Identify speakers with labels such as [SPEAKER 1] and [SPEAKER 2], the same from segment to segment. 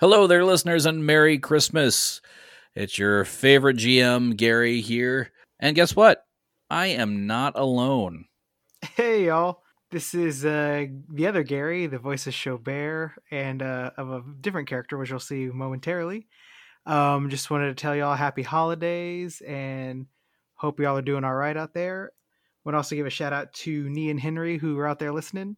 [SPEAKER 1] Hello there, listeners, and Merry Christmas. It's your favorite GM, Gary, here. And guess what? I am not alone.
[SPEAKER 2] Hey y'all. This is uh the other Gary, the voice of Chaubert and uh of a different character which you'll see momentarily. Um just wanted to tell y'all happy holidays and hope y'all are doing all right out there. Would also give a shout out to Nee and Henry who are out there listening.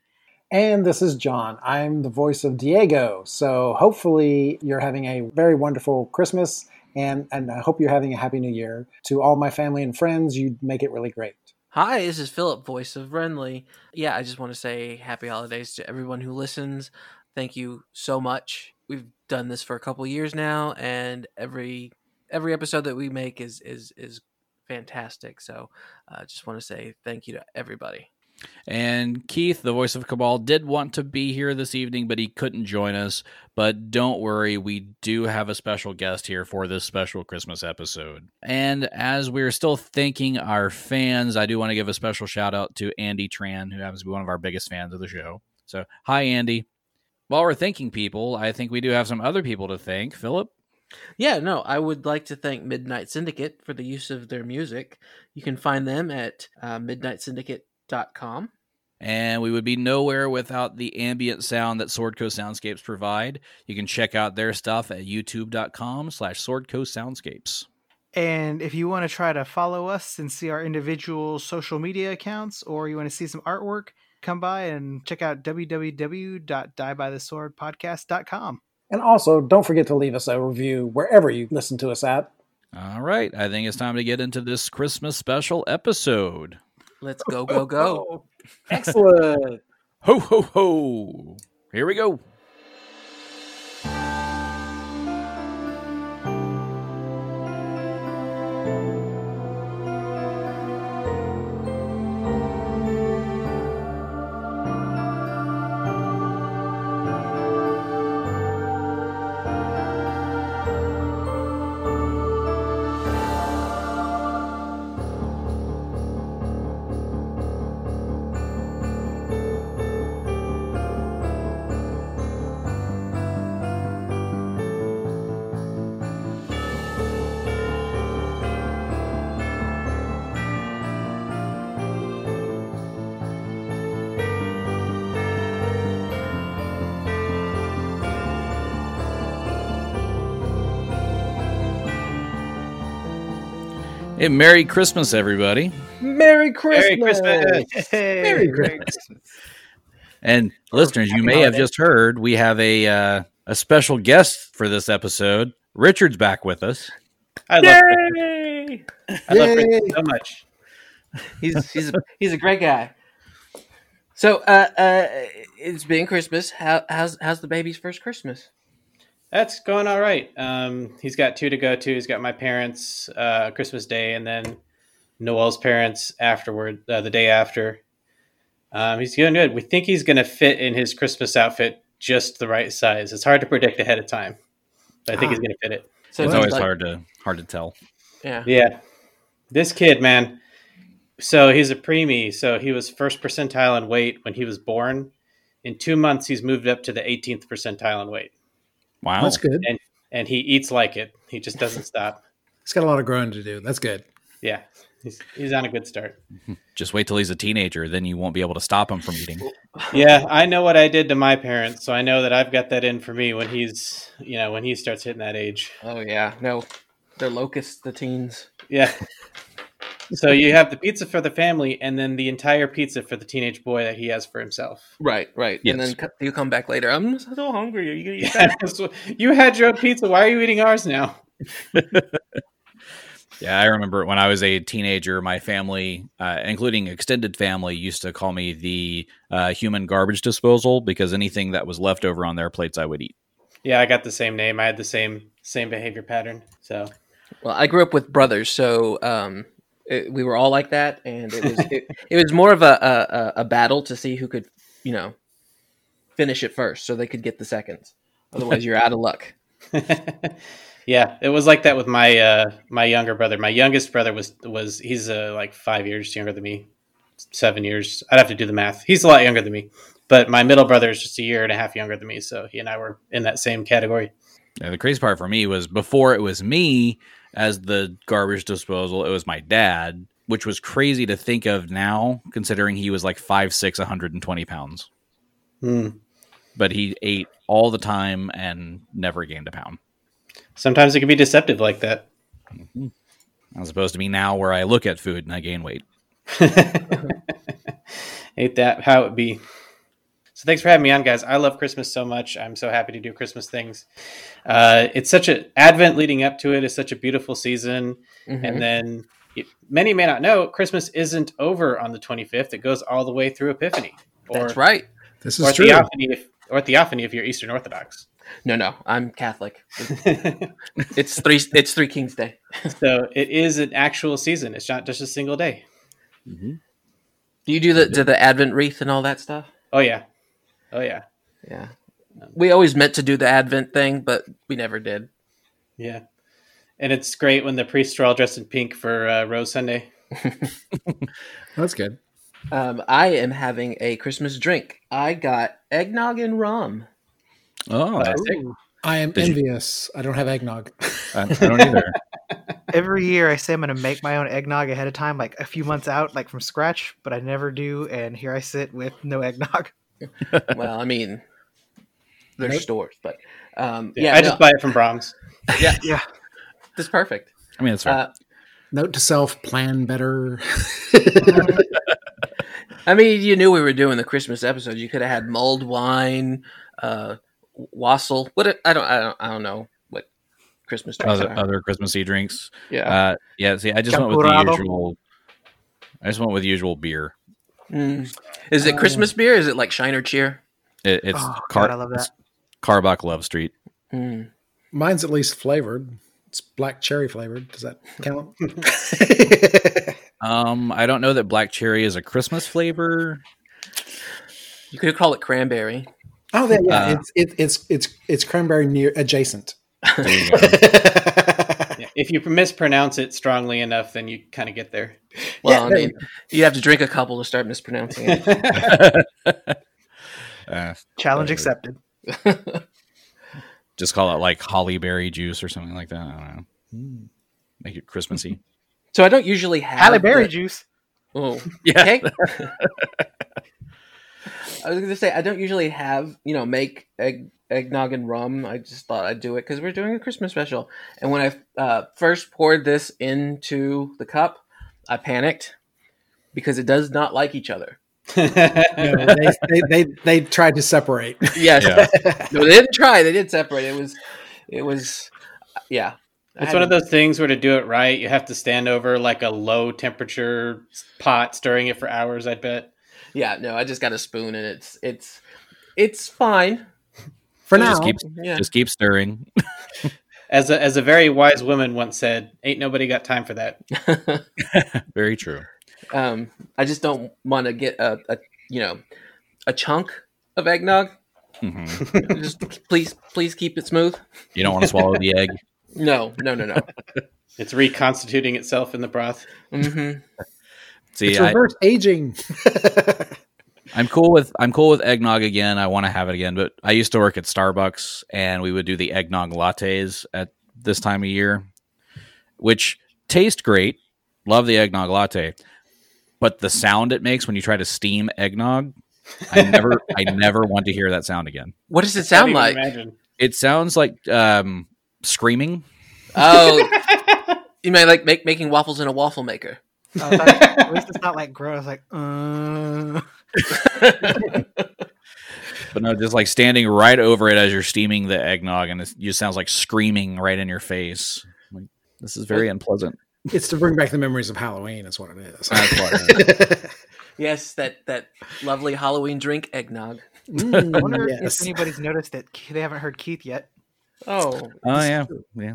[SPEAKER 3] And this is John. I'm the voice of Diego. So hopefully you're having a very wonderful Christmas and, and I hope you're having a happy new year. To all my family and friends, you make it really great.
[SPEAKER 4] Hi, this is Philip, voice of Renly. Yeah, I just want to say happy holidays to everyone who listens. Thank you so much. We've done this for a couple years now, and every every episode that we make is is is fantastic. So, I uh, just want to say thank you to everybody.
[SPEAKER 1] And Keith, the voice of Cabal, did want to be here this evening, but he couldn't join us. But don't worry, we do have a special guest here for this special Christmas episode. And as we're still thanking our fans, I do want to give a special shout out to Andy Tran, who happens to be one of our biggest fans of the show. So, hi, Andy. While we're thanking people, I think we do have some other people to thank. Philip?
[SPEAKER 4] Yeah, no, I would like to thank Midnight Syndicate for the use of their music. You can find them at uh, midnightsyndicate.com.
[SPEAKER 1] And we would be nowhere without the ambient sound that Sword Coast Soundscapes provide. You can check out their stuff at youtube.com slash Sword Coast Soundscapes.
[SPEAKER 2] And if you want to try to follow us and see our individual social media accounts or you want to see some artwork, come by and check out www.diebytheswordpodcast.com.
[SPEAKER 3] And also, don't forget to leave us a review wherever you listen to us at.
[SPEAKER 1] All right, I think it's time to get into this Christmas special episode.
[SPEAKER 4] Let's go, go, go.
[SPEAKER 3] Excellent.
[SPEAKER 1] Ho, ho, ho. Here we go. Hey, Merry Christmas, everybody.
[SPEAKER 3] Merry Christmas.
[SPEAKER 2] Hey,
[SPEAKER 3] Merry
[SPEAKER 2] great.
[SPEAKER 1] And listeners, you may have just heard we have a uh, a special guest for this episode. Richard's back with us.
[SPEAKER 5] I love Christmas. I love Christmas so much.
[SPEAKER 4] he's he's he's a great guy. So uh, uh, it's been Christmas. How, how's how's the baby's first Christmas?
[SPEAKER 5] That's going all right. Um, he's got two to go to. He's got my parents uh, Christmas Day, and then Noel's parents afterward, uh, the day after. Um, he's doing good. We think he's going to fit in his Christmas outfit just the right size. It's hard to predict ahead of time, but I think he's going to fit it.
[SPEAKER 4] So
[SPEAKER 1] It's
[SPEAKER 4] it's
[SPEAKER 1] always
[SPEAKER 4] like-
[SPEAKER 1] hard to hard to tell.
[SPEAKER 4] Yeah.
[SPEAKER 5] Yeah. This kid, man. So he's a preemie. So he was first percentile in weight when he was born. In two months, he's moved up to the 18th percentile in weight,
[SPEAKER 1] Wow.
[SPEAKER 6] That's good.
[SPEAKER 5] and he eats like it. He just doesn't stop.
[SPEAKER 6] It's got a lot of growing to do. That's good.
[SPEAKER 5] Yeah. He's, he's on a good start.
[SPEAKER 1] Just wait till he's a teenager, then you won't be able to stop him from eating.
[SPEAKER 5] Yeah. I know what I did to my parents. So I know that I've got that in for me when he's, you know, when he starts hitting that age.
[SPEAKER 4] Oh yeah. No, they're locusts. The teens.
[SPEAKER 5] Yeah. So you have the pizza for the family and then the entire pizza for the teenage boy that he has for himself.
[SPEAKER 4] Right. Right.
[SPEAKER 1] Yes.
[SPEAKER 4] And then co- you come back later. Um, I'm so hungry. Are you gonna eat that?
[SPEAKER 5] So you had your own pizza. Why are you eating ours now?
[SPEAKER 1] Yeah, I remember when I was a teenager, my family, uh, including extended family, used to call me the uh, human garbage disposal because anything that was left over on their plates, I would eat.
[SPEAKER 5] Yeah, I got the same name. I had the same same behavior pattern. So
[SPEAKER 4] Well, I grew up with brothers, so um, it, we were all like that, and it was it, it was more of a, a a battle to see who could you know finish it first, so they could get the seconds. Otherwise, you're out of luck.
[SPEAKER 5] yeah, it was like that with my uh my younger brother. My youngest brother was was he's uh, like 5 years younger than me. 7 years. I'd have to do the math. He's a lot younger than me. But my middle brother is just a year and a half younger than me, so he and I were in that same category.
[SPEAKER 1] And the crazy part for me was before it was me as the garbage disposal, it was my dad, which was crazy to think of now, considering he was like 5'6, 120 pounds.
[SPEAKER 5] Hmm.
[SPEAKER 1] But he ate all the time and never gained a pound.
[SPEAKER 5] Sometimes it can be deceptive like that.
[SPEAKER 1] As opposed to me now, where I look at food and I gain weight.
[SPEAKER 5] Ain't that how it be? So thanks for having me on, guys. I love Christmas so much. I'm so happy to do Christmas things. Uh, it's such a Advent leading up to it is such a beautiful season,
[SPEAKER 4] Mm-hmm.
[SPEAKER 5] and then y- many may not know Christmas isn't over on the 25th. It goes all the way through Epiphany, or,
[SPEAKER 4] That's right.
[SPEAKER 6] This
[SPEAKER 5] or
[SPEAKER 6] is true.
[SPEAKER 5] Theophany, if, or Theophany if you're Eastern Orthodox.
[SPEAKER 4] No, no, I'm Catholic.
[SPEAKER 5] so
[SPEAKER 4] It's three. It's Three Kings Day.
[SPEAKER 5] it is an actual season. It's not just a single day.
[SPEAKER 4] Do you do the do the Advent wreath and all that stuff?
[SPEAKER 5] Oh yeah, oh yeah,
[SPEAKER 4] Yeah. We always meant to do the Advent thing, but we never did.
[SPEAKER 5] yeah. And it's great when the priests are all dressed in pink for uh, Rose Sunday.
[SPEAKER 6] That's good.
[SPEAKER 4] Um, I am having a Christmas drink. I got eggnog and rum.
[SPEAKER 1] Oh, that's,
[SPEAKER 6] I am
[SPEAKER 1] Did you-
[SPEAKER 6] envious. I don't have eggnog.
[SPEAKER 1] I, I don't either.
[SPEAKER 2] Every year I say I'm going to make my own eggnog ahead of time, like a few months out, like from scratch, but I never do. And here I sit with no eggnog.
[SPEAKER 4] well, I mean, there's
[SPEAKER 6] Nope.
[SPEAKER 4] stores, but um,
[SPEAKER 5] Yeah,
[SPEAKER 4] yeah,
[SPEAKER 5] I
[SPEAKER 4] no,
[SPEAKER 5] just buy it from Brahms.
[SPEAKER 4] that's perfect.
[SPEAKER 1] I mean, that's fair.
[SPEAKER 4] Uh,
[SPEAKER 6] Note to self: plan better.
[SPEAKER 4] I mean, you knew we were doing the Christmas episode. You could have had mulled wine, uh, wassail. What it- I don't, I don't, I don't know what Christmas drinks
[SPEAKER 1] other,
[SPEAKER 4] are.
[SPEAKER 1] other Christmassy drinks.
[SPEAKER 4] yeah,
[SPEAKER 1] Uh, yeah, see, I just went with the
[SPEAKER 2] Campurrado.
[SPEAKER 1] usual. I just went with usual beer.
[SPEAKER 4] Mm. is it
[SPEAKER 6] uh,
[SPEAKER 4] Christmas beer? Is it like Shiner Cheer?
[SPEAKER 1] It, it's
[SPEAKER 2] Oh,
[SPEAKER 1] Car-
[SPEAKER 2] God, I love that.
[SPEAKER 1] it's Carbach Love Street.
[SPEAKER 4] Mm.
[SPEAKER 6] Mine's at least flavored. It's black cherry flavored. Does that count?
[SPEAKER 1] Um, I don't know that black cherry is a Christmas flavor.
[SPEAKER 4] You could call it cranberry.
[SPEAKER 6] oh, there, yeah.
[SPEAKER 1] Uh,
[SPEAKER 6] it's it, it's it's it's cranberry near adjacent.
[SPEAKER 1] There you go.
[SPEAKER 5] Yeah, If you mispronounce it strongly enough, then you kind of get there.
[SPEAKER 4] Well,
[SPEAKER 6] Yeah,
[SPEAKER 4] I mean, you have to drink a couple to start mispronouncing it.
[SPEAKER 1] Uh,
[SPEAKER 2] Challenge
[SPEAKER 1] Uh,
[SPEAKER 2] accepted.
[SPEAKER 1] just call it like holly berry juice or something like that. I don't know.
[SPEAKER 2] Hmm.
[SPEAKER 1] Make it Christmassy.
[SPEAKER 4] So I don't usually have
[SPEAKER 2] Halle Berry
[SPEAKER 4] the-
[SPEAKER 2] juice.
[SPEAKER 4] Oh,
[SPEAKER 1] Yeah.
[SPEAKER 4] okay. I was going to say I don't usually have you know make egg eggnog and rum. I just thought I'd do it because we're doing a Christmas special. And when I uh, first poured this into the cup, I panicked because it does not like each other.
[SPEAKER 6] No, they, they, they they tried to separate.
[SPEAKER 4] Yes,
[SPEAKER 1] Yeah.
[SPEAKER 4] no, they didn't try. They did separate. It was, it was, yeah. I
[SPEAKER 5] It's
[SPEAKER 4] had
[SPEAKER 5] one of
[SPEAKER 4] to-
[SPEAKER 5] those things where to do it right, you have to stand over like a low temperature pot, stirring it for hours. I bet.
[SPEAKER 4] Yeah, no, I just got a spoon and it's it's it's fine.
[SPEAKER 6] For now,
[SPEAKER 1] Just keep
[SPEAKER 4] Yeah.
[SPEAKER 1] just keep stirring.
[SPEAKER 5] As a, as a very wise woman once said, "Ain't nobody got time for that."
[SPEAKER 1] Very true.
[SPEAKER 4] Um, I just don't want to get a, a you know a chunk of eggnog.
[SPEAKER 1] hmm
[SPEAKER 4] just please, please keep it smooth.
[SPEAKER 1] You don't want to swallow the egg.
[SPEAKER 4] No, no, no, no.
[SPEAKER 5] It's reconstituting itself in the broth.
[SPEAKER 4] hmm
[SPEAKER 1] See,
[SPEAKER 6] it's
[SPEAKER 1] I,
[SPEAKER 6] reverse aging.
[SPEAKER 1] I'm cool with I'm cool with eggnog again. I want to have it again, but I used to work at Starbucks and we would do the eggnog lattes at this time of year, which taste great. Love the eggnog latte, but the sound it makes when you try to steam eggnog, I never I never want to hear that sound again.
[SPEAKER 4] What does it
[SPEAKER 5] Can't
[SPEAKER 4] sound
[SPEAKER 5] even
[SPEAKER 4] like?
[SPEAKER 5] imagine.
[SPEAKER 1] It sounds like um, screaming.
[SPEAKER 4] Oh, you mean like make, making waffles in a waffle maker?
[SPEAKER 2] Oh, I thought- at least it's not like gross. Like, uh,
[SPEAKER 1] But no, just like standing right over it as you're steaming the eggnog, and it just sounds like screaming right in your face. Like, this is very unpleasant.
[SPEAKER 6] it's to bring back the memories of Halloween. Is what it is.
[SPEAKER 1] That's what
[SPEAKER 4] Yes, that that lovely Halloween drink eggnog.
[SPEAKER 6] Mm,
[SPEAKER 2] I wonder
[SPEAKER 6] yes.
[SPEAKER 2] if anybody's noticed that they haven't heard Keith yet.
[SPEAKER 4] Oh,
[SPEAKER 1] Oh
[SPEAKER 6] This is
[SPEAKER 1] yeah, yeah.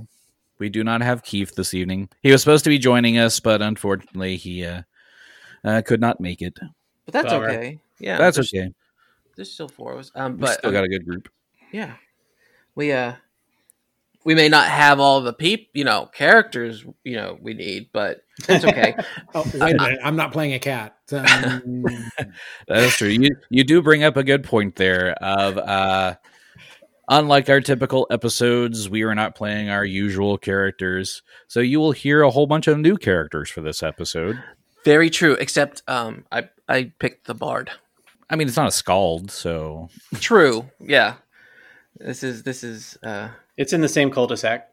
[SPEAKER 1] We do not have Keith this evening. He was supposed to be joining us, but unfortunately, he uh, uh could not make it.
[SPEAKER 4] but that's
[SPEAKER 5] Bummer.
[SPEAKER 4] okay. Yeah,
[SPEAKER 1] That's
[SPEAKER 4] there's,
[SPEAKER 1] okay.
[SPEAKER 4] there's still four of us. Um,
[SPEAKER 1] We
[SPEAKER 4] but
[SPEAKER 1] still got a good group.
[SPEAKER 4] Yeah. We uh we may not have all the peep, you know, characters, you know, we need, but that's okay.
[SPEAKER 6] Oh, wait a minute. I'm not playing a cat. Um,
[SPEAKER 1] That is true. You you do bring up a good point there of uh Unlike our typical episodes, we are not playing our usual characters, so you will hear a whole bunch of new characters for this episode.
[SPEAKER 4] Very true. Except um, I I picked the bard.
[SPEAKER 1] I mean, it's not a scald, so
[SPEAKER 4] True. Yeah. This is this is. Uh,
[SPEAKER 5] It's in the same cul-de-sac.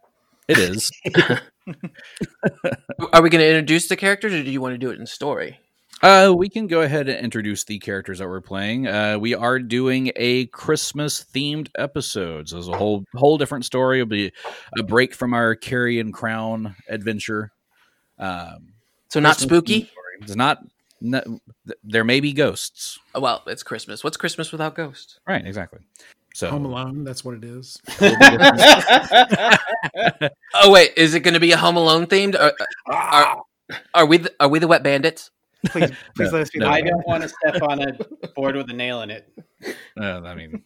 [SPEAKER 1] it is.
[SPEAKER 4] are we going to introduce the characters, or do you want to do it in story?
[SPEAKER 1] Uh, we can go ahead and introduce the characters that we're playing. Uh, we are doing a Christmas themed episode. So there's a whole whole different story. It'll be a break from our Carrie and Crown adventure. Um,
[SPEAKER 4] So not
[SPEAKER 1] Christmas
[SPEAKER 4] spooky.
[SPEAKER 1] story. It's not. no- th- there may be ghosts.
[SPEAKER 4] Oh, well, it's Christmas. What's Christmas without ghosts?
[SPEAKER 1] Right. Exactly. So
[SPEAKER 6] Home Alone, that's what it is.
[SPEAKER 4] Oh wait, is it going to be a Home Alone themed? Are, are, are we the, are we the wet bandits?
[SPEAKER 2] Please, please
[SPEAKER 1] No,
[SPEAKER 2] let us be.
[SPEAKER 1] no.
[SPEAKER 5] I
[SPEAKER 2] the
[SPEAKER 5] don't want to step on a board with a nail in it.
[SPEAKER 1] uh, I mean,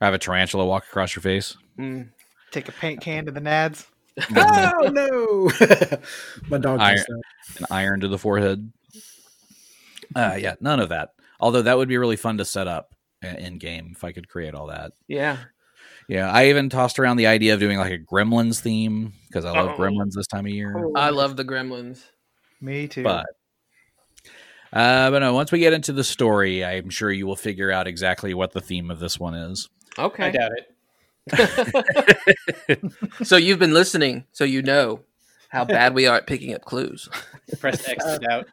[SPEAKER 1] I have a tarantula walk across your face.
[SPEAKER 4] Mm.
[SPEAKER 2] Take a paint can to the nads.
[SPEAKER 6] oh no, my dog.
[SPEAKER 1] I-
[SPEAKER 6] does that.
[SPEAKER 1] an iron to the forehead. Uh, yeah, none of that. Although that would be really fun to set up in game if I could create all that.
[SPEAKER 4] Yeah.
[SPEAKER 1] Yeah, I even tossed around the idea of doing like a Gremlins theme because I love
[SPEAKER 4] Oh.
[SPEAKER 1] Gremlins this time of year.
[SPEAKER 4] I love the Gremlins.
[SPEAKER 2] Me too.
[SPEAKER 1] But uh, but no, once we get into the story, I'm sure you will figure out exactly what the theme of this one is.
[SPEAKER 5] I
[SPEAKER 4] Okay.
[SPEAKER 5] doubt it.
[SPEAKER 4] So you've been listening, so you know how bad we are at picking up clues.
[SPEAKER 5] Press X to doubt.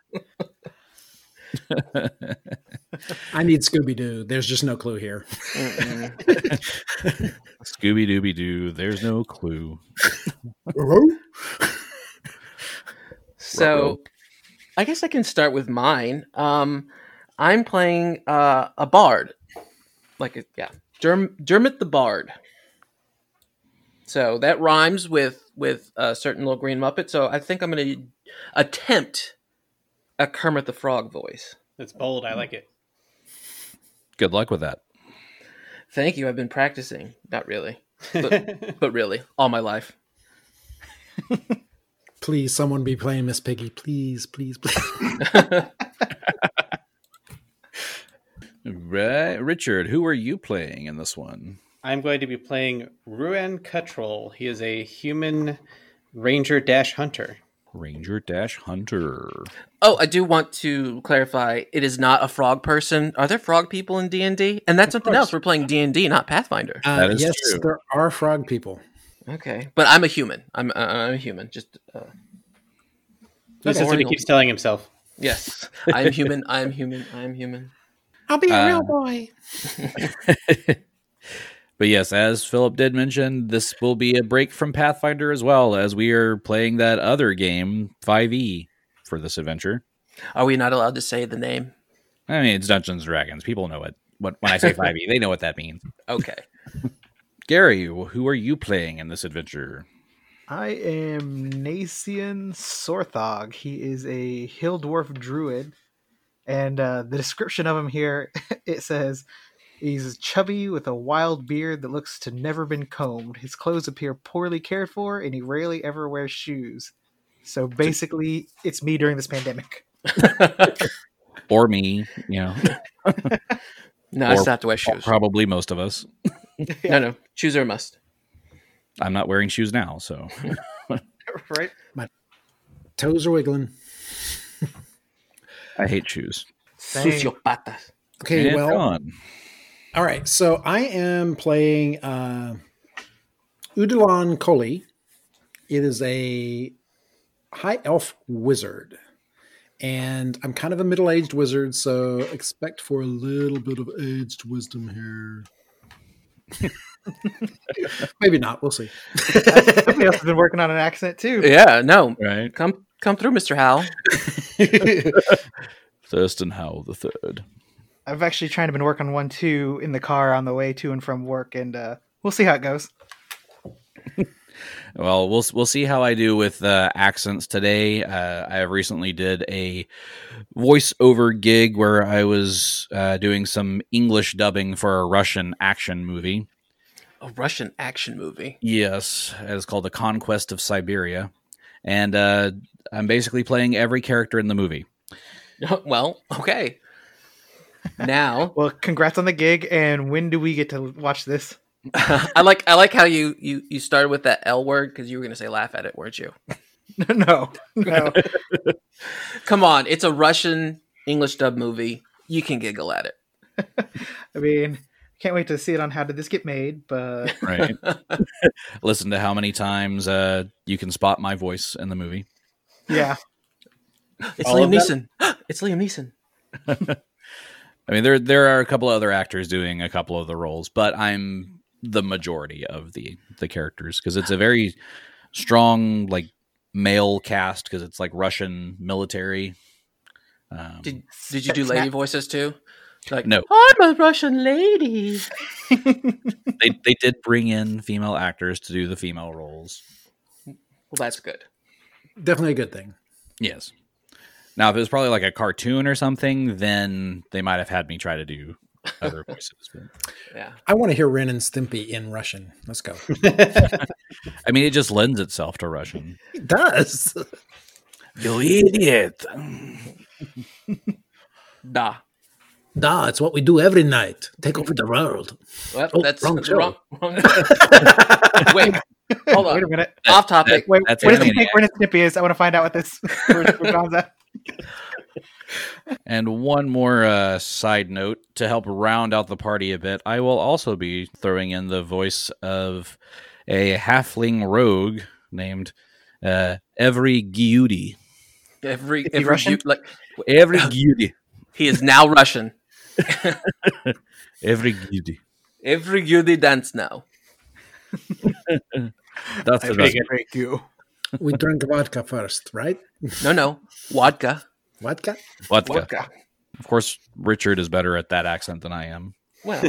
[SPEAKER 6] I need Scooby Doo. There's just no clue here.
[SPEAKER 4] Mm-mm.
[SPEAKER 1] Scooby Dooby Doo. There's no clue.
[SPEAKER 4] So I guess I can start with mine. Um, I'm playing uh, a bard, like a, yeah, Derm- Dermot the Bard. So that rhymes with with a certain little green Muppet. So I think I'm going to attempt a Kermit the Frog voice.
[SPEAKER 5] It's bold. I like it.
[SPEAKER 1] Good luck with that.
[SPEAKER 4] Thank you. I've been practicing. Not really, but, but really, all my life.
[SPEAKER 6] Please, someone be playing Miss Piggy. Please, please, please.
[SPEAKER 1] Right, Richard, who are you playing in this one?
[SPEAKER 5] I'm going to be playing Ruan Cutrol. He is a human ranger dash hunter.
[SPEAKER 1] Ranger Dash Hunter.
[SPEAKER 4] Oh, I do want to clarify. It is not a frog person. Are there frog people in D and D? And that's something else. We're playing D and D, not Pathfinder.
[SPEAKER 6] Uh,
[SPEAKER 1] That is
[SPEAKER 6] yes,
[SPEAKER 1] true.
[SPEAKER 6] there are frog people.
[SPEAKER 4] Okay, but I'm a human. I'm uh, I'm a human. Just uh,
[SPEAKER 5] This is what he
[SPEAKER 4] Oriole.
[SPEAKER 5] keeps telling himself.
[SPEAKER 4] yes, I'm human. I'm human. I'm human.
[SPEAKER 6] I'll be a
[SPEAKER 1] Uh,
[SPEAKER 6] real boy.
[SPEAKER 1] But yes, as Philip did mention, this will be a break from Pathfinder as well, as we are playing that other game, 5e, for this adventure.
[SPEAKER 4] Are we not allowed to say the name?
[SPEAKER 1] I mean, it's Dungeons and Dragons. People know it. When when I say 5e, they know what that means.
[SPEAKER 4] Okay.
[SPEAKER 1] Gary, who are you playing in this adventure?
[SPEAKER 2] I am Nacian Sorthog. He is a hill dwarf druid, and uh, the description of him here it says he's chubby with a wild beard that looks to never been combed. His clothes appear poorly cared for, and he rarely ever wears shoes. So basically, it's me during this pandemic.
[SPEAKER 1] Or me, you know,
[SPEAKER 4] No, I
[SPEAKER 1] Or-
[SPEAKER 4] stopped to wear shoes.
[SPEAKER 1] probably most of us.
[SPEAKER 4] No, no, shoes are a must.
[SPEAKER 1] I'm not wearing shoes now, so
[SPEAKER 2] right?
[SPEAKER 6] Toes are wiggling.
[SPEAKER 1] I hate shoes.
[SPEAKER 4] Sus your patas.
[SPEAKER 6] Okay,
[SPEAKER 1] And
[SPEAKER 6] well,
[SPEAKER 1] on.
[SPEAKER 6] all right. So I am playing uh, Udalon Koli. It is a high elf wizard, and I'm kind of a middle aged wizard, so expect for a little bit of aged wisdom here. Maybe not. We'll see.
[SPEAKER 2] Somebody else has been working on an accent too.
[SPEAKER 4] Yeah, no,
[SPEAKER 1] Right.
[SPEAKER 4] come come through, Mister Howell.
[SPEAKER 1] Thurston Howell the third.
[SPEAKER 2] I've actually trying to been working on one too in the car on the way to and from work, and uh, we'll see how it goes.
[SPEAKER 1] Well, we'll we'll see how I do with uh, accents today. Uh, I recently did a voiceover gig where I was uh, doing some English dubbing for a Russian action movie.
[SPEAKER 4] A Russian action movie.
[SPEAKER 1] Yes, it's called The Conquest of Siberia, and uh, I'm basically playing every character in the movie.
[SPEAKER 4] well, okay. Now
[SPEAKER 2] Well, congrats on the gig, and when do we get to watch this?
[SPEAKER 4] I like I like how you you you started with that L word because you were gonna say laugh at it, weren't you?
[SPEAKER 2] no, no.
[SPEAKER 4] Come on, it's a Russian English dub movie. You can giggle at it.
[SPEAKER 2] I mean, can't wait to see it on How Did This Get Made, but
[SPEAKER 1] Right. Listen to how many times uh, you can spot my voice in the movie.
[SPEAKER 2] yeah.
[SPEAKER 4] It's
[SPEAKER 5] All of
[SPEAKER 4] Liam Neeson.
[SPEAKER 5] them?
[SPEAKER 4] it's Liam Neeson.
[SPEAKER 1] I mean, there there are a couple other actors doing a couple of the roles, but I'm the majority of the the characters because it's a very strong like male cast because it's like Russian military. Um,
[SPEAKER 4] Did did you do lady voices too? Like
[SPEAKER 1] No.
[SPEAKER 4] I'm a Russian lady.
[SPEAKER 1] they they did bring in female actors to do the female roles.
[SPEAKER 4] Well, that's good.
[SPEAKER 6] Definitely a good thing.
[SPEAKER 1] Yes. Now, if it was probably like a cartoon or something, then they might have had me try to do other voices. but-
[SPEAKER 4] Yeah.
[SPEAKER 6] I want to hear Ren and Stimpy in Russian. Let's go.
[SPEAKER 1] I mean, it just lends itself to Russian.
[SPEAKER 6] It does.
[SPEAKER 1] You idiot!
[SPEAKER 4] Da.
[SPEAKER 6] Nah, it's what we do every night. Take over the world.
[SPEAKER 4] Well,
[SPEAKER 6] Oh,
[SPEAKER 4] that's
[SPEAKER 6] wrong
[SPEAKER 4] that's
[SPEAKER 6] show.
[SPEAKER 4] wrong. wrong- Wait, hold
[SPEAKER 2] Wait
[SPEAKER 4] on.
[SPEAKER 2] a minute.
[SPEAKER 4] Off topic.
[SPEAKER 2] Wait,
[SPEAKER 1] That's
[SPEAKER 2] what does he
[SPEAKER 1] animated.
[SPEAKER 2] think Ren and Snippy is? I want to find out what this where it comes at.
[SPEAKER 1] And one more uh, side note to help round out the party a bit, I will also be throwing in the voice of a halfling rogue named uh, Every Giudi.
[SPEAKER 4] Every
[SPEAKER 2] he
[SPEAKER 4] every
[SPEAKER 2] Russian?
[SPEAKER 4] you- like
[SPEAKER 1] Every Giudi.
[SPEAKER 4] he is now Russian.
[SPEAKER 1] Every Giudi.
[SPEAKER 4] Every Yudi dance now.
[SPEAKER 1] That's the best.
[SPEAKER 2] break you.
[SPEAKER 6] We drank vodka first, right?
[SPEAKER 4] No, no, vodka.
[SPEAKER 6] Vodka?
[SPEAKER 1] Vodka.
[SPEAKER 4] Vodka.
[SPEAKER 1] Of course, Richard is better at that accent than I am.
[SPEAKER 4] Well,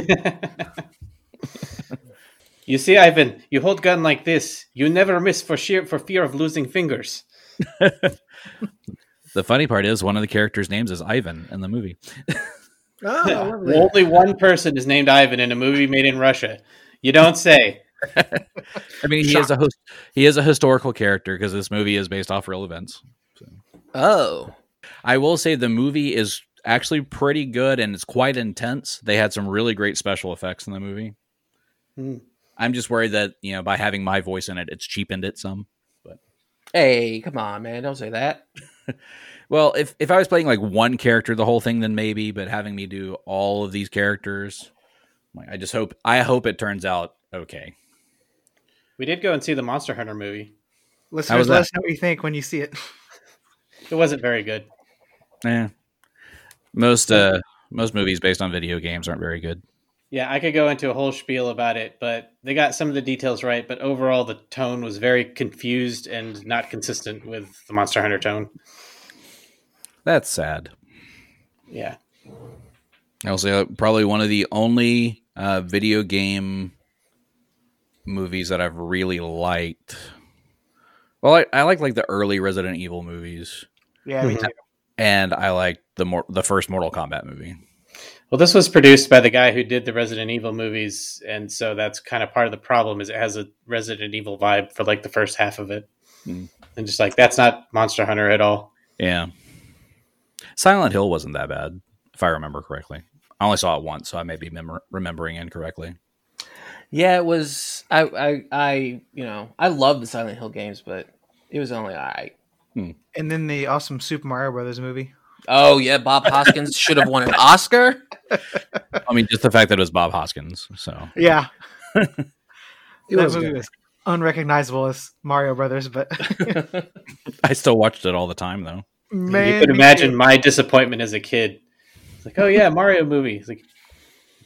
[SPEAKER 5] You see, Ivan, you hold gun like this. You never miss for sheer for fear of losing fingers.
[SPEAKER 1] The funny part is, one of the characters' names is Ivan in the movie.
[SPEAKER 6] Oh, lovely.
[SPEAKER 5] Only one person is named Ivan in a movie made in Russia. You don't say.
[SPEAKER 1] I mean, he is a host, he is a historical character because this movie is based off real events.
[SPEAKER 4] oh,
[SPEAKER 1] I will say the movie is actually pretty good and it's quite intense. They had some really great special effects in the movie.
[SPEAKER 5] Hmm.
[SPEAKER 1] I'm just worried that, you know, by having my voice in it, it's cheapened it some.
[SPEAKER 4] hey, come on, man, don't say that.
[SPEAKER 1] Well, if, if I was playing like one character the whole thing, then maybe, but having me do all of these characters, like, I just hope I hope it turns out okay.
[SPEAKER 5] We did go and see the Monster Hunter movie.
[SPEAKER 2] Listeners,
[SPEAKER 1] that?
[SPEAKER 2] let us know what you think when you see it.
[SPEAKER 5] It wasn't very good.
[SPEAKER 1] Yeah. Eh. Most uh most movies based on video games aren't very good.
[SPEAKER 5] Yeah, I could go into a whole spiel about it, but they got some of the details right. But overall, the tone was very confused and not consistent with the Monster Hunter tone.
[SPEAKER 1] That's sad.
[SPEAKER 5] Yeah,
[SPEAKER 1] I'll say uh, probably one of the only uh, video game movies that I've really liked. Well, I, I like like the early Resident Evil movies,
[SPEAKER 2] Yeah, me
[SPEAKER 5] Mhm.
[SPEAKER 2] too.
[SPEAKER 1] and I like the more the first Mortal Kombat movie.
[SPEAKER 5] Well, this was produced by the guy who did the Resident Evil movies, and so that's kind of part of the problem is it has a Resident Evil vibe for like the first half of it,
[SPEAKER 1] Hmm.
[SPEAKER 5] and just like that's not Monster Hunter at all.
[SPEAKER 1] Yeah, Silent Hill wasn't that bad, if I remember correctly. I only saw it once, so I may be memor remembering incorrectly.
[SPEAKER 4] Yeah, it was. I, I, I, you know, I love the Silent Hill games, but it was only I.
[SPEAKER 2] And then the awesome Super Mario Brothers movie.
[SPEAKER 4] Oh yeah, Bob Hoskins should have won an Oscar.
[SPEAKER 1] I mean, just the fact that it was Bob Hoskins. So
[SPEAKER 2] Yeah,
[SPEAKER 6] It
[SPEAKER 2] that
[SPEAKER 6] was
[SPEAKER 2] movie
[SPEAKER 6] good.
[SPEAKER 2] was unrecognizable as Mario Brothers, but
[SPEAKER 1] I still watched it all the time, though.
[SPEAKER 2] man,
[SPEAKER 5] you could
[SPEAKER 2] me
[SPEAKER 5] imagine
[SPEAKER 2] too.
[SPEAKER 5] my disappointment as a kid. It's like, oh yeah, Mario movie. It's like,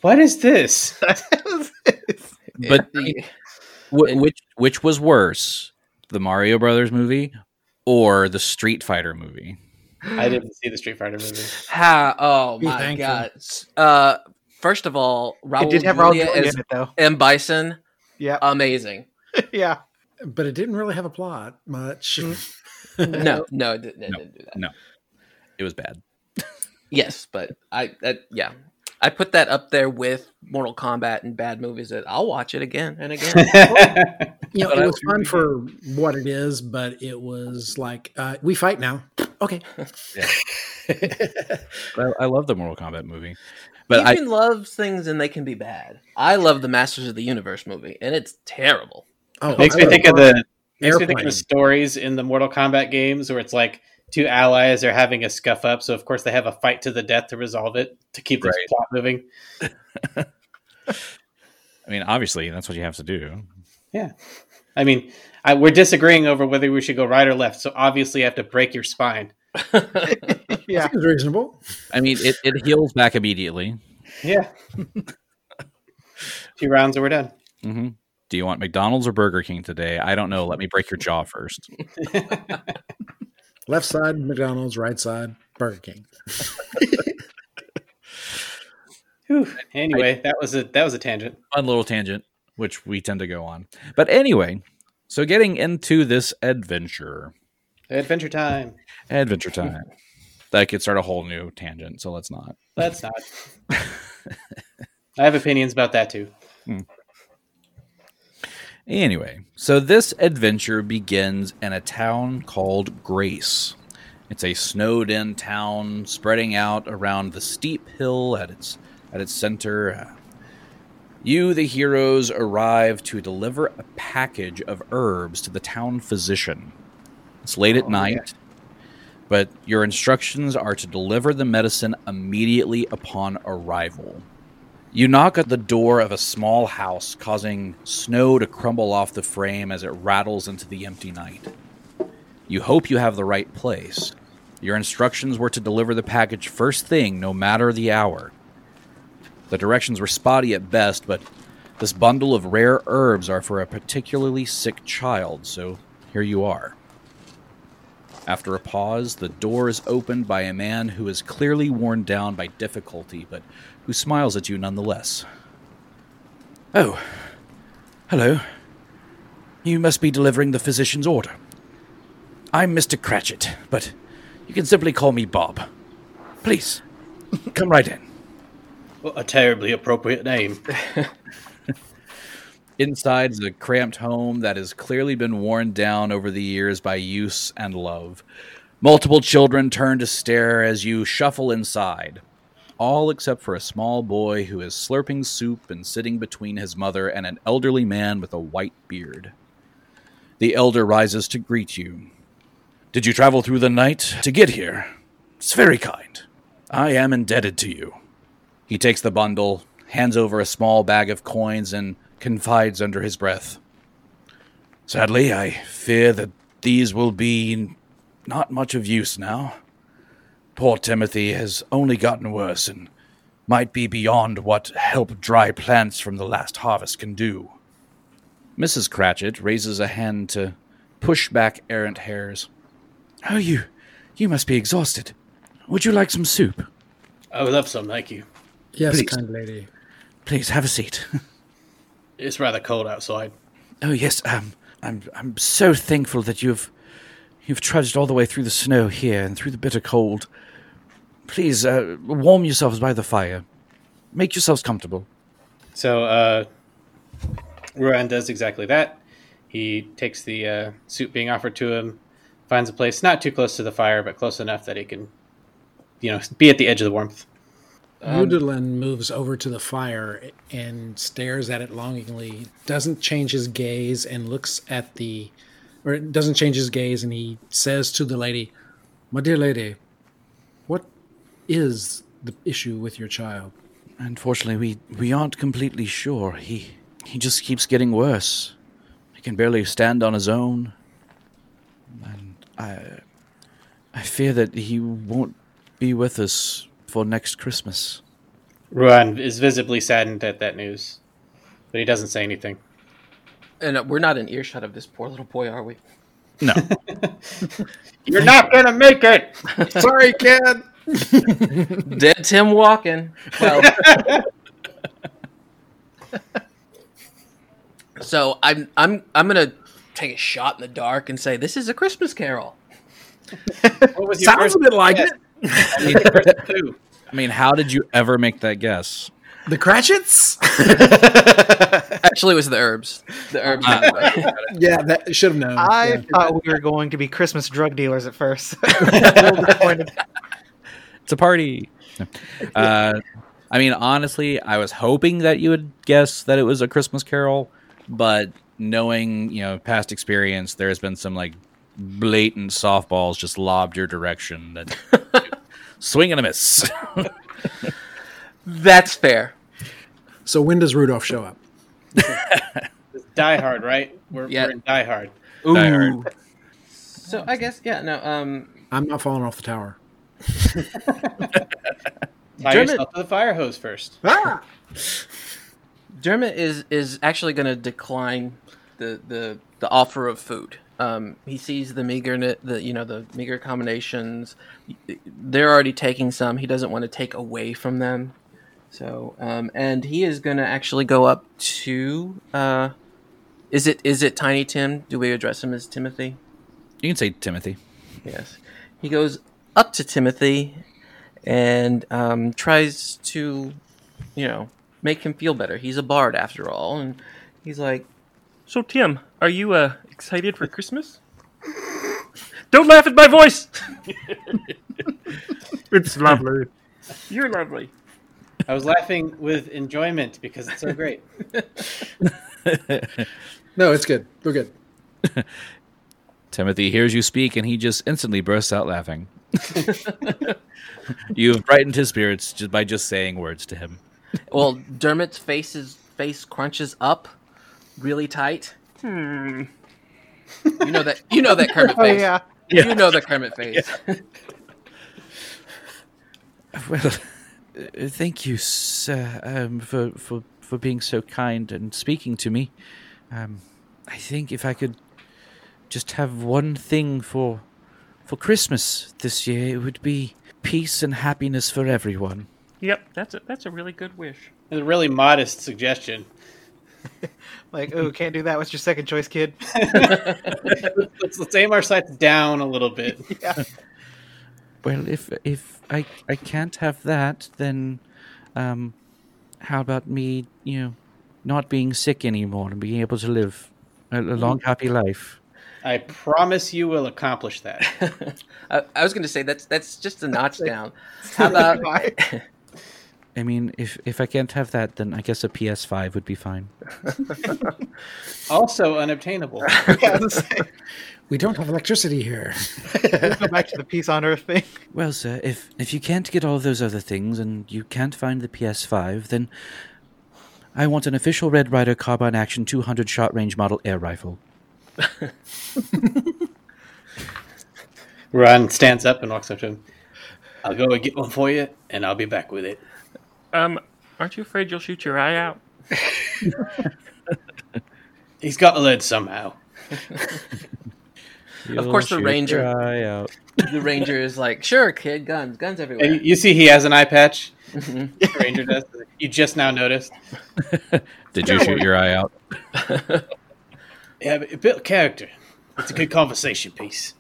[SPEAKER 5] what is this?
[SPEAKER 1] But-
[SPEAKER 4] Yeah.
[SPEAKER 1] Wh- which which was worse, the Mario Brothers movie or the Street Fighter movie?
[SPEAKER 5] I didn't see the Street Fighter movie.
[SPEAKER 4] how? Oh
[SPEAKER 6] Be
[SPEAKER 4] my
[SPEAKER 6] thankful.
[SPEAKER 4] god. Uh, first of all, Raul
[SPEAKER 2] it did have Raul
[SPEAKER 4] Julia
[SPEAKER 2] Julia
[SPEAKER 4] as
[SPEAKER 2] in it though.
[SPEAKER 4] M Bison,
[SPEAKER 2] Yeah,
[SPEAKER 4] amazing.
[SPEAKER 2] yeah.
[SPEAKER 6] But it didn't really have a plot much.
[SPEAKER 4] No, no, it didn't, it
[SPEAKER 1] No.
[SPEAKER 4] didn't do that.
[SPEAKER 1] It was bad.
[SPEAKER 4] Yes, but I that yeah. I put that up there with Mortal Kombat and bad movies that I'll watch it again and again.
[SPEAKER 6] you know,
[SPEAKER 1] But
[SPEAKER 6] it
[SPEAKER 1] I
[SPEAKER 6] was fun for what it is, but it was like uh, we fight now. Okay,
[SPEAKER 1] I, I love the Mortal Kombat movie, But I,
[SPEAKER 4] Even loves things and they can be bad. I love the Masters of the Universe movie, and it's terrible.
[SPEAKER 6] Oh,
[SPEAKER 5] Makes me
[SPEAKER 6] I
[SPEAKER 5] think of
[SPEAKER 6] love
[SPEAKER 5] the makes me think of
[SPEAKER 6] Airplane.
[SPEAKER 5] the stories in the Mortal Kombat games where it's like two allies are having a scuff up, so of course they have a fight to the death to resolve it to keep this
[SPEAKER 1] Right.
[SPEAKER 5] plot moving.
[SPEAKER 1] I mean, obviously, that's what you have to do.
[SPEAKER 5] I mean, I, we're disagreeing over whether we should go right or left, so obviously you have to break your spine.
[SPEAKER 2] Yeah.
[SPEAKER 6] Seems reasonable.
[SPEAKER 1] I mean, it, it heals back immediately.
[SPEAKER 5] Yeah. Two rounds and we're done.
[SPEAKER 1] hmm Do you want McDonald's or Burger King today? I don't know. Let me break your jaw first.
[SPEAKER 6] Left side McDonald's, right side Burger King.
[SPEAKER 5] Whew. Anyway, that was a that was a tangent.
[SPEAKER 1] Fun little tangent, which we tend to go on. But anyway, so getting into this adventure,
[SPEAKER 5] Adventure time.
[SPEAKER 1] adventure time. That could start a whole new tangent, so let's not.
[SPEAKER 5] That's not. I have opinions about that too.
[SPEAKER 1] Anyway, so this adventure begins in a town called Grace. It's a snowed in town spreading out around the steep hill at its at its center. Uh, You the heroes arrive to deliver a package of herbs to the town physician. It's late at night, but your instructions are to deliver the medicine immediately upon arrival. You knock at the door of a small house, causing snow to crumble off the frame as it rattles into the empty night. You hope you have the right place. Your instructions were to deliver the package first thing, no matter the hour. The directions were spotty at best, but this bundle of rare herbs are for a particularly sick child, so here you are. After a pause, the door is opened by a man who is clearly worn down by difficulty, but who smiles at you nonetheless. Oh, hello. You must be delivering the physician's order. I'm Mr. Cratchit, but you can simply call me Bob. Please, come right in.
[SPEAKER 5] What a terribly appropriate name.
[SPEAKER 1] Inside is a cramped home that has clearly been worn down over the years by use and love. Multiple children turn to stare as you shuffle inside, all except for a small boy who is slurping soup and sitting between his mother and an elderly man with a white beard. The elder rises to greet you. Did you travel through the night to get here? It's very kind. I am indebted to you. He takes the bundle, hands over a small bag of coins, and confides under his breath. Sadly, I fear that these will be not much of use now. Poor Timothy has only gotten worse and might be beyond what help dry plants from the last harvest can do. Mrs. Cratchit raises a hand to push back errant hairs. Oh, you, you must be exhausted. Would you like some soup?
[SPEAKER 5] I would love some, thank you.
[SPEAKER 6] Yes,
[SPEAKER 1] Please.
[SPEAKER 6] kind lady.
[SPEAKER 1] Please have a seat.
[SPEAKER 5] It's rather cold outside.
[SPEAKER 1] Oh yes, um, I'm I'm so thankful that you've you've trudged all the way through the snow here and through the bitter cold. Please uh, warm yourselves by the fire. Make yourselves comfortable.
[SPEAKER 5] So uh, Ruan does exactly that. He takes the uh, soup being offered to him, finds a place not too close to the fire, but close enough that he can, you know, be at the edge of the warmth.
[SPEAKER 7] Um,
[SPEAKER 6] Udalin moves over to the fire and stares at it longingly, doesn't change his gaze and looks at the, or doesn't change his gaze and he says to the lady, My dear lady, what is the issue with your child?
[SPEAKER 1] Unfortunately, we we aren't completely sure. He he just keeps getting worse. He can barely stand on his own, and I I fear that he won't be with us for next Christmas.
[SPEAKER 5] Ruan is visibly saddened at that news, but he doesn't say anything.
[SPEAKER 4] And uh, we're not in earshot of this poor little boy, are we?
[SPEAKER 1] No.
[SPEAKER 5] You're not gonna make it.
[SPEAKER 6] Sorry, kid.
[SPEAKER 4] Dead Tim walking. Well, so I'm I'm I'm gonna take a shot in the dark and say this is a Christmas Carol.
[SPEAKER 5] What was your
[SPEAKER 6] Sounds
[SPEAKER 5] first
[SPEAKER 6] a bit like it.
[SPEAKER 5] clue?
[SPEAKER 1] I mean, how did you ever make that guess?
[SPEAKER 6] The Cratchits?
[SPEAKER 4] Actually, it was the herbs. The herbs.
[SPEAKER 6] yeah, that should have
[SPEAKER 7] Uh,
[SPEAKER 6] known.
[SPEAKER 2] I
[SPEAKER 6] Yeah.
[SPEAKER 2] thought we were going to be Christmas drug dealers at first. A little disappointed.
[SPEAKER 1] It's a party. Uh, I mean, honestly, I was hoping that you would guess that it was a Christmas Carol, but knowing you know past experience, there has been some like blatant softballs just lobbed your direction that swing and a miss.
[SPEAKER 4] That's fair.
[SPEAKER 6] So when does Rudolph show up?
[SPEAKER 5] Die Hard, right? We're,
[SPEAKER 4] Yeah.
[SPEAKER 5] we're in Die Hard.
[SPEAKER 4] Ooh.
[SPEAKER 1] Die Hard.
[SPEAKER 4] So I guess yeah. No. Um.
[SPEAKER 6] I'm not falling off the tower.
[SPEAKER 5] Tie
[SPEAKER 4] Dermot-
[SPEAKER 5] yourself to the fire hose first.
[SPEAKER 6] Ah!
[SPEAKER 4] Dermot is is actually going to decline the the the offer of food. Um, he sees the meager the you know the meager combinations. They're already taking some. He doesn't want to take away from them. So um, and he is going to actually go up to. Uh, is it is it Tiny Tim? Do we address him as Timothy?
[SPEAKER 1] You can say Timothy.
[SPEAKER 4] Yes. He goes up to Timothy and um, tries to, you know, make him feel better. He's a bard after all. And he's like, So, Tim, are you uh, excited for Christmas? Don't laugh at my voice!
[SPEAKER 7] It's lovely.
[SPEAKER 4] You're lovely.
[SPEAKER 5] I was laughing with enjoyment because it's so great.
[SPEAKER 6] No, it's good. We're good.
[SPEAKER 1] Timothy hears you speak and he just instantly bursts out laughing. You've brightened his spirits just by just saying words to him.
[SPEAKER 4] Well, Dermot's face, is, face crunches up really tight. Hmm. You know that you know that Kermit
[SPEAKER 2] Oh
[SPEAKER 4] face.
[SPEAKER 2] yeah.
[SPEAKER 4] You know that Kermit face.
[SPEAKER 1] Well, uh, thank you, sir, um, for, for, for being so kind and speaking to me. Um, I think if I could just have one thing for for Christmas this year, it would be peace and happiness for everyone.
[SPEAKER 7] Yep, that's a that's a really good wish.
[SPEAKER 5] It's a really modest suggestion.
[SPEAKER 2] Like, oh, can't do that. What's your second choice, kid?
[SPEAKER 5] Let's, let's aim our sights down a little bit.
[SPEAKER 1] Well, if if I I can't have that, then um, how about me, you know, not being sick anymore and being able to live a, a long, happy life?
[SPEAKER 5] I promise you will accomplish that.
[SPEAKER 4] I, I was going to say that's that's just a notch down. How about
[SPEAKER 2] Bye.
[SPEAKER 1] I mean, if if I can't have that, then I guess a PS5 would be fine.
[SPEAKER 5] Also unobtainable.
[SPEAKER 2] Yeah, let's say-
[SPEAKER 6] We don't have electricity here.
[SPEAKER 2] let's go back to the peace on earth thing.
[SPEAKER 1] Well, sir, if if you can't get all those other things and you can't find the PS5, then I want an official Red Rider carbine action 200 shot range model air rifle.
[SPEAKER 5] Ron stands up and walks up to him. I'll go and get one for you, and I'll be back with it.
[SPEAKER 7] Um, aren't you afraid you'll shoot your eye out?
[SPEAKER 5] He's got the lid somehow.
[SPEAKER 4] Of course the
[SPEAKER 1] You'll shoot
[SPEAKER 4] ranger-
[SPEAKER 1] your eye out.
[SPEAKER 4] the ranger is like, sure, kid, guns, guns everywhere.
[SPEAKER 5] And you see, he has an eye patch. Ranger does. You just now noticed.
[SPEAKER 1] Did you shoot your eye out?
[SPEAKER 5] Yeah, but it built character. It's a good conversation piece.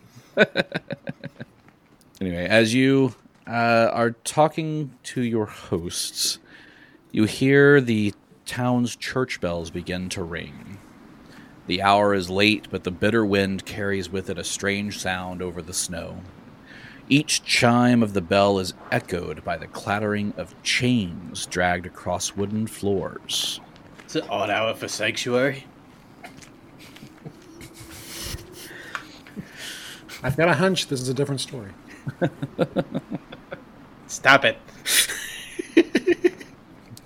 [SPEAKER 1] Anyway, as you uh, are talking to your hosts, you hear the town's church bells begin to ring. The hour is late, but the bitter wind carries with it a strange sound over the snow. Each chime of the bell is echoed by the clattering of chains dragged across wooden floors.
[SPEAKER 5] It's an odd hour for sanctuary.
[SPEAKER 6] I've got a hunch this is a different story.
[SPEAKER 5] Stop it.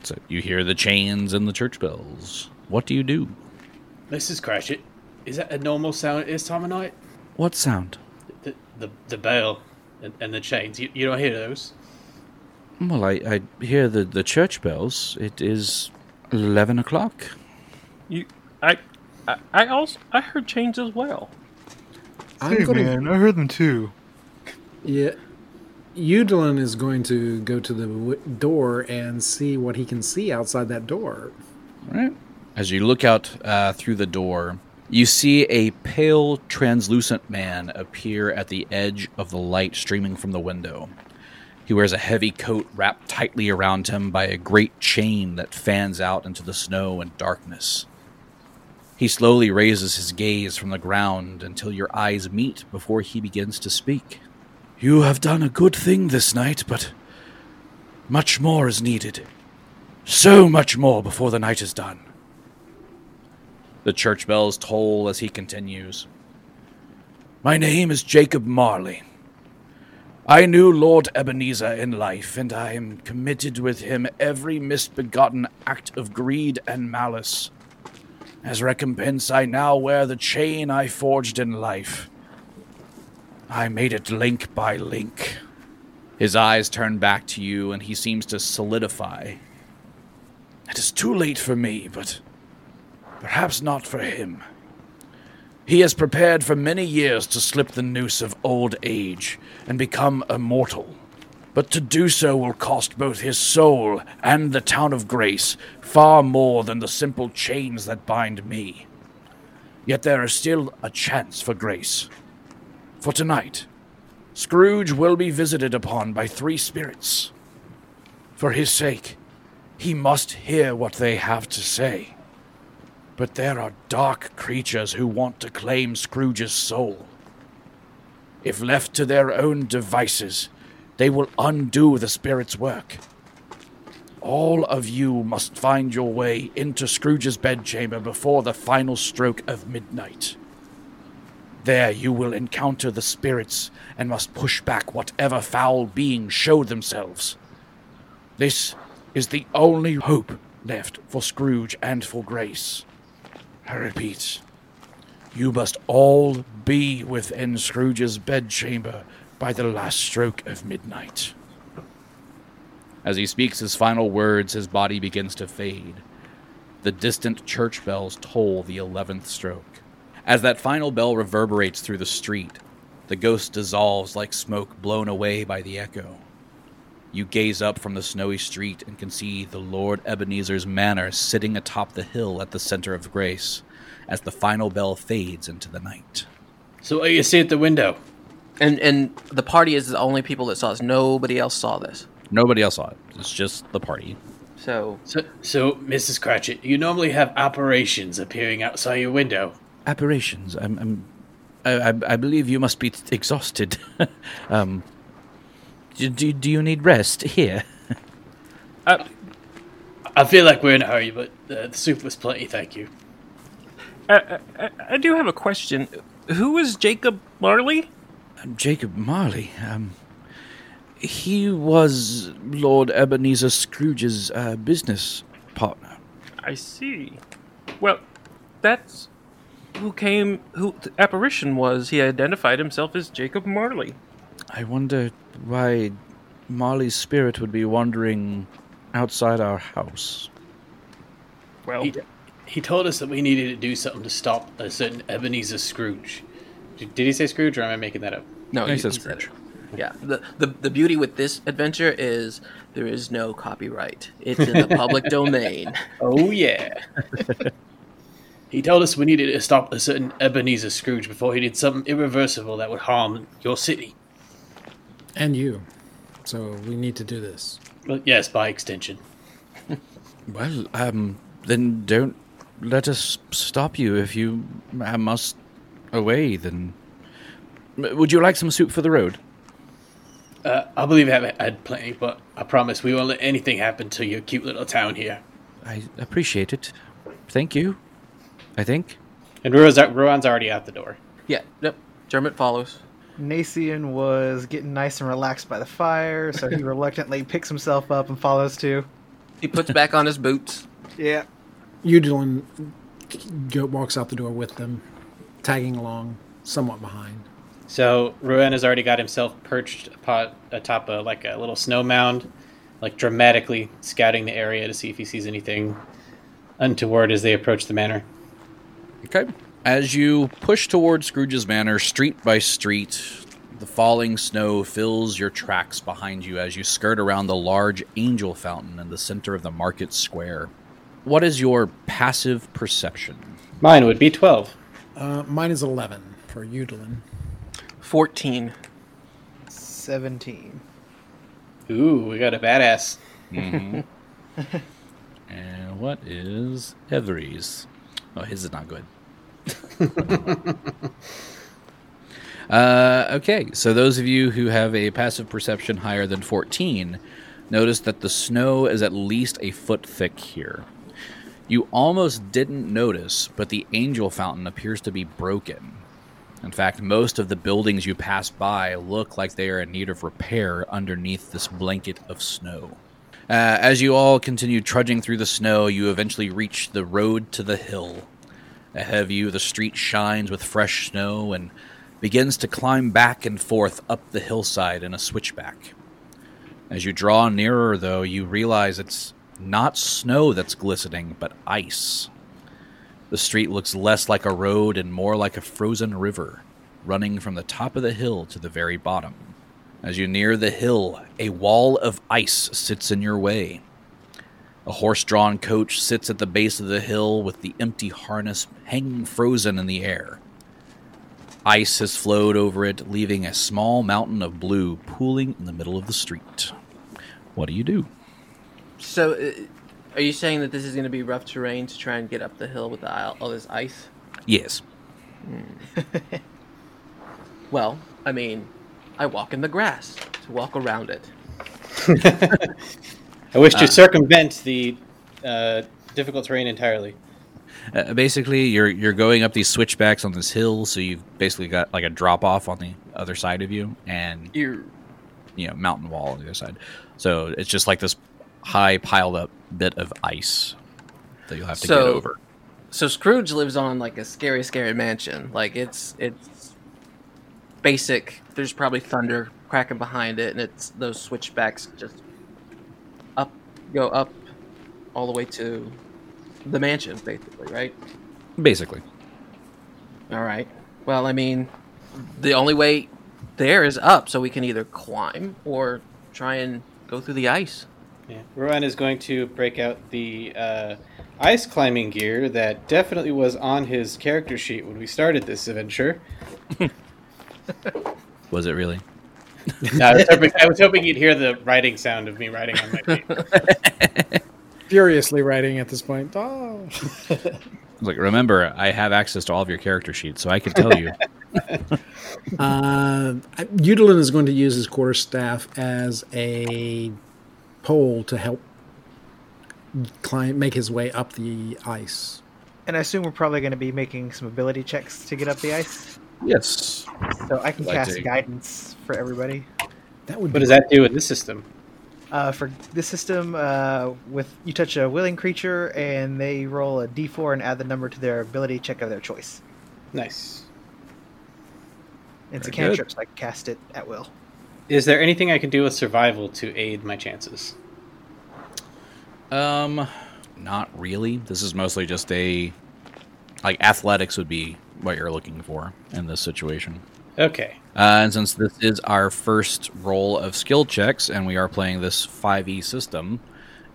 [SPEAKER 1] So you hear the chains and the church bells. What do you do?
[SPEAKER 5] Mrs. Cratchit, is that a normal sound at this time of night?
[SPEAKER 1] What sound?
[SPEAKER 5] The, the, the bell and, and the chains. You, you don't hear those?
[SPEAKER 1] Well, I, I hear the, the church bells. It is 11 o'clock.
[SPEAKER 7] You, I, I, I also I heard chains as well.
[SPEAKER 6] I'm gonna-
[SPEAKER 2] I heard them too.
[SPEAKER 6] Yeah. Udalin is going to go to the w- door and see what he can see outside that door.
[SPEAKER 1] Right. As you look out uh, through the door, you see a pale, translucent man appear at the edge of the light streaming from the window. He wears a heavy coat wrapped tightly around him by a great chain that fans out into the snow and darkness. He slowly raises his gaze from the ground until your eyes meet before he begins to speak. You have done a good thing this night, but Much more is needed. So much more before the night is done. The church bells toll as he continues. My name is Jacob Marley. I knew Lord Ebenezer in life, and I am committed with him every misbegotten act of greed and malice. As recompense, I now wear the chain I forged in life. I made it link by link. His eyes turn back to you, and he seems to solidify. It is too late for me, but perhaps not for him. He has prepared for many years to slip the noose of old age and become immortal. But to do so will cost both his soul and the town of grace far more than the simple chains that bind me. Yet there is still a chance for grace. For tonight, Scrooge will be visited upon by three spirits. For his sake, he must hear what they have to say. But there are dark creatures who want to claim Scrooge's soul. If left to their own devices, they will undo the spirit's work. All of you must find your way into Scrooge's bedchamber before the final stroke of midnight. There you will encounter the spirits and must push back whatever foul beings show themselves. This is the only hope left for Scrooge and for Grace. I repeat, you must all be within Scrooge's bedchamber by the last stroke of midnight. As he speaks his final words, his body begins to fade. The distant church bells toll the eleventh stroke. As that final bell reverberates through the street, the ghost dissolves like smoke blown away by the echo. You gaze up from the snowy street and can see the Lord Ebenezer's manor sitting atop the hill at the center of grace as the final bell fades into the night.
[SPEAKER 5] So what do you see at the window?
[SPEAKER 4] And and the party is the only people that saw this. Nobody else saw this.
[SPEAKER 1] Nobody else saw it. It's just the party.
[SPEAKER 4] So
[SPEAKER 5] So, so Mrs. Cratchit, you normally have operations appearing outside your window.
[SPEAKER 1] Apparitions. I'm, I'm, I, I- I believe you must be t- exhausted. um, do, do, do you need rest here?
[SPEAKER 5] I feel like we're in a hurry, but uh, the soup was plenty, thank you.
[SPEAKER 7] Uh, I do have a question. Who is Jacob Marley?
[SPEAKER 1] Jacob Marley. Um, he was Lord Ebenezer Scrooge's uh, business partner.
[SPEAKER 7] I see. Well, that's who came. Who the apparition was? He identified himself as Jacob Marley.
[SPEAKER 1] I wonder why Marley's spirit would be wandering outside our house.
[SPEAKER 7] Well,
[SPEAKER 5] He, he told us that we needed to do something to stop a certain Ebenezer Scrooge. Did, did he say Scrooge, or am I making that up?
[SPEAKER 4] no,
[SPEAKER 1] He
[SPEAKER 4] you-
[SPEAKER 1] says
[SPEAKER 4] you said it. Yeah. The, the the beauty with this adventure is there is no copyright. It's in the public domain.
[SPEAKER 5] Oh yeah. he told us we needed to stop a certain Ebenezer Scrooge before he did something irreversible that would harm your city.
[SPEAKER 6] And you. So we need to do this.
[SPEAKER 5] Well, yes, by extension.
[SPEAKER 1] Well, um, then don't let us stop you if you uh, must away. Then M- would you like some soup for the road?
[SPEAKER 5] Uh, I believe I have had plenty, but I promise we won't let anything happen to your cute little town here.
[SPEAKER 1] I appreciate it. Thank you. I think.
[SPEAKER 5] And Ruan's, Ruan's already out the door.
[SPEAKER 4] Yeah. Yep. Dermot follows.
[SPEAKER 2] Nacian was getting nice and relaxed by the fire, so he reluctantly picks himself up and follows too.
[SPEAKER 4] He puts back on his boots.
[SPEAKER 2] Yeah.
[SPEAKER 6] Udalon go walks out the door with them, tagging along, somewhat behind.
[SPEAKER 5] So Ruan has already got himself perched upon, atop a like a little snow mound, like dramatically scouting the area to see if he sees anything untoward as they approach the manor.
[SPEAKER 1] Okay. As you push toward Scrooge's Manor, street by street, the falling snow fills your tracks behind you as you skirt around the large angel fountain in the center of the market square. What is your passive perception?
[SPEAKER 5] Mine would be twelve.
[SPEAKER 6] Uh, mine is 11 for Udalon.
[SPEAKER 4] Fourteen.
[SPEAKER 2] 17.
[SPEAKER 5] Ooh, we got a badass.
[SPEAKER 1] And what is Heathery's? Oh, his is not good. uh, okay, so those of you who have a passive perception higher than 14 Notice that the snow is at least a foot thick here. You almost didn't notice, but the angel fountain appears to be broken. In fact, most of the buildings you pass by look like they are in need of repair underneath this blanket of snow. Uh, as you all continue trudging through the snow, you eventually reach the road to the hill. Ahead of you, the street shines with fresh snow and begins to climb back and forth up the hillside in a switchback. As you draw nearer, though, you realize it's not snow that's glistening, but ice. The street looks less like a road and more like a frozen river, running from the top of the hill to the very bottom. As you near the hill, a wall of ice sits in your way. A horse drawn coach sits at the base of the hill with the empty harness hanging frozen in the air. Ice has flowed over it, leaving a small mountain of blue pooling in the middle of the street. What do you do?
[SPEAKER 4] So, uh, are you saying that this is going to be rough terrain to try and get up the hill with the aisle, all this ice?
[SPEAKER 1] Yes.
[SPEAKER 4] Well, I mean, I walk in the grass to walk around it.
[SPEAKER 5] I wish to circumvent the uh, difficult terrain entirely.
[SPEAKER 1] Uh, basically, you're you're going up these switchbacks on this hill, so you've basically got like a drop off on the other side of you, and
[SPEAKER 4] You
[SPEAKER 1] you know mountain wall on the other side. So it's just like this high piled up bit of ice that you'll have to get
[SPEAKER 4] So-
[SPEAKER 1] over.
[SPEAKER 4] so Scrooge lives on like a scary, scary mansion. Like it's it's basic. There's probably thunder cracking behind it, and it's those switchbacks just up, go up, all the way to the mansion, basically, right?
[SPEAKER 1] Basically,
[SPEAKER 4] All right. Well, I mean, the only way there is up, so we can either climb or try and go through the ice.
[SPEAKER 5] Yeah. Rowan is going to break out the uh, ice climbing gear that definitely was on his character sheet when we started this adventure.
[SPEAKER 1] was it really?
[SPEAKER 5] No, I, was hoping, I was hoping you'd hear the writing sound of me writing on my feet.
[SPEAKER 6] Furiously writing at this point. Oh.
[SPEAKER 1] I was like, remember, I have access to all of your character sheets, so I can tell you.
[SPEAKER 6] Uh, Udalin is going to use his quarterstaff as a pole to help climb, make his way up the ice.
[SPEAKER 2] And I assume we're probably going to be making some ability checks to get up the ice.
[SPEAKER 1] yes.
[SPEAKER 2] So I can
[SPEAKER 1] Like
[SPEAKER 2] cast
[SPEAKER 1] to-
[SPEAKER 2] guidance for everybody.
[SPEAKER 6] That would
[SPEAKER 5] What
[SPEAKER 6] be
[SPEAKER 5] does that do with this system?
[SPEAKER 2] Uh, for this system, uh, with you touch a willing creature and they roll a d4 and add the number to their ability check of their choice.
[SPEAKER 5] Nice.
[SPEAKER 2] It's a
[SPEAKER 1] Very good.
[SPEAKER 2] cantrip, so I can cast it at will.
[SPEAKER 5] Is there anything I can do with survival to aid my chances?
[SPEAKER 1] Um, not really. This is mostly just a like athletics would be what you're looking for in this situation.
[SPEAKER 5] Okay.
[SPEAKER 1] Uh, and since this is our first roll of skill checks, and we are playing this 5e system,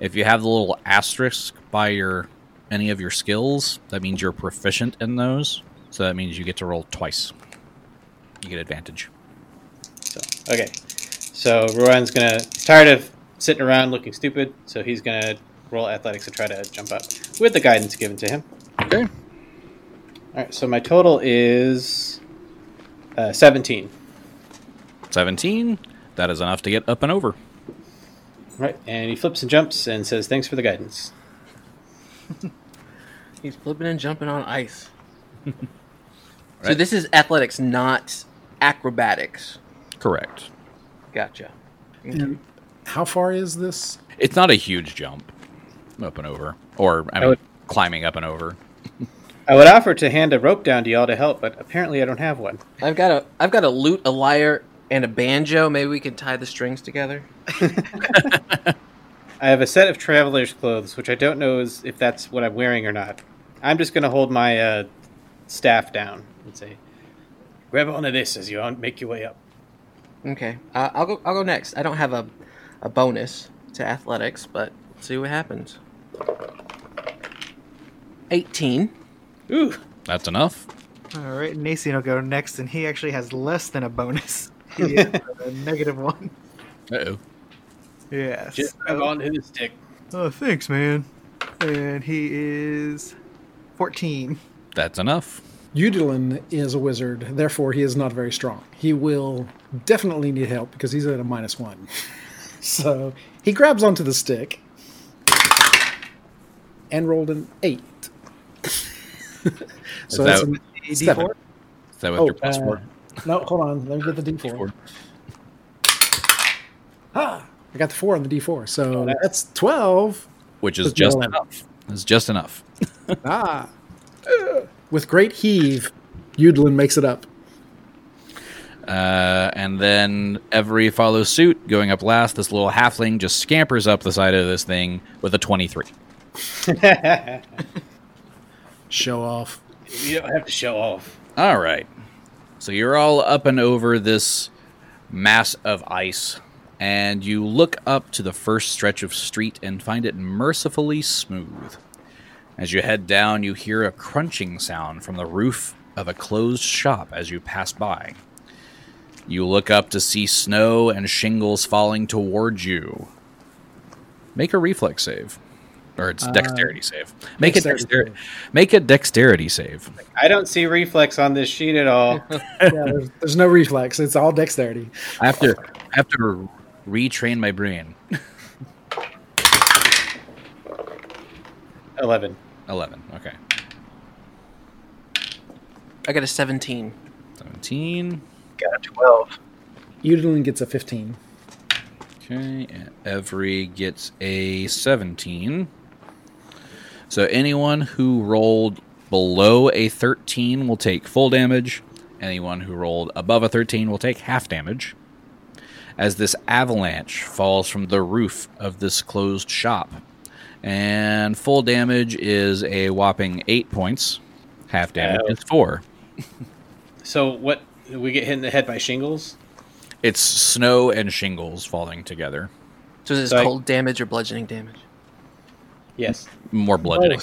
[SPEAKER 1] if you have the little asterisk by your any of your skills, that means you're proficient in those. So that means you get to roll twice. You get advantage.
[SPEAKER 5] So okay. So Rowan's gonna he's tired of sitting around looking stupid, so he's gonna roll athletics to try to jump up with the guidance given to him.
[SPEAKER 1] Okay.
[SPEAKER 5] All right. So my total is uh, seventeen.
[SPEAKER 1] 17. That is enough to get up and over.
[SPEAKER 5] Right. And he flips and jumps and says, "Thanks for the guidance."
[SPEAKER 4] He's flipping and jumping on ice. So
[SPEAKER 1] Right.
[SPEAKER 4] this is athletics, not acrobatics.
[SPEAKER 1] Correct.
[SPEAKER 4] Gotcha.
[SPEAKER 6] How far is this?
[SPEAKER 1] It's not a huge jump up and over, or I mean,
[SPEAKER 5] would-
[SPEAKER 1] climbing up and over.
[SPEAKER 5] I would offer to hand a rope down to y'all to help, but apparently I don't have one.
[SPEAKER 4] I've got a I've got a lute, a lyre, and a banjo. Maybe we can tie the strings together.
[SPEAKER 5] I have a set of traveler's clothes, which I don't know is if that's what I'm wearing or not. I'm just gonna hold my uh, staff down and say, "Grab onto this as you on- make your way up."
[SPEAKER 4] Okay, uh, I'll go. I'll go next. I don't have a a bonus to athletics, but see what happens. Eighteen.
[SPEAKER 5] Ooh.
[SPEAKER 1] That's enough.
[SPEAKER 2] All right, Nacian will go next, and he actually has less than a bonus. He is a negative one.
[SPEAKER 1] Uh oh.
[SPEAKER 2] Yeah.
[SPEAKER 5] Just
[SPEAKER 2] so-
[SPEAKER 5] grab onto the stick.
[SPEAKER 2] Oh, thanks, man. And he is 14.
[SPEAKER 1] That's enough.
[SPEAKER 6] Udalin is a wizard, therefore he is not very strong. He will definitely need help because he's at a minus one. So He grabs onto the stick and rolled an eight. so
[SPEAKER 1] Is
[SPEAKER 6] that's
[SPEAKER 1] that-
[SPEAKER 6] an
[SPEAKER 2] A
[SPEAKER 6] seven.
[SPEAKER 2] D4?
[SPEAKER 1] Is that with
[SPEAKER 6] Oh,
[SPEAKER 1] your plus
[SPEAKER 6] uh,
[SPEAKER 1] four?
[SPEAKER 6] No, hold on. Let me get the D4.
[SPEAKER 1] Four.
[SPEAKER 6] Ah, I got the four on the D4. So
[SPEAKER 1] Oh,
[SPEAKER 5] that's-
[SPEAKER 6] that's 12.
[SPEAKER 1] Which is
[SPEAKER 6] With
[SPEAKER 1] just
[SPEAKER 6] no-
[SPEAKER 1] enough. It's just enough.
[SPEAKER 6] Ah. With great heave, Yudlin makes it up.
[SPEAKER 1] Uh, and then every follows suit, going up last. This little halfling just scampers up the side of this thing with a 23.
[SPEAKER 6] Show off.
[SPEAKER 5] you don't have to show off.
[SPEAKER 1] All right. So you're all up and over this mass of ice, and you look up to the first stretch of street and find it mercifully smooth. As you head down, you hear a crunching sound from the roof of a closed shop as you pass by. You look up to see snow and shingles falling towards you. Make a reflex save. Or it's dexterity save. Uh, Make a
[SPEAKER 6] dexterity
[SPEAKER 1] dexterity make a dexterity save.
[SPEAKER 5] I don't see reflex on this sheet at all.
[SPEAKER 6] Yeah, there's, there's no reflex. It's all dexterity.
[SPEAKER 1] I have to I have to retrain my brain.
[SPEAKER 5] Eleven.
[SPEAKER 1] Eleven. Okay.
[SPEAKER 4] I got a 17.
[SPEAKER 1] Seventeen.
[SPEAKER 8] Got a 12.
[SPEAKER 6] Yudlin gets a 15.
[SPEAKER 1] Okay. And every gets a seventeen. So anyone who rolled below a thirteen will take full damage. Anyone who rolled above a thirteen will take half damage. As this avalanche falls from the roof of this closed shop. And full damage is a whopping eight points. Half damage
[SPEAKER 5] Oh.
[SPEAKER 1] is four.
[SPEAKER 5] So what? We get hit in the head by shingles.
[SPEAKER 1] It's snow and shingles falling together.
[SPEAKER 4] So is this
[SPEAKER 5] So I-
[SPEAKER 4] cold damage or bludgeoning damage?
[SPEAKER 5] Yes.
[SPEAKER 1] More bludgeoning.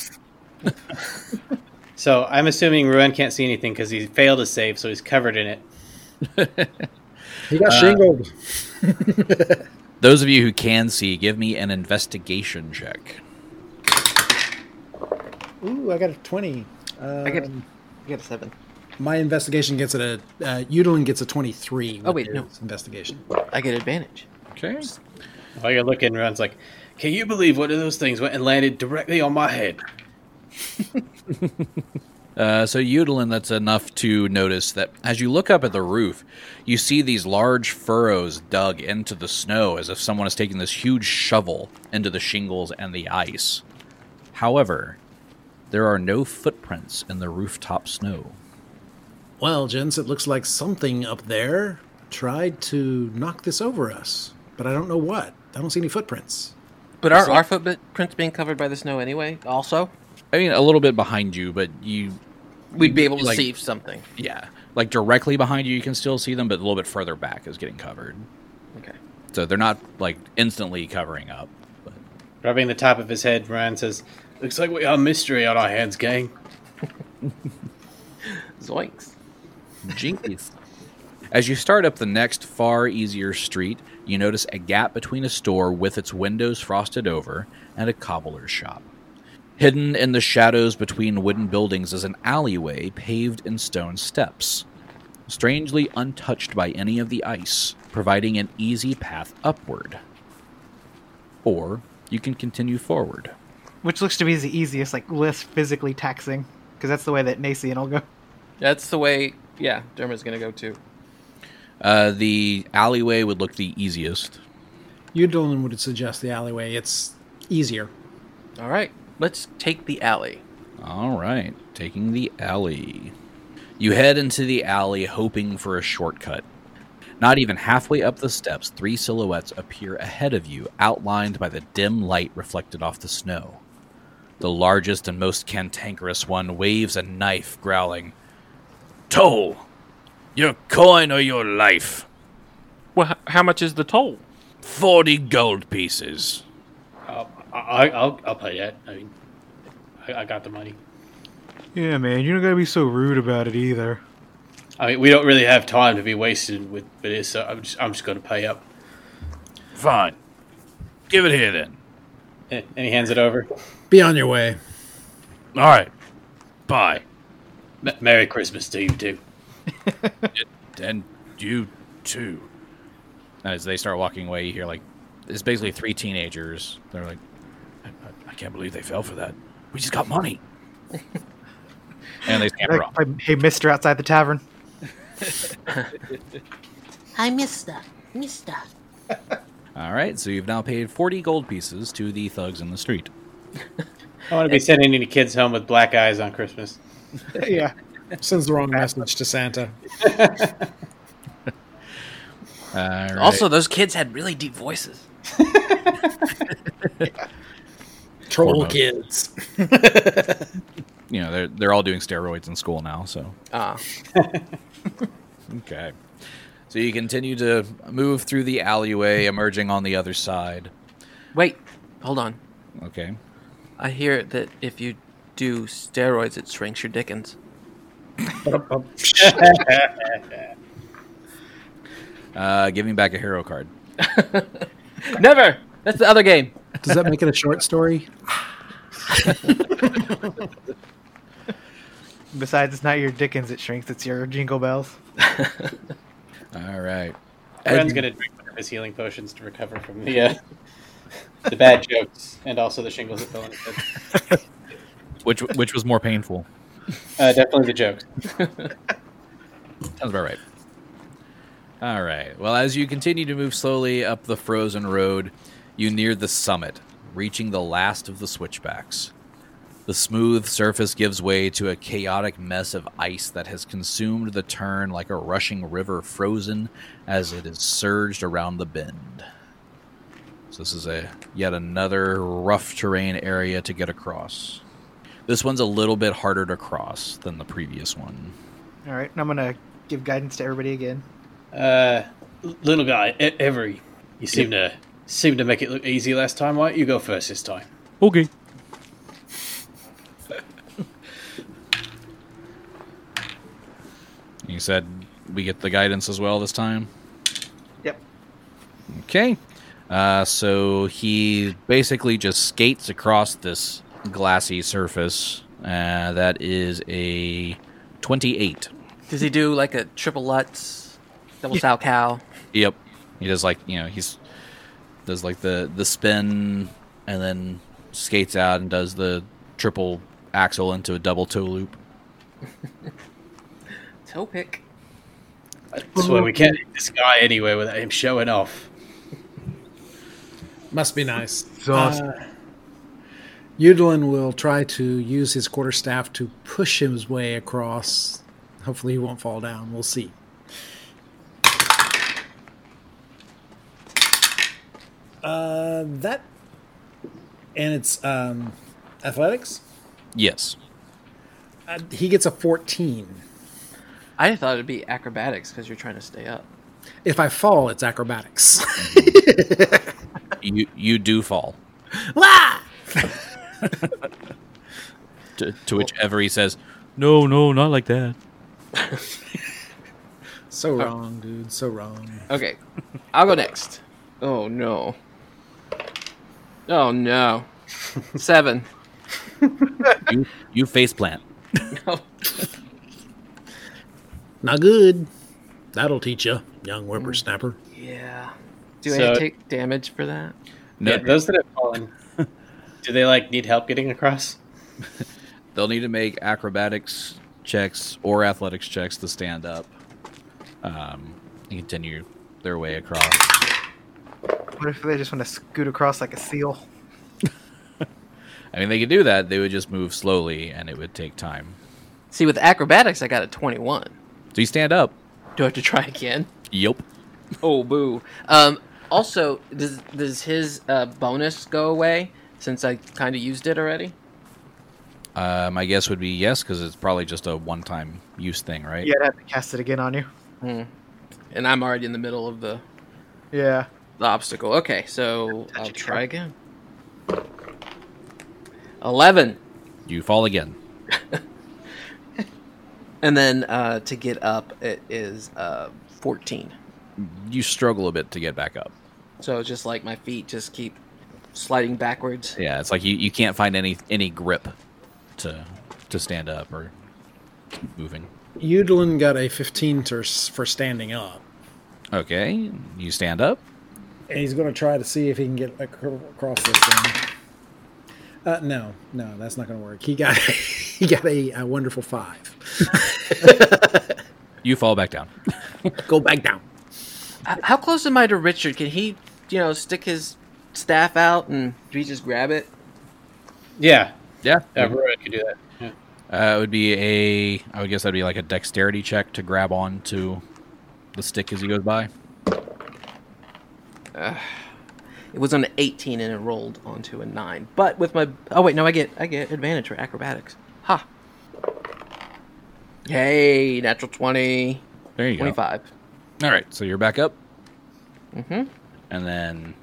[SPEAKER 5] So I'm assuming Ruan can't see anything because he failed to save, so he's covered in it.
[SPEAKER 6] He
[SPEAKER 1] Uh,
[SPEAKER 6] got shingled.
[SPEAKER 1] Those of you who can see, give me an investigation check.
[SPEAKER 6] Ooh, I got a 20. Um,
[SPEAKER 4] I get-
[SPEAKER 2] I got a 7.
[SPEAKER 6] My investigation gets it a. Uh, Udlin gets a 23.
[SPEAKER 4] Oh,
[SPEAKER 6] with
[SPEAKER 4] wait, no.
[SPEAKER 6] his Investigation.
[SPEAKER 4] I get advantage.
[SPEAKER 1] Okay.
[SPEAKER 5] While you're looking, Ruan's like, "Can you believe one of those things went and landed directly on my head?"
[SPEAKER 1] Uh, so, Udalin, that's enough to notice that as you look up at the roof, you see these large furrows dug into the snow as if someone is taking this huge shovel into the shingles and the ice. However, there are no footprints in the rooftop snow.
[SPEAKER 6] Well, gents, it looks like something up there tried to knock this over us, but I don't know what. I don't see any footprints.
[SPEAKER 4] But aren't our footprints being covered by the snow anyway? Also,
[SPEAKER 1] I mean, a little bit behind you, but you
[SPEAKER 4] we'd be able to
[SPEAKER 1] Like-
[SPEAKER 4] see something.
[SPEAKER 1] Yeah. Like directly behind you, you can still see them, but a little bit further back is getting covered.
[SPEAKER 4] Okay.
[SPEAKER 1] So they're not like instantly covering up. But
[SPEAKER 5] Rubbing the top of his head, Ruan says, "Looks like we have mystery on our hands, gang."
[SPEAKER 4] Zoinks.
[SPEAKER 1] jinkies. As you start up the next far easier street, you notice a gap between a store with its windows frosted over and a cobbler's shop. Hidden in the shadows between wooden buildings is an alleyway paved in stone steps, strangely untouched by any of the ice, providing an easy path upward. Or you can continue forward.
[SPEAKER 2] Which looks to me is the easiest, like less physically taxing, because that's the way that Nacian will go.
[SPEAKER 4] That's the way. Yeah, Derma's gonna go too.
[SPEAKER 1] Uh, the alleyway would look the easiest.
[SPEAKER 6] Udlin would suggest the alleyway. It's easier.
[SPEAKER 4] All right, let's take the alley.
[SPEAKER 1] All right, taking the alley. You head into the alley hoping for a shortcut. Not even halfway up the steps, three silhouettes appear ahead of you, outlined by the dim light reflected off the snow. The largest and most cantankerous one waves a knife, growling, Toll! Your coin or your life!
[SPEAKER 7] Well, h- how much is the toll?
[SPEAKER 1] Forty gold pieces!
[SPEAKER 5] I'll, I, I'll, I'll pay that. I mean, I, I got the money.
[SPEAKER 2] Yeah, man, you're not gonna be so rude about it either.
[SPEAKER 5] I mean, we don't really have time to be wasted with with this, so I'm just, I'm just going to pay up.
[SPEAKER 1] Fine. Give it here then.
[SPEAKER 5] Eh, And he hands it over.
[SPEAKER 6] Be on your way.
[SPEAKER 1] All right. Bye.
[SPEAKER 5] M- Merry Christmas to you too.
[SPEAKER 1] and you too. And as they start walking away, you hear like it's basically three teenagers. They're like, I, I- I can't believe they fell for that. We just got money. and they scamper off.
[SPEAKER 2] Like, hey, Mister, outside the tavern.
[SPEAKER 8] Hi, mister. Mister.
[SPEAKER 1] All right, so you've now paid 40 gold pieces to the thugs in the street.
[SPEAKER 5] I want to be sending any kids home with black eyes on Christmas.
[SPEAKER 2] yeah.
[SPEAKER 6] Sends the wrong message to Santa.
[SPEAKER 1] All right.
[SPEAKER 4] Also, Oh, those kids had really deep voices.
[SPEAKER 6] Troll
[SPEAKER 1] Hormone.
[SPEAKER 6] kids.
[SPEAKER 1] you know, they're, they're all doing steroids in school now, so.
[SPEAKER 4] Ah,
[SPEAKER 1] Okay. So you continue to move through the alleyway, emerging on the other side.
[SPEAKER 4] wait, hold on.
[SPEAKER 1] Okay.
[SPEAKER 4] I hear that if you do steroids, it shrinks your dickens.
[SPEAKER 1] Uh, giving back a hero card.
[SPEAKER 4] Never. That's the other game.
[SPEAKER 6] Does that make it a short story?
[SPEAKER 2] Besides, it's not your Dickens that shrinks; it's your Jingle Bells.
[SPEAKER 1] All right.
[SPEAKER 5] Ren's gonna drink one of his healing potions to recover from the uh, the bad jokes and also the shingles that fell on his head.
[SPEAKER 1] Which which was more painful?
[SPEAKER 5] Uh, definitely the jokes.
[SPEAKER 1] Sounds about right. All right. Well, as you continue to move slowly up the frozen road, you near the summit, reaching the last of the switchbacks. The smooth surface gives way to a chaotic mess of ice that has consumed the turn like a rushing river frozen as it is surged around the bend. So this is a yet another rough terrain area to get across. This one's a little bit harder to cross than the previous one.
[SPEAKER 2] All right, and I'm gonna give guidance to everybody again.
[SPEAKER 5] Uh, little guy, e- every you seem to seem to make it look easy last time. Why don't you go first this time?
[SPEAKER 1] Okay. you said we get the guidance as well this time?
[SPEAKER 2] Yep.
[SPEAKER 1] Okay. Uh, so he basically just skates across this glassy surface. Uh, that is a 28.
[SPEAKER 4] Does he do like a triple Lutz, double sow cow?
[SPEAKER 1] Yep. He does like you know he's does like the the spin and then skates out and does the triple axle into a double toe loop.
[SPEAKER 4] Toe pick.
[SPEAKER 5] That's why we
[SPEAKER 1] Mm-hmm.
[SPEAKER 5] can't hit this guy anyway without him showing off.
[SPEAKER 6] Must be nice. Uh,
[SPEAKER 2] Exhaust.
[SPEAKER 6] Udalin will try to use his quarterstaff to push his way across. Hopefully, he won't fall down. We'll see. Uh, that and it's um, athletics.
[SPEAKER 1] Yes.
[SPEAKER 6] Uh, he gets a fourteen.
[SPEAKER 4] I thought it'd be acrobatics because you're trying to stay up.
[SPEAKER 6] If I fall, it's acrobatics.
[SPEAKER 1] You you do fall. to, to which Every says,
[SPEAKER 7] No, no, not like that.
[SPEAKER 6] so wrong, dude. So wrong.
[SPEAKER 4] Okay, I'll go next. Oh no. Oh no. Seven.
[SPEAKER 1] "You you face plant."
[SPEAKER 6] Not good. That'll teach you, young whippersnapper.
[SPEAKER 4] Yeah. Do
[SPEAKER 5] So-
[SPEAKER 4] I take damage for that?
[SPEAKER 1] No,
[SPEAKER 5] yeah, those that have fallen, do they like need help getting across?
[SPEAKER 1] they'll need to make acrobatics checks or athletics checks to stand up. Um, and continue their way across.
[SPEAKER 2] What if they just want to scoot across like a seal?
[SPEAKER 1] I mean, they could do that. They would just move slowly, and it would take time.
[SPEAKER 4] See, with acrobatics, I got a 21.
[SPEAKER 1] So you stand up.
[SPEAKER 4] Do I have to try again?
[SPEAKER 1] Yup.
[SPEAKER 4] Oh, boo. Um, also, does, does his uh, bonus go away since I kind of used it already?
[SPEAKER 1] Uh, my guess would be yes, because it's probably just a one-time use thing, right?
[SPEAKER 2] Yeah, I'd have to cast it again on you.
[SPEAKER 4] And I'm already in the middle of the,
[SPEAKER 2] Yeah.
[SPEAKER 4] the obstacle. Okay, so I'll try again. 11.
[SPEAKER 1] You fall again.
[SPEAKER 4] And then uh, to get up, it is uh, 14.
[SPEAKER 1] You struggle a bit to get back up.
[SPEAKER 4] So just like my feet just keep sliding backwards.
[SPEAKER 1] Yeah, it's like you, you can't find any any grip to to stand up or keep moving.
[SPEAKER 6] Mm. Udalin got a 15 ter- for standing up.
[SPEAKER 1] Okay, you stand up.
[SPEAKER 6] And he's going to try to see if he can get ac- across this thing. Uh, no, no, that's not going to work. He got he got a, a wonderful five.
[SPEAKER 1] You fall back down.
[SPEAKER 6] Go back down.
[SPEAKER 4] H- How close am I to Richard? Can he, you know, stick his staff out and do we just grab it?
[SPEAKER 5] Yeah,
[SPEAKER 1] Yeah.
[SPEAKER 5] yeah Roy could do that. Yeah.
[SPEAKER 1] Uh, it would be a, I would guess that'd be like a dexterity check to grab onto the stick as he goes by.
[SPEAKER 4] It was on an 18 and it rolled onto a 9. But with my Oh wait, no, I get I get advantage for acrobatics. Ha. Hey, natural 20,
[SPEAKER 1] There you
[SPEAKER 4] 25.
[SPEAKER 1] go. All right. So you're back up.
[SPEAKER 4] Mhm.
[SPEAKER 1] And then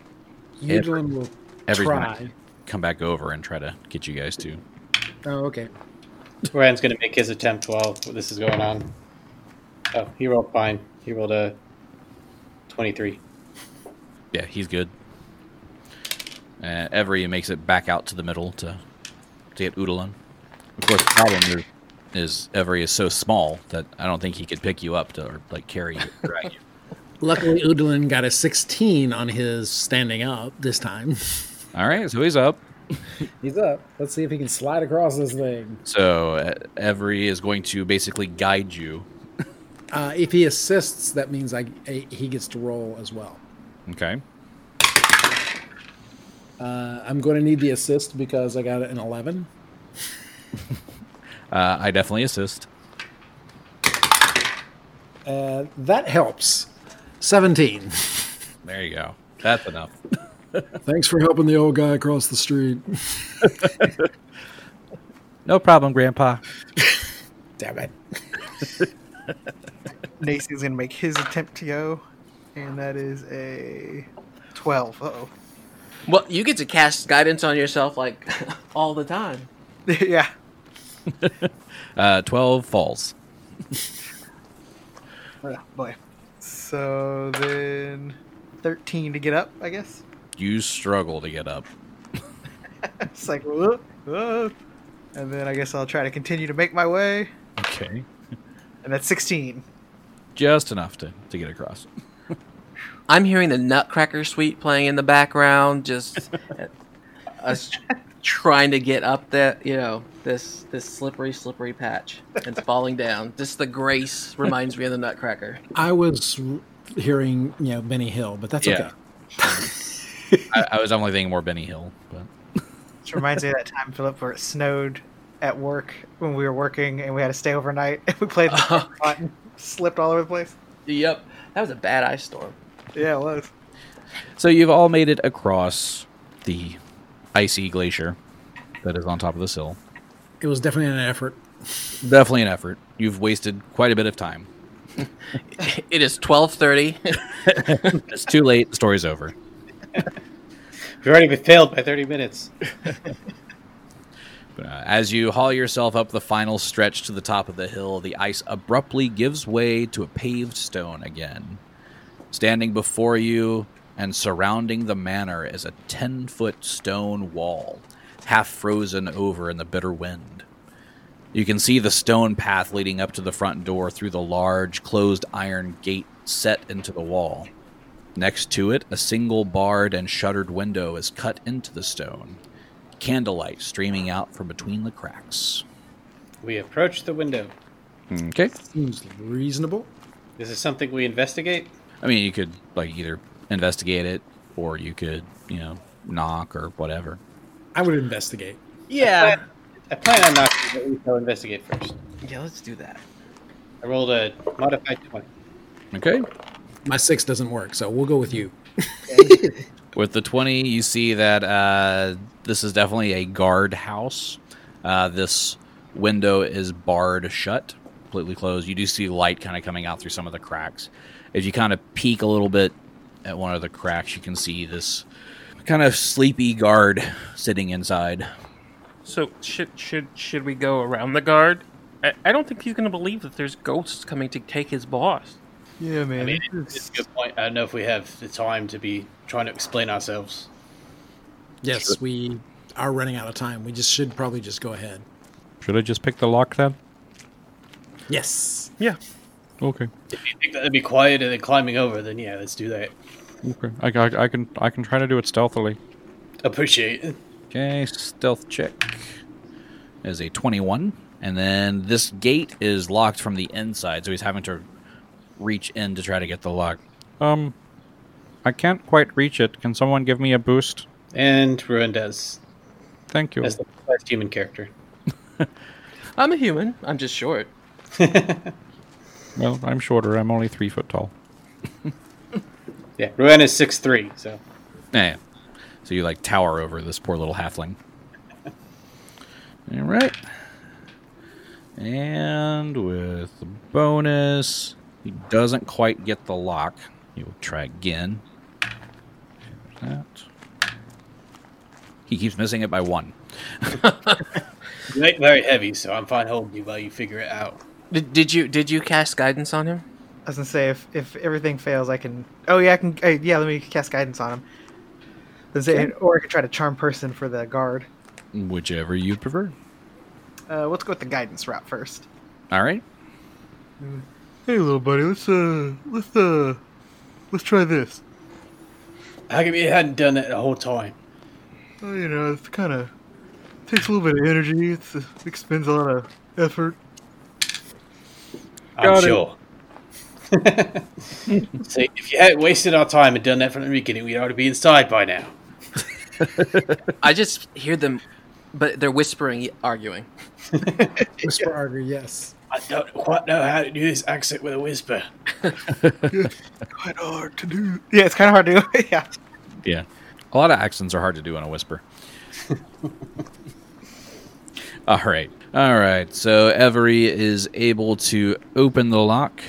[SPEAKER 1] Every-
[SPEAKER 6] Udalon will
[SPEAKER 1] everyone
[SPEAKER 6] try.
[SPEAKER 1] come back over and try to get you guys to.
[SPEAKER 6] Oh, okay.
[SPEAKER 5] Ryan's going to make his attempt while this is going on. Oh, he rolled fine. He rolled a 23.
[SPEAKER 1] Yeah, he's good. Uh, Every makes it back out to the middle to to get Udalon. Of course, the problem is, is Every is so small that I don't think he could pick you up to or like carry you, drag you.
[SPEAKER 6] Luckily, Udalin got a 16 on his standing up this time.
[SPEAKER 1] All right, so he's up.
[SPEAKER 6] He's up. Let's see if he can slide across this thing.
[SPEAKER 1] So uh, Every is going to basically guide you.
[SPEAKER 6] Uh, if he assists, that means I, I- he gets to roll as well.
[SPEAKER 1] Okay.
[SPEAKER 6] Uh, I'm going to need the assist because I got an 11.
[SPEAKER 1] Uh, I definitely assist.
[SPEAKER 6] Uh, that helps. 17.
[SPEAKER 1] There you go. That's enough.
[SPEAKER 6] Thanks for helping the old guy across the street.
[SPEAKER 1] No problem, Grandpa.
[SPEAKER 6] Damn it.
[SPEAKER 2] Nacy's gonna make his attempt to go, and that is a twelve. Oh,
[SPEAKER 4] Well, you get to cast guidance on yourself like all the time.
[SPEAKER 2] yeah.
[SPEAKER 1] Uh, Twelve falls.
[SPEAKER 2] Oh, boy. So then, thirteen to get up, I guess.
[SPEAKER 1] You struggle to get up.
[SPEAKER 2] It's like whoop, whoop. and then I guess I'll try to continue to make my way,
[SPEAKER 1] Okay.
[SPEAKER 2] and that's sixteen.
[SPEAKER 1] Just enough to, to get across.
[SPEAKER 4] I'm hearing the Nutcracker Suite playing in the background, just us trying to get up that you know this this slippery slippery patch and falling down. Just the grace reminds me of the Nutcracker.
[SPEAKER 6] I was hearing, you know, Benny Hill, but that's
[SPEAKER 1] Yeah.
[SPEAKER 6] okay.
[SPEAKER 1] I, I was only thinking more Benny Hill, but
[SPEAKER 2] Which reminds me of that time, Philip, where it snowed at work when we were working and we had to stay overnight. and We played the
[SPEAKER 4] Oh.
[SPEAKER 2] lot and slipped all over the place.
[SPEAKER 4] Yep, that was a bad ice storm.
[SPEAKER 2] Yeah, it was.
[SPEAKER 1] So you've all made it across the icy glacier that is on top of this hill.
[SPEAKER 6] It was definitely an effort.
[SPEAKER 1] Definitely an effort. You've wasted quite a bit of time.
[SPEAKER 4] It is twelve thirty.
[SPEAKER 1] It's too late. The story's over.
[SPEAKER 5] We've already been failed by 30 minutes.
[SPEAKER 1] But, uh, as you haul yourself up the final stretch to the top of the hill, the ice abruptly gives way to a paved stone again. Standing before you and surrounding the manor is a 10 foot stone wall, half frozen over in the bitter wind. You can see the stone path leading up to the front door through the large, closed iron gate set into the wall. Next to it, a single barred and shuttered window is cut into the stone candlelight streaming out from between the cracks.
[SPEAKER 5] We approach the window.
[SPEAKER 1] Okay.
[SPEAKER 6] Seems reasonable.
[SPEAKER 5] This is something we investigate.
[SPEAKER 1] I mean, you could like either investigate it or you could, you know, knock or whatever.
[SPEAKER 6] I would investigate.
[SPEAKER 4] yeah,
[SPEAKER 5] I plan on knocking, but we shall investigate first.
[SPEAKER 4] yeah, let's do that.
[SPEAKER 5] I rolled a modified 20.
[SPEAKER 1] Okay.
[SPEAKER 6] My six doesn't work, so we'll go with you.
[SPEAKER 1] With the 20, you see that uh, this is definitely a guard house. Uh, this window is barred shut, completely closed. You do see light kind of coming out through some of the cracks. If you kind of peek a little bit at one of the cracks, you can see this kind of sleepy guard sitting inside.
[SPEAKER 7] So should should should we go around the guard? I, I don't think he's gonna believe that there's ghosts coming to take his boss.
[SPEAKER 2] Yeah, man.
[SPEAKER 5] I mean,
[SPEAKER 2] this
[SPEAKER 5] it's
[SPEAKER 2] is-
[SPEAKER 5] a good point. I don't know if we have the time to be trying to explain ourselves.
[SPEAKER 6] Yes, we are running out of time. We just should probably just go ahead.
[SPEAKER 9] Should I just pick the lock then?
[SPEAKER 6] Yes.
[SPEAKER 7] Yeah.
[SPEAKER 9] Okay.
[SPEAKER 5] If you think that'd be quiet and then climbing over, then yeah, let's do that.
[SPEAKER 9] Okay. I, I, I can I can try to do it stealthily.
[SPEAKER 5] Appreciate it.
[SPEAKER 1] Okay, stealth check is a 21. And then this gate is locked from the inside, so he's having to reach in to try to get the lock.
[SPEAKER 9] Um, I can't quite reach it. Can someone give me a boost?
[SPEAKER 5] And Ruin does
[SPEAKER 9] Thank you.
[SPEAKER 5] as the first human character.
[SPEAKER 4] I'm a human. I'm just short.
[SPEAKER 9] Well, I'm shorter. I'm only three foot tall.
[SPEAKER 5] Yeah, Ruin is six three, so
[SPEAKER 1] Yeah. Eh, So you like tower over this poor little halfling. All right. And with the bonus, he doesn't quite get the lock. He will try again. That. He keeps missing it by one.
[SPEAKER 5] You're very heavy, so I'm fine holding you while you figure it out.
[SPEAKER 4] Did, did you did you cast guidance on him?
[SPEAKER 2] I was gonna say if if everything fails, I can. Oh yeah, I can. Uh, yeah, let me cast guidance on him. Let's say- or I could try to charm person for the guard.
[SPEAKER 1] Whichever you prefer.
[SPEAKER 2] Uh, let's go with the guidance route first.
[SPEAKER 1] All right.
[SPEAKER 10] Hey, little buddy, let's uh, let's uh, let's try this.
[SPEAKER 5] How come you hadn't done it the whole time?
[SPEAKER 10] Well, Uh, you know, it's kind of takes a little bit of energy. It's, it expends a lot of effort.
[SPEAKER 5] I'm sure. so if you hadn't wasted our time and done that from the beginning, we'd already be inside by now.
[SPEAKER 4] I just hear them, but they're whispering, arguing.
[SPEAKER 6] Whisper Arger, yes.
[SPEAKER 5] I don't quite know how to do this accent with a whisper.
[SPEAKER 10] Quite hard to do.
[SPEAKER 2] Yeah, it's kind of hard to. yeah.
[SPEAKER 1] Yeah. A lot of accents are hard to do in a whisper. All right. All right. So Every is able to open the lock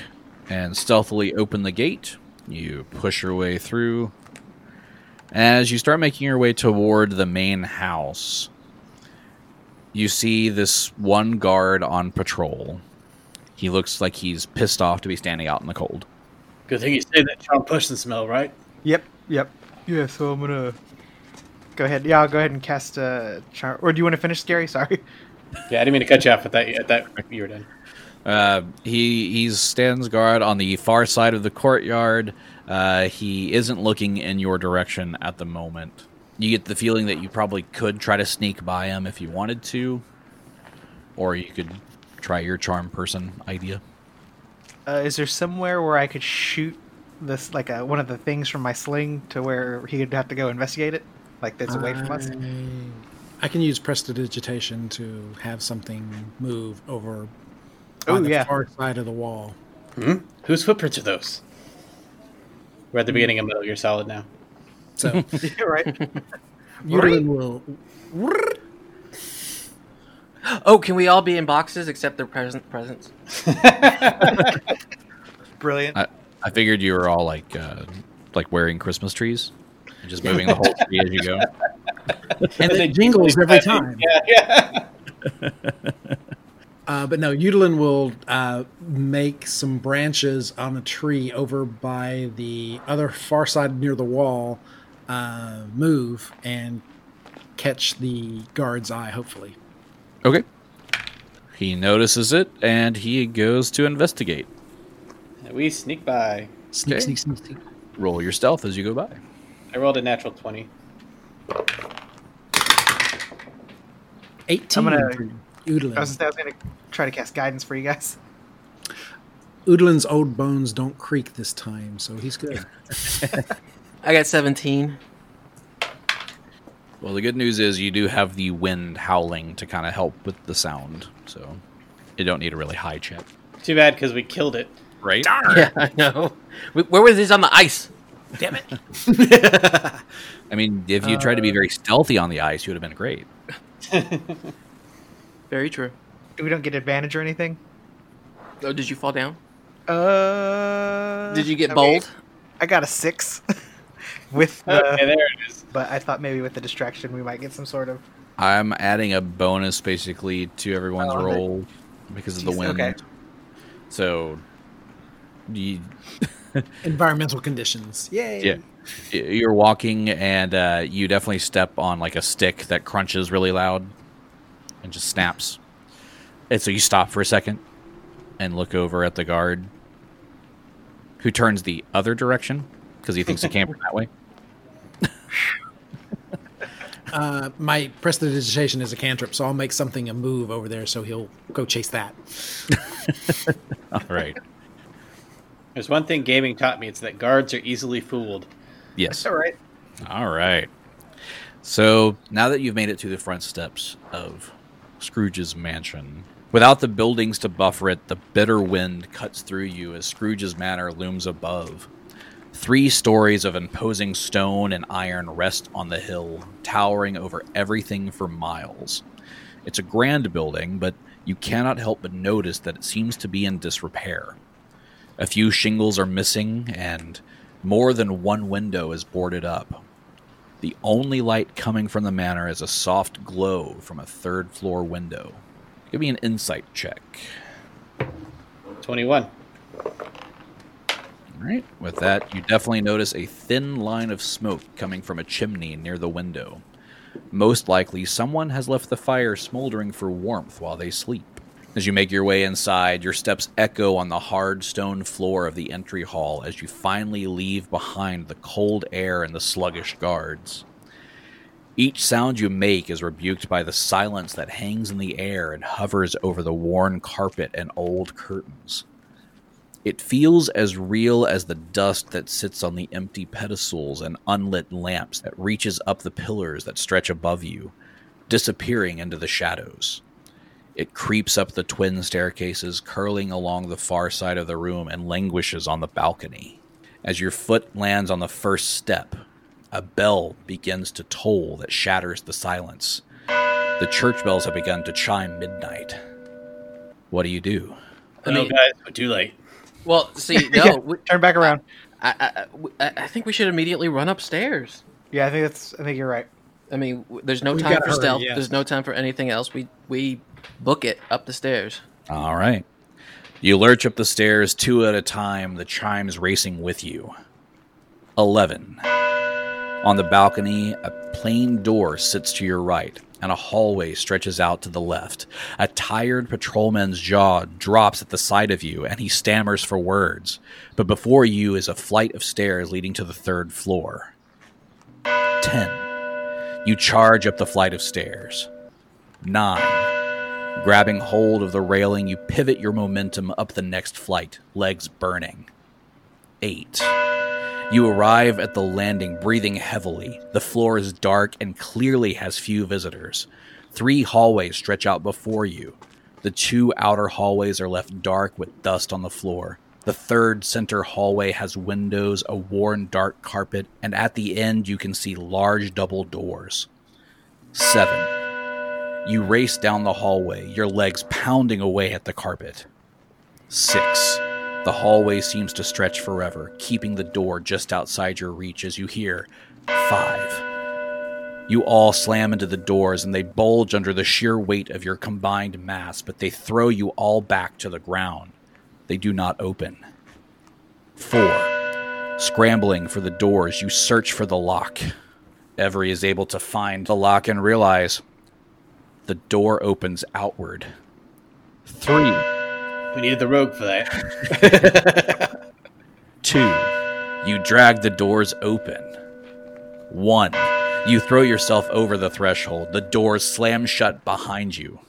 [SPEAKER 1] and stealthily open the gate. You push your way through. As you start making your way toward the main house, you see this one guard on patrol. He looks like he's pissed off to be standing out in the cold.
[SPEAKER 5] Good thing you say that Sean Pushton smell, right?
[SPEAKER 2] Yep. Yep.
[SPEAKER 10] Yeah, so I'm gonna.
[SPEAKER 2] Go ahead. Yeah, I'll go ahead and cast a charm. Or do you want to finish, Gary? Sorry.
[SPEAKER 5] Yeah, I didn't mean to cut you off at that. At that, you were done.
[SPEAKER 1] Uh, he he stands guard on the far side of the courtyard. Uh, he isn't looking in your direction at the moment. You get the feeling that you probably could try to sneak by him if you wanted to, or you could try your charm person idea.
[SPEAKER 2] Uh, is there somewhere where I could shoot this, like a, one of the things from my sling, to where he would have to go investigate it? Like that's away from
[SPEAKER 6] Uh,
[SPEAKER 2] us.
[SPEAKER 6] I can use prestidigitation to have something move over
[SPEAKER 2] Oh,
[SPEAKER 6] on the
[SPEAKER 2] yeah.
[SPEAKER 6] far side of the wall.
[SPEAKER 5] Whose footprints are those? We're at the beginning of Metal Gear Solid now.
[SPEAKER 6] So
[SPEAKER 2] Yeah, right.
[SPEAKER 6] Yulin will
[SPEAKER 4] Oh, can we all be in boxes except their present presence?
[SPEAKER 2] Brilliant.
[SPEAKER 1] I, I figured you were all like uh, like wearing Christmas trees, and just moving the whole tree as you go.
[SPEAKER 6] and it jingles every time. Yeah, Uh, but no, Udelin will uh, make some branches on a tree over by the other far side near the wall uh, move and catch the guard's eye, hopefully.
[SPEAKER 1] Okay. He notices it and he goes to investigate.
[SPEAKER 5] We sneak by.
[SPEAKER 6] Sneak,
[SPEAKER 1] Okay.
[SPEAKER 6] sneak, sneak, sneak.
[SPEAKER 1] Roll your stealth as you go by.
[SPEAKER 5] I rolled a natural twenty.
[SPEAKER 6] 18
[SPEAKER 2] I'm gonna-
[SPEAKER 6] for Udelin.
[SPEAKER 2] I was, I was gonna try to cast guidance for you guys.
[SPEAKER 6] Udelin's old bones don't creak this time, so he's good.
[SPEAKER 4] I got 17.
[SPEAKER 1] Well, the good news is you do have the wind howling to kind of help with the sound, so you don't need a really high check,
[SPEAKER 5] Too bad because we killed it.
[SPEAKER 1] right?
[SPEAKER 4] Yeah, I know. We- Where was this on the ice? Damn it.
[SPEAKER 1] I mean, if you tried to
[SPEAKER 2] Uh.
[SPEAKER 1] be very stealthy on the ice, you would have been great.
[SPEAKER 4] Very true.
[SPEAKER 2] We don't get advantage or anything.
[SPEAKER 4] Oh, did you fall down?
[SPEAKER 2] Uh.
[SPEAKER 4] Did you get
[SPEAKER 2] I mean,
[SPEAKER 4] bowled?
[SPEAKER 2] I got a six. with the,
[SPEAKER 5] Okay, there it is.
[SPEAKER 2] but I thought maybe with the distraction we might get some sort of.
[SPEAKER 1] I'm adding a bonus basically to everyone's
[SPEAKER 2] Oh, okay.
[SPEAKER 1] roll because of the
[SPEAKER 2] Jeez,
[SPEAKER 1] wind.
[SPEAKER 2] okay.
[SPEAKER 1] So, you,
[SPEAKER 6] Environmental conditions. Yay.
[SPEAKER 1] yeah, you're walking and uh, you definitely step on like a stick that crunches really loud and just snaps. And so you stop for a second and look over at the guard who turns the other direction because he thinks he came from that way.
[SPEAKER 6] Uh, my prestidigitation is a cantrip, so I'll make something a move over there so he'll go chase that.
[SPEAKER 1] All right.
[SPEAKER 5] There's one thing gaming taught me: it's that guards are easily fooled.
[SPEAKER 1] Yes.
[SPEAKER 5] All right.
[SPEAKER 1] All right. So now that you've made it to the front steps of Scrooge's mansion, without the buildings to buffer it, the bitter wind cuts through you as Scrooge's manor looms above. Three stories of imposing stone and iron rest on the hill, towering over everything for miles. It's a grand building, but you cannot help but notice that it seems to be in disrepair. A few shingles are missing, and more than one window is boarded up. The only light coming from the manor is a soft glow from a third floor window. Give me an insight check.
[SPEAKER 5] Twenty-one.
[SPEAKER 1] All right. With that, you definitely notice a thin line of smoke coming from a chimney near the window. Most likely, someone has left the fire smoldering for warmth while they sleep. As you make your way inside, your steps echo on the hard stone floor of the entry hall as you finally leave behind the cold air and the sluggish guards. Each sound you make is rebuked by the silence that hangs in the air and hovers over the worn carpet and old curtains. It feels as real as the dust that sits on the empty pedestals and unlit lamps that reaches up the pillars that stretch above you, disappearing into the shadows. It creeps up the twin staircases, curling along the far side of the room, and languishes on the balcony. As your foot lands on the first step, a bell begins to toll that shatters the silence. The church bells have begun to chime midnight. What do you do?
[SPEAKER 5] I mean, guys, we're too late.
[SPEAKER 4] Well, see, no,
[SPEAKER 2] Yeah.
[SPEAKER 4] we,
[SPEAKER 2] Turn back around.
[SPEAKER 4] I, I, I I think we should immediately run upstairs.
[SPEAKER 2] Yeah, I think that's. I think you're right.
[SPEAKER 4] I mean, w- there's no
[SPEAKER 6] We've
[SPEAKER 4] time
[SPEAKER 6] gotta
[SPEAKER 4] for
[SPEAKER 6] hurry,
[SPEAKER 4] stealth.
[SPEAKER 5] yeah.
[SPEAKER 4] There's no time for anything else. We we book it up the stairs.
[SPEAKER 1] All right. You lurch up the stairs two at a time, the chimes racing with you. 11. On the balcony, a plain door sits to your right, and a hallway stretches out to the left. A tired patrolman's jaw drops at the sight of you, and he stammers for words. But before you is a flight of stairs leading to the third floor. 10. You charge up the flight of stairs. 9. Grabbing hold of the railing, you pivot your momentum up the next flight, legs burning. Eight. You arrive at the landing, breathing heavily. The floor is dark and clearly has few visitors. Three hallways stretch out before you. The two outer hallways are left dark with dust on the floor. The third center hallway has windows, a worn dark carpet, and at the end you can see large double doors. Seven. You race down the hallway, your legs pounding away at the carpet. Six. The hallway seems to stretch forever, keeping the door just outside your reach as you hear five. You all slam into the doors and they bulge under the sheer weight of your combined mass, but they throw you all back to the ground. They do not open. Four. Scrambling for the doors, you search for the lock. Every is able to find the lock and realize the door opens outward. Three,
[SPEAKER 5] We needed the rogue for that.
[SPEAKER 1] two, you drag the doors open. One, you throw yourself over the threshold. The doors slam shut behind you.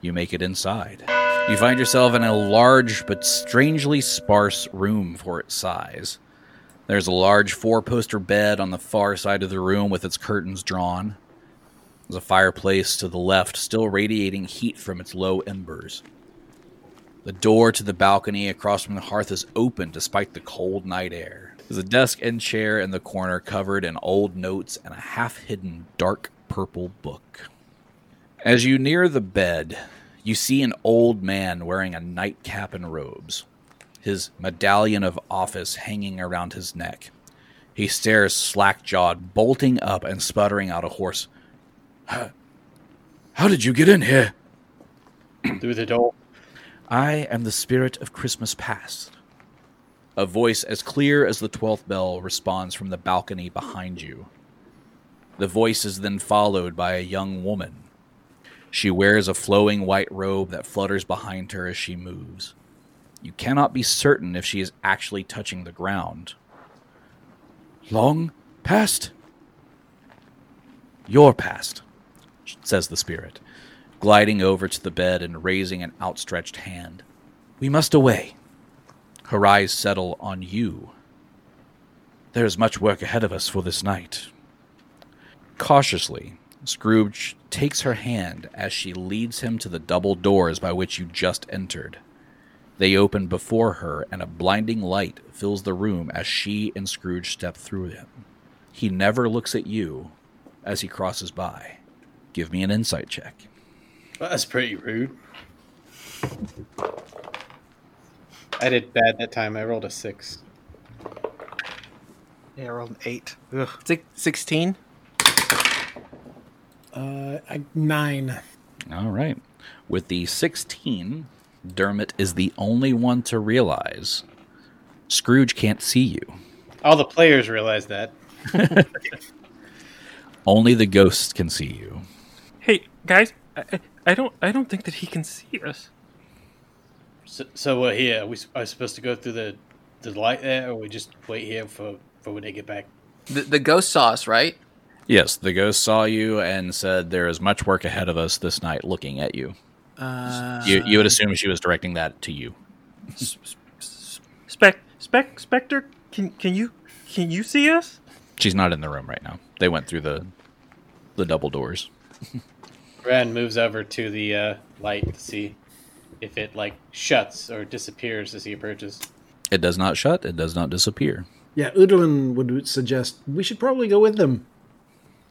[SPEAKER 1] You make it inside. You find yourself in a large but strangely sparse room for its size. There's a large four poster bed on the far side of the room with its curtains drawn. There's a fireplace to the left, still radiating heat from its low embers. The door to the balcony across from the hearth is open despite the cold night air. There's a desk and chair in the corner covered in old notes and a half hidden dark purple book. As you near the bed, you see an old man wearing a nightcap and robes, his medallion of office hanging around his neck. He stares slack jawed, bolting up and sputtering out a hoarse, "How- How did you get in here?
[SPEAKER 5] Through the door.
[SPEAKER 1] I am the spirit of Christmas past. A voice as clear as the twelfth bell responds from the balcony behind you. The voice is then followed by a young woman. She wears a flowing white robe that flutters behind her as she moves. You cannot be certain if she is actually touching the ground. long past. Your past, says the spirit, gliding over to the bed and raising an outstretched hand. We must away. Her eyes settle on you. There is much work ahead of us for this night. Cautiously, Scrooge takes her hand as she leads him to the double doors by which you just entered. They open before her, and a blinding light fills the room as she and Scrooge step through them. He never looks at you as he crosses by. Give me an insight check.
[SPEAKER 5] Well, that's pretty rude. I did bad that time. I rolled a six.
[SPEAKER 2] Yeah, I rolled an eight. Ugh.
[SPEAKER 4] Six, 16?
[SPEAKER 6] Uh, I, nine.
[SPEAKER 1] All right. With the 16, Dermot is the only one to realize Scrooge can't see you.
[SPEAKER 5] All the players realize that.
[SPEAKER 1] Only the ghosts can see you.
[SPEAKER 7] Hey guys, I, I- I don't I don't think that he can see us.
[SPEAKER 5] So, so we're here. We s- are supposed to go through the the light there, or we just wait here for for when they get back.
[SPEAKER 4] The, the ghost saw us, right?
[SPEAKER 1] Yes, the ghost saw you and said, There is much work ahead of us this night looking at you.
[SPEAKER 4] Uh,
[SPEAKER 1] You, you would assume she was directing that to you.
[SPEAKER 7] Spec Spec Spectre, can can you can you see us?
[SPEAKER 1] She's not in the room right now. They went through the the double doors.
[SPEAKER 5] Ren moves over to the uh, light to see if it like shuts or disappears as he approaches.
[SPEAKER 1] It does not shut, it does not disappear.
[SPEAKER 6] Yeah, Udalin would suggest we should probably go with them.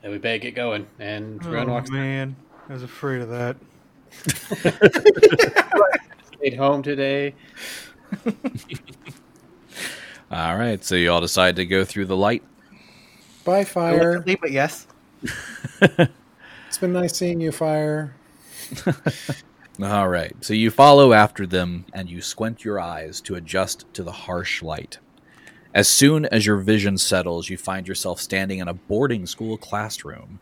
[SPEAKER 5] And we better get going. And Ren
[SPEAKER 10] Oh
[SPEAKER 5] walks
[SPEAKER 10] man, I was afraid of that.
[SPEAKER 5] stayed home today.
[SPEAKER 1] All right, so you all decide to go through the light.
[SPEAKER 6] Bye, Fire.
[SPEAKER 2] Reluctantly, but yes.
[SPEAKER 6] It's been nice seeing you, Fire.
[SPEAKER 1] All right, so you follow after them and you squint your eyes to adjust to the harsh light. As soon as your vision settles, you find yourself standing in a boarding school classroom.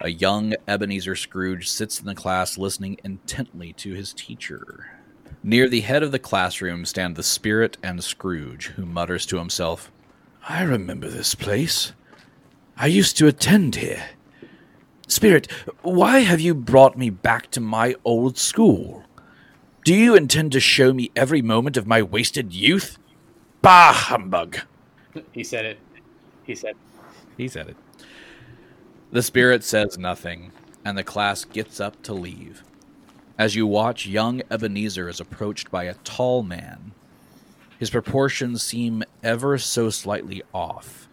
[SPEAKER 1] A young Ebenezer Scrooge sits in the class listening intently to his teacher. Near the head of the classroom stand the spirit and Scrooge, who mutters to himself, I remember this place. I used to attend here. Spirit, why have you brought me back to my old school? Do you intend to show me every moment of my wasted youth? Bah, humbug!
[SPEAKER 5] He said it. He said,
[SPEAKER 1] He said it. The spirit says nothing, and the class gets up to leave. As you watch, young Ebenezer is approached by a tall man. His proportions seem ever so slightly off.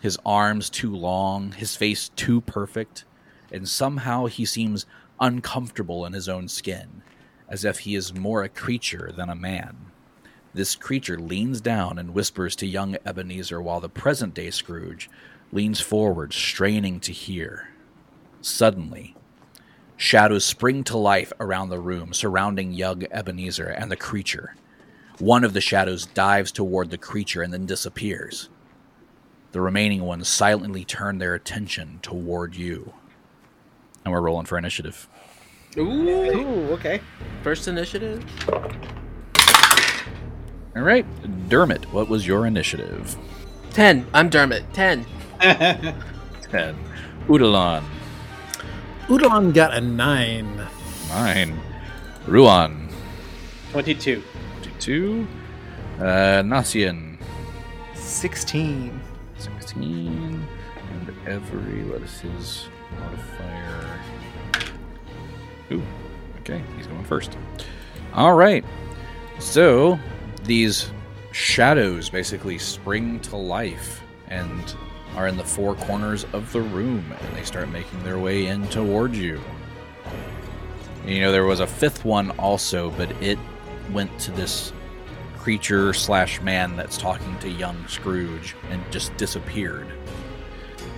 [SPEAKER 1] His arms too long, his face too perfect, and somehow he seems uncomfortable in his own skin, as if he is more a creature than a man. This creature leans down and whispers to young Ebenezer while the present day Scrooge leans forward, straining to hear. Suddenly, shadows spring to life around the room, surrounding young Ebenezer and the creature. One of the shadows dives toward the creature and then disappears. The remaining ones silently turn their attention toward you. And we're rolling for initiative.
[SPEAKER 4] Ooh,
[SPEAKER 2] Ooh, okay.
[SPEAKER 4] first initiative.
[SPEAKER 1] All right, Dermot, what was your initiative?
[SPEAKER 4] 10. I'm Dermot. 10.
[SPEAKER 1] 10. Udalon,
[SPEAKER 6] Udalon got a nine.
[SPEAKER 1] Nine. Ruan.
[SPEAKER 5] twenty-two.
[SPEAKER 1] Two. Uh, Nasian.
[SPEAKER 2] 16.
[SPEAKER 1] 16. And every. What is his modifier? Ooh. Okay, he's going first. All right. So, these shadows basically spring to life and are in the four corners of the room and they start making their way in towards you. You know, there was a fifth one also, but it went to this creature slash man that's talking to young Scrooge and just disappeared.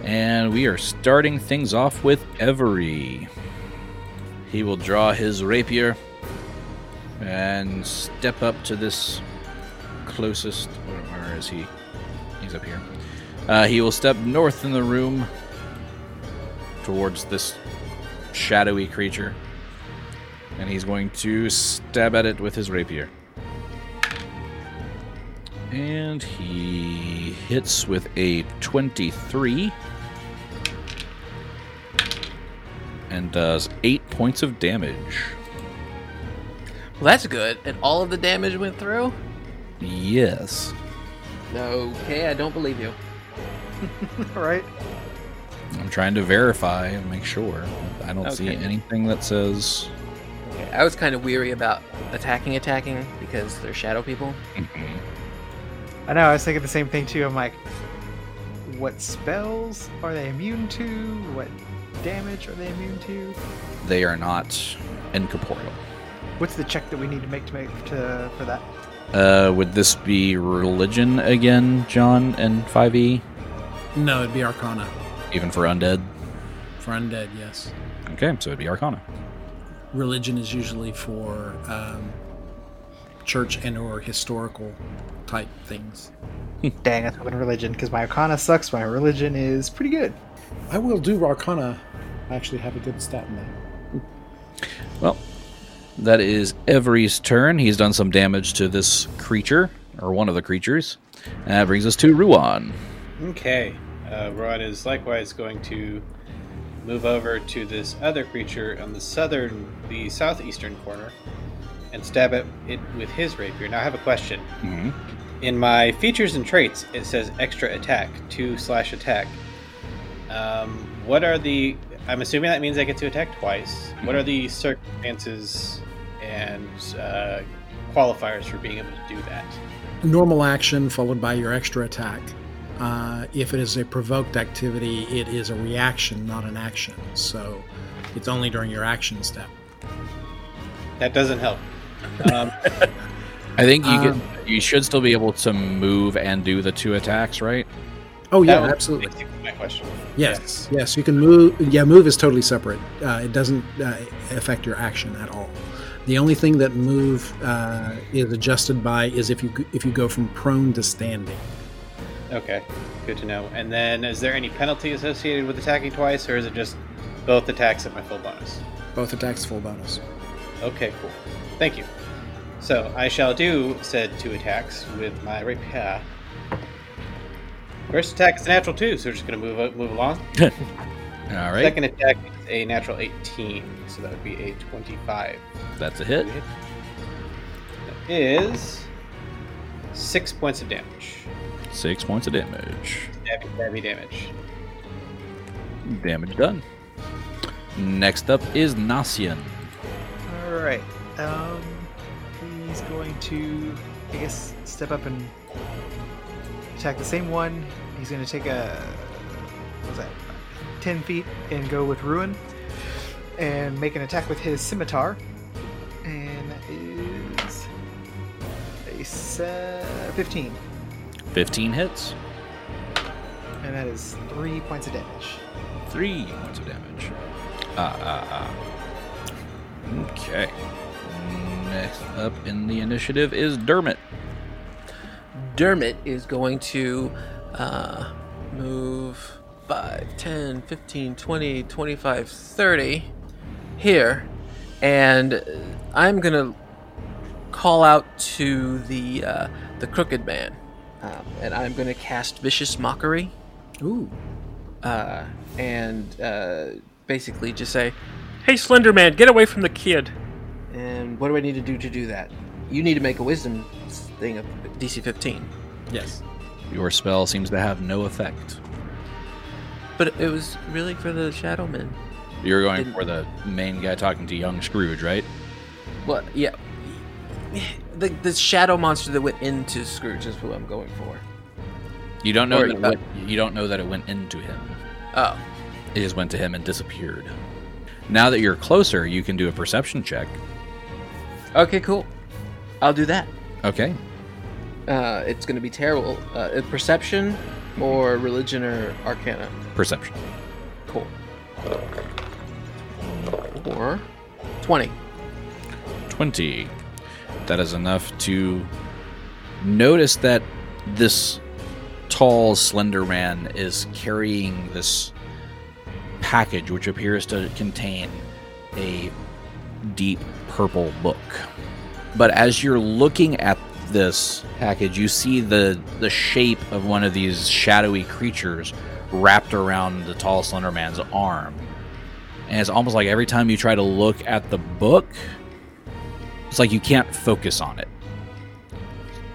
[SPEAKER 1] And we are starting things off with Every. He will draw his rapier and step up to this closest. Where where is he? He's up here. Uh, he will step north in the room towards this shadowy creature. And he's going to stab at it with his rapier. And he hits with a 23 and does 8 points of damage.
[SPEAKER 4] Well, that's good. And all of the damage went through?
[SPEAKER 1] Yes.
[SPEAKER 4] Okay, I don't believe you.
[SPEAKER 2] All right.
[SPEAKER 1] I'm trying to verify and make sure. I don't see
[SPEAKER 4] Okay.
[SPEAKER 1] anything that says.
[SPEAKER 4] Okay, I was kind of weary about attacking, attacking, because they're shadow people.
[SPEAKER 1] Mm-hmm.
[SPEAKER 2] I know. I was thinking the same thing too. I'm like, what spells are they immune to? What damage are they immune to?
[SPEAKER 1] They are not incorporeal.
[SPEAKER 2] What's the check that we need to make to make to for that?
[SPEAKER 1] Uh, would this be religion again, John and 5e?
[SPEAKER 6] No, it'd be Arcana
[SPEAKER 1] Even for undead?
[SPEAKER 6] for undead. Yes,
[SPEAKER 1] Okay, so it'd be Arcana.
[SPEAKER 6] religion is usually for um, church and or historical type things.
[SPEAKER 2] Dang, I thought it was religion because my arcana sucks. My religion is pretty good.
[SPEAKER 6] I will do Arcana. I actually have a good stat in that.
[SPEAKER 1] Well, that is Every's turn. He's done some damage to this creature, or one of the creatures. And that brings us to Ruan.
[SPEAKER 5] Okay. Uh, Rod is likewise going to move over to this other creature on the southern, the southeastern corner, and stab at it with his rapier. Now I have a question.
[SPEAKER 1] Mm-hmm.
[SPEAKER 5] In my features and traits, it says extra attack, two slash attack. Um, what are the? I'm assuming that means I get to attack twice. What are the circumstances and uh, qualifiers for being able to do that?
[SPEAKER 6] normal action followed by your extra attack. Uh, if it is a provoked activity, it is a reaction, not an action. So it's only during your action step.
[SPEAKER 5] That doesn't help. Um,
[SPEAKER 1] I think you
[SPEAKER 6] Um,
[SPEAKER 1] can, you should still be able to move and do the two attacks, right?
[SPEAKER 6] Oh yeah,
[SPEAKER 5] that was
[SPEAKER 6] absolutely.
[SPEAKER 5] basically My question.
[SPEAKER 6] Yes, yes, you can move. Yeah, move is totally separate. Uh, it doesn't uh, affect your action at all. The only thing that move uh, is adjusted by is if you g- if you go from prone to standing.
[SPEAKER 5] Okay, good to know. And then, is there any penalty associated with attacking twice, or is it just both attacks at my full bonus?
[SPEAKER 6] Both attacks full bonus.
[SPEAKER 5] Okay, cool. Thank you. So I shall do said two attacks with my rapier. First attack is a natural two, so we're just gonna move up, move along.
[SPEAKER 1] All right,
[SPEAKER 5] Second attack is a natural eighteen, so that would be a twenty-five.
[SPEAKER 1] that's a hit.
[SPEAKER 5] That is six points of damage.
[SPEAKER 1] Six points of damage.
[SPEAKER 5] Stabby, stabby damage.
[SPEAKER 1] Damage done. Next up is Nasian.
[SPEAKER 2] All right. Um, he's going to, I guess, step up and attack the same one. He's going to take a what was that, ten feet, and go with ruin, and make an attack with his scimitar, and that is a se- fifteen,
[SPEAKER 1] Fifteen hits.
[SPEAKER 2] and that is three points of damage.
[SPEAKER 1] Three points of damage. Ah, ah, ah. Okay. Next up in the initiative is Dermot.
[SPEAKER 4] Dermot is going to uh, move 5, 10, 15, 20, 25, 30 here. And uh, I'm going to call out to the, uh, the Crooked Man. Um, and I'm going to cast Vicious Mockery.
[SPEAKER 6] Ooh,
[SPEAKER 4] Uh, and uh, basically just say,
[SPEAKER 7] Hey, Slender Man, get away from the kid.
[SPEAKER 4] and what do I need to do to do that? You need to make a wisdom thing of DC 15.
[SPEAKER 6] yes.
[SPEAKER 1] Your spell seems to have no effect.
[SPEAKER 4] But it was really for the Shadow Men.
[SPEAKER 1] You're going
[SPEAKER 4] Didn't-
[SPEAKER 1] for the main guy talking to young Scrooge, right?
[SPEAKER 4] Well, yeah. The, the shadow monster that went into Scrooge is who I'm going for.
[SPEAKER 1] You don't know
[SPEAKER 4] Or-
[SPEAKER 1] that it went, you don't know that it went into him.
[SPEAKER 4] Oh,
[SPEAKER 1] It just went to him and disappeared. Now that you're closer, you can do a perception check.
[SPEAKER 4] okay, cool. I'll do that.
[SPEAKER 1] Okay.
[SPEAKER 4] Uh, it's going to be terrible. Uh, perception or religion or arcana.
[SPEAKER 1] Perception.
[SPEAKER 4] Cool. Or 20.
[SPEAKER 1] 20. That is enough to notice that this tall, slender man is carrying this package, which appears to contain a deep purple book. But as you're looking at this package, you see the the shape of one of these shadowy creatures wrapped around the tall, slender man's arm. And it's almost like every time you try to look at the book, it's like you can't focus on it.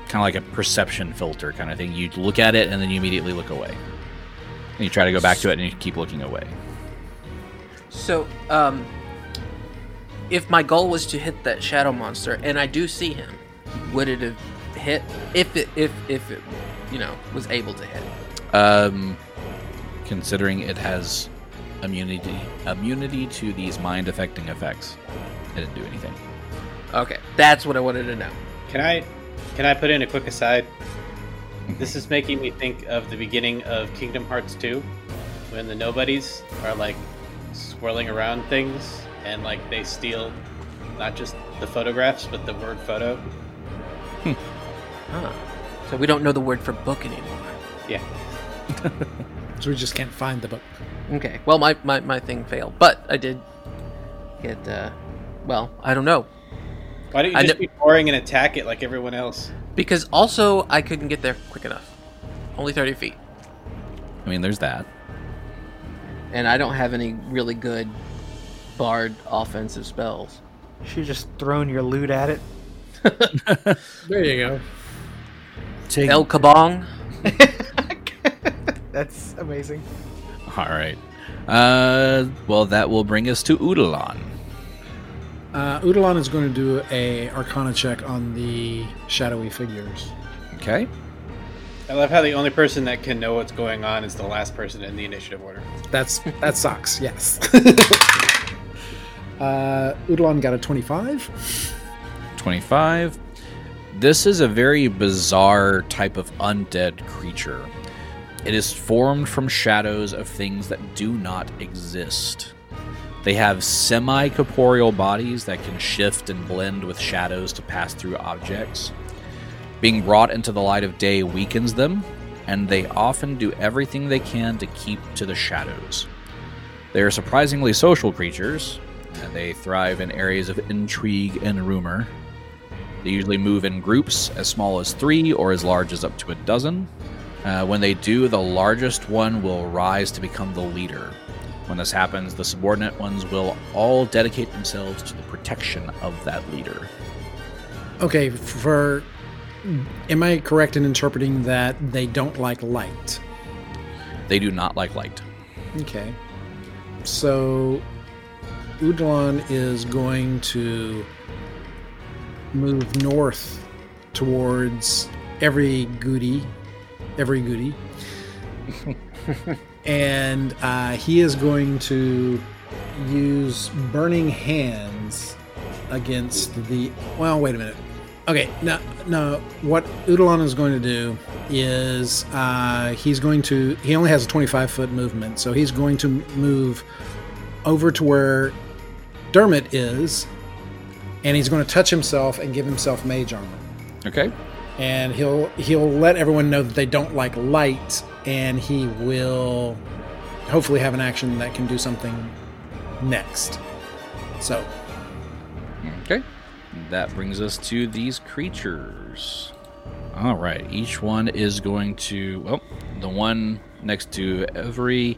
[SPEAKER 1] Kind of like a perception filter kind of thing. You look at it and then you immediately look away. And you try to go back to it and you keep looking away.
[SPEAKER 4] So, um, if my goal was to hit that shadow monster, and I do see him, would it have hit? If it, if if it, you know, was able to hit.
[SPEAKER 1] Um, considering it has immunity immunity to these mind affecting effects, it didn't do anything.
[SPEAKER 4] Okay, that's what I wanted to know.
[SPEAKER 5] Can I can I put in a quick aside? This is making me think of the beginning of Kingdom Hearts 2 when the nobodies are like swirling around things and like they steal not just the photographs but the word photo.
[SPEAKER 4] Huh. So we don't know the word for book anymore.
[SPEAKER 5] Yeah.
[SPEAKER 6] So we just can't find the book.
[SPEAKER 4] Okay. Well, my my, my thing failed, but I did get. Uh, well, I don't know
[SPEAKER 5] Why don't you
[SPEAKER 4] I
[SPEAKER 5] just
[SPEAKER 4] kn-
[SPEAKER 5] be boring and attack it like everyone else?
[SPEAKER 4] because also I couldn't get there quick enough. Only thirty feet,
[SPEAKER 1] I mean, there's that.
[SPEAKER 4] and I don't have any really good barred offensive spells.
[SPEAKER 2] Should have just thrown your loot at it.
[SPEAKER 6] There you go.
[SPEAKER 1] Take
[SPEAKER 4] El Kabong.
[SPEAKER 2] That's amazing.
[SPEAKER 1] All right. Uh, well, that will bring us to Udalon.
[SPEAKER 6] Uh, Udalon is going to do a Arcana check on the shadowy figures.
[SPEAKER 1] Okay.
[SPEAKER 5] I love how the only person that can know what's going on is the last person in the initiative order.
[SPEAKER 6] That's that sucks. Yes. uh, Udalon got a twenty-five.
[SPEAKER 1] 25. This is a very bizarre type of undead creature. It is formed from shadows of things that do not exist. They have semi corporeal bodies that can shift and blend with shadows to pass through objects. Being brought into the light of day weakens them, and they often do everything they can to keep to the shadows. They are surprisingly social creatures, and they thrive in areas of intrigue and rumor. They usually move in groups as small as three or as large as up to a dozen. Uh, when they do, the largest one will rise to become the leader. When this happens, the subordinate ones will all dedicate themselves to the protection of that leader.
[SPEAKER 6] Okay. For am I correct in interpreting that they don't like light?
[SPEAKER 1] They do not like light.
[SPEAKER 6] Okay. So Udalon is going to move north towards every goody, every goody. and uh, he is going to use burning hands against the well wait a minute okay no no what udalon is going to do is uh, he's going to he only has a 25 foot movement so he's going to move over to where dermot is and he's going to touch himself and give himself mage armor
[SPEAKER 1] Okay.
[SPEAKER 6] and he'll he'll let everyone know that they don't like light and he will hopefully have an action that can do something next so
[SPEAKER 1] Okay. That brings us to these creatures. All right. Each one is going to. Well, the one next to Every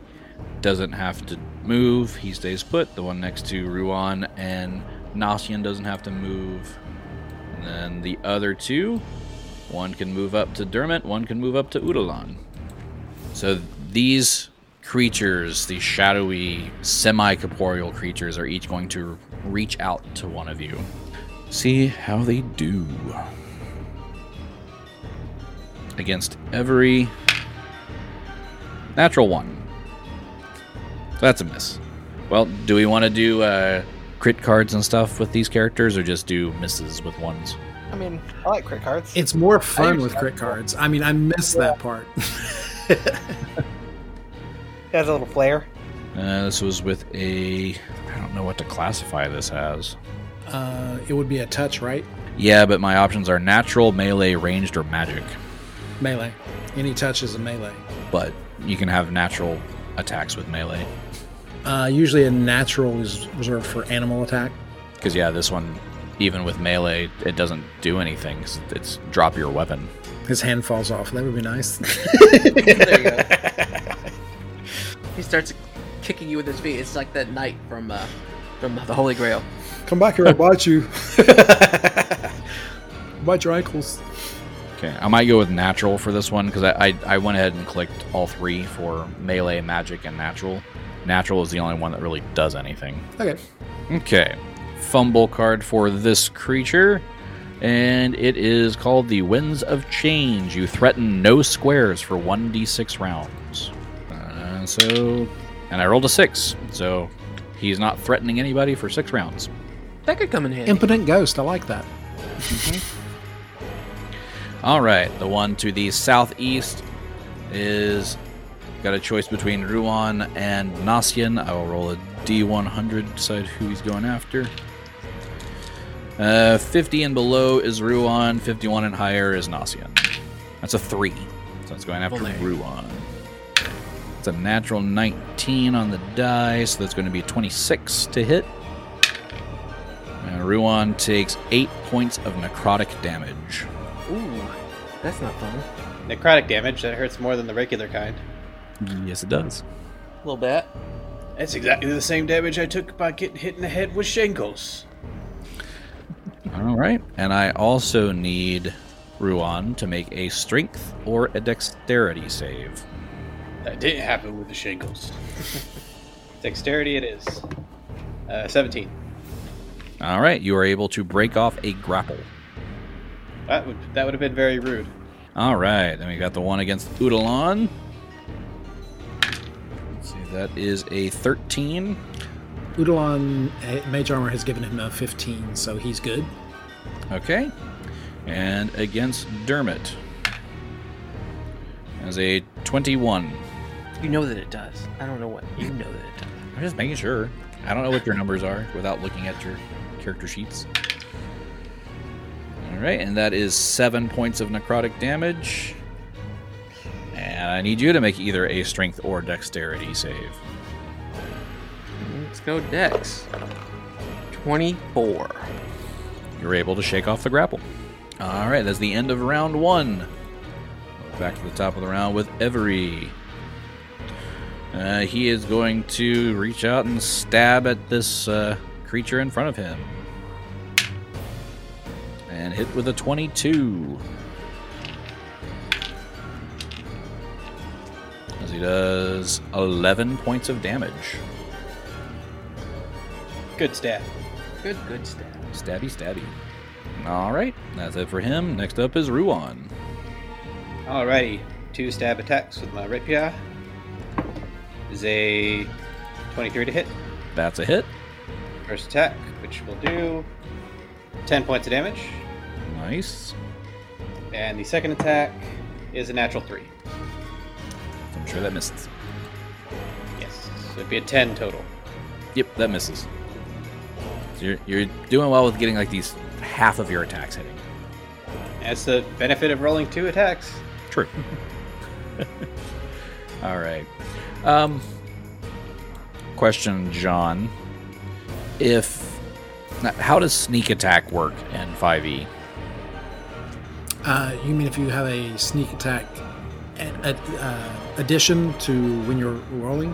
[SPEAKER 1] doesn't have to move. He stays put. The one next to Ruan and Nasian doesn't have to move. And then the other two one can move up to Dermot, one can move up to Udalon. So these creatures, these shadowy, semi corporeal creatures, are each going to reach out to one of you. See how they do. Against every natural one. So that's a miss. Well, do we want to do uh, crit cards and stuff with these characters, or just do misses with ones?
[SPEAKER 2] I mean, I like crit cards.
[SPEAKER 6] It's more fun
[SPEAKER 2] I
[SPEAKER 6] with crit cards. I mean, I missed that part.
[SPEAKER 2] It has a little flair.
[SPEAKER 1] Uh, this was with a. I don't know what to classify this as.
[SPEAKER 6] Uh, it would be a touch, right?
[SPEAKER 1] Yeah, but my options are natural, melee, ranged, or magic.
[SPEAKER 6] Melee. Any touch is a melee.
[SPEAKER 1] But you can have natural attacks with melee.
[SPEAKER 6] Uh, usually, a natural is reserved for animal attack.
[SPEAKER 1] Because, yeah, this one even with melee, it doesn't do anything. 'cause It's, drop your weapon.
[SPEAKER 6] His hand falls off. That would be nice.
[SPEAKER 4] there you go. he starts kicking you with his feet. It's like that knight from uh, from the Holy Grail.
[SPEAKER 6] Come back here, I'll bite you. bite your ankles.
[SPEAKER 1] Okay, I might go with natural for this one because I, I I went ahead and clicked all three for melee, magic, and natural. Natural is the only one that really does anything.
[SPEAKER 6] Okay.
[SPEAKER 1] Okay, fumble card for this creature, and it is called the Winds of Change. You threaten no squares for 1d6 rounds. Uh, so, and I rolled a six, so he's not threatening anybody for six rounds.
[SPEAKER 4] That could come in handy.
[SPEAKER 6] Impotent ghost. I like that.
[SPEAKER 1] All right, the one to the southeast is got a choice between Ruan and Nasian. I will roll a D100, decide who he's going after. Uh, 50 and below is Ruan, 51 and higher is Nasian. That's a 3. So it's going after
[SPEAKER 4] Well, there.
[SPEAKER 1] Ruan. It's a natural 19 on the die, so that's going to be 26 to hit. And Ruan takes 8 points of necrotic damage.
[SPEAKER 4] Ooh, that's not fun.
[SPEAKER 5] Necrotic damage that hurts more than the regular kind.
[SPEAKER 1] Yes, it does.
[SPEAKER 4] A little bit.
[SPEAKER 5] That's exactly the same damage I took by getting hit in the head with shingles.
[SPEAKER 1] All right. And I also need Ruan to make a strength or a dexterity save.
[SPEAKER 5] That didn't happen with the shingles. Dexterity it is. Uh, 17.
[SPEAKER 1] All right. You are able to break off a grapple.
[SPEAKER 5] That would that would have been very rude.
[SPEAKER 1] All right. Then we got the one against Udalon. Let's see. That is a 13.
[SPEAKER 6] Udalon eh, Mage Armor has given him a 15, so he's good.
[SPEAKER 1] Okay. And against Dermot. As a 21.
[SPEAKER 4] You know that it does. I don't know what you know that it does.
[SPEAKER 1] I'm just making sure. I don't know what your numbers are without looking at your character sheets. All right, and that is seven points of necrotic damage. And I need you to make either a strength or dexterity save.
[SPEAKER 4] Let's go Dex. Twenty-four.
[SPEAKER 1] You're able to shake off the grapple. All right, that's the end of round one. Back to the top of the round with Every. Uh, he is going to reach out and stab at this uh, creature in front of him. And hit with a 22. As he does 11 points of damage.
[SPEAKER 5] Good stat.
[SPEAKER 4] Good, good stuff.
[SPEAKER 1] Stabby, stabby. All right, that's it for him. Next up is Ruan.
[SPEAKER 5] Alrighty. Two stab attacks with my rapier. Is a 23 to hit.
[SPEAKER 1] That's a hit.
[SPEAKER 5] First attack, which will do 10 points of damage.
[SPEAKER 1] Nice.
[SPEAKER 5] And the second attack is a natural 3.
[SPEAKER 1] I'm sure that misses.
[SPEAKER 5] Yes. So it'd be a 10 total.
[SPEAKER 1] Yep, that misses. So you're, you're doing well with getting like these half of your attacks hitting.
[SPEAKER 5] That's the benefit of rolling two attacks.
[SPEAKER 1] True. All right. Um, question, John. If now, how does sneak attack work in E? 5e?
[SPEAKER 6] Uh, you mean if you have a sneak attack ad- ad- uh, addition to when you're rolling?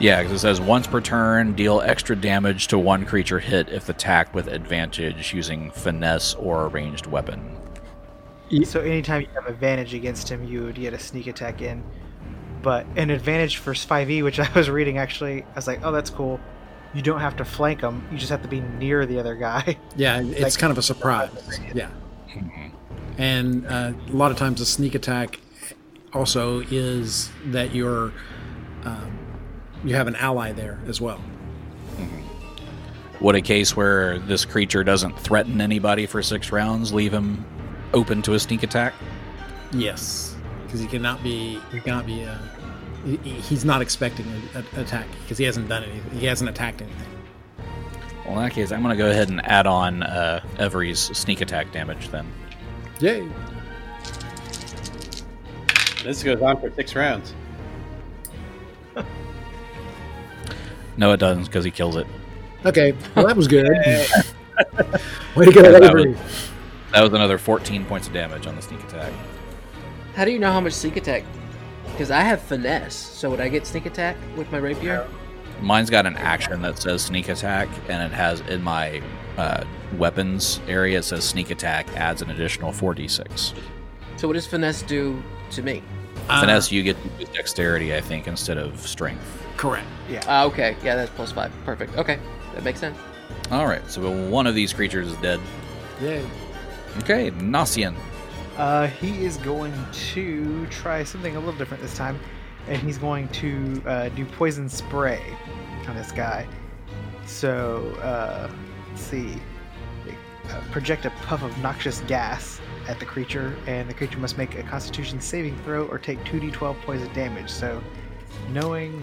[SPEAKER 1] Yeah, because it says once per turn, deal extra damage to one creature hit if attacked with advantage using finesse or a ranged weapon.
[SPEAKER 2] So anytime you have advantage against him, you would get a sneak attack in. But an advantage for 5e, which I was reading actually, I was like, oh, that's cool. You don't have to flank him. You just have to be near the other guy.
[SPEAKER 6] Yeah, it's
[SPEAKER 2] Like-
[SPEAKER 6] kind of a surprise. Yeah. And uh, a lot of times, a sneak attack also is that you're um, you have an ally there as well.
[SPEAKER 1] Would a case where this creature doesn't threaten anybody for six rounds leave him open to a sneak attack?
[SPEAKER 6] Yes, because he cannot be he cannot be uh, he, he's not expecting an a- attack because he hasn't done anything. He hasn't attacked anything.
[SPEAKER 1] Well, in that case, I'm going to go ahead and add on uh, Every's sneak attack damage then.
[SPEAKER 6] Yay!
[SPEAKER 5] This goes on for six rounds.
[SPEAKER 1] No, it doesn't because he kills it.
[SPEAKER 6] Okay, well that was good. Way to get
[SPEAKER 1] Yeah,
[SPEAKER 6] another
[SPEAKER 1] that was-
[SPEAKER 6] three.
[SPEAKER 1] That was another 14 points of damage on the sneak attack.
[SPEAKER 4] How do you know how much sneak attack? Because I have finesse, so would I get sneak attack with my rapier?
[SPEAKER 1] Mine's got an action that says sneak attack, and it has in my uh, weapons area it says sneak attack adds an additional 4d6.
[SPEAKER 4] So what does finesse do to me?
[SPEAKER 6] Uh,
[SPEAKER 1] Finesse, you get to use dexterity, I think, instead of strength.
[SPEAKER 6] Correct.
[SPEAKER 4] Ah, okay, yeah, that's plus five. Perfect. Okay, that makes sense.
[SPEAKER 1] All right, so one of these creatures is dead.
[SPEAKER 6] Yay.
[SPEAKER 1] Okay, Nasian.
[SPEAKER 2] Uh, he is going to try something a little different this time, and he's going to uh, do poison spray on this guy. So, uh, let's see. Uh, project a puff of noxious gas at the creature, and the creature must make a Constitution saving throw or take 2d12 poison damage. So, knowing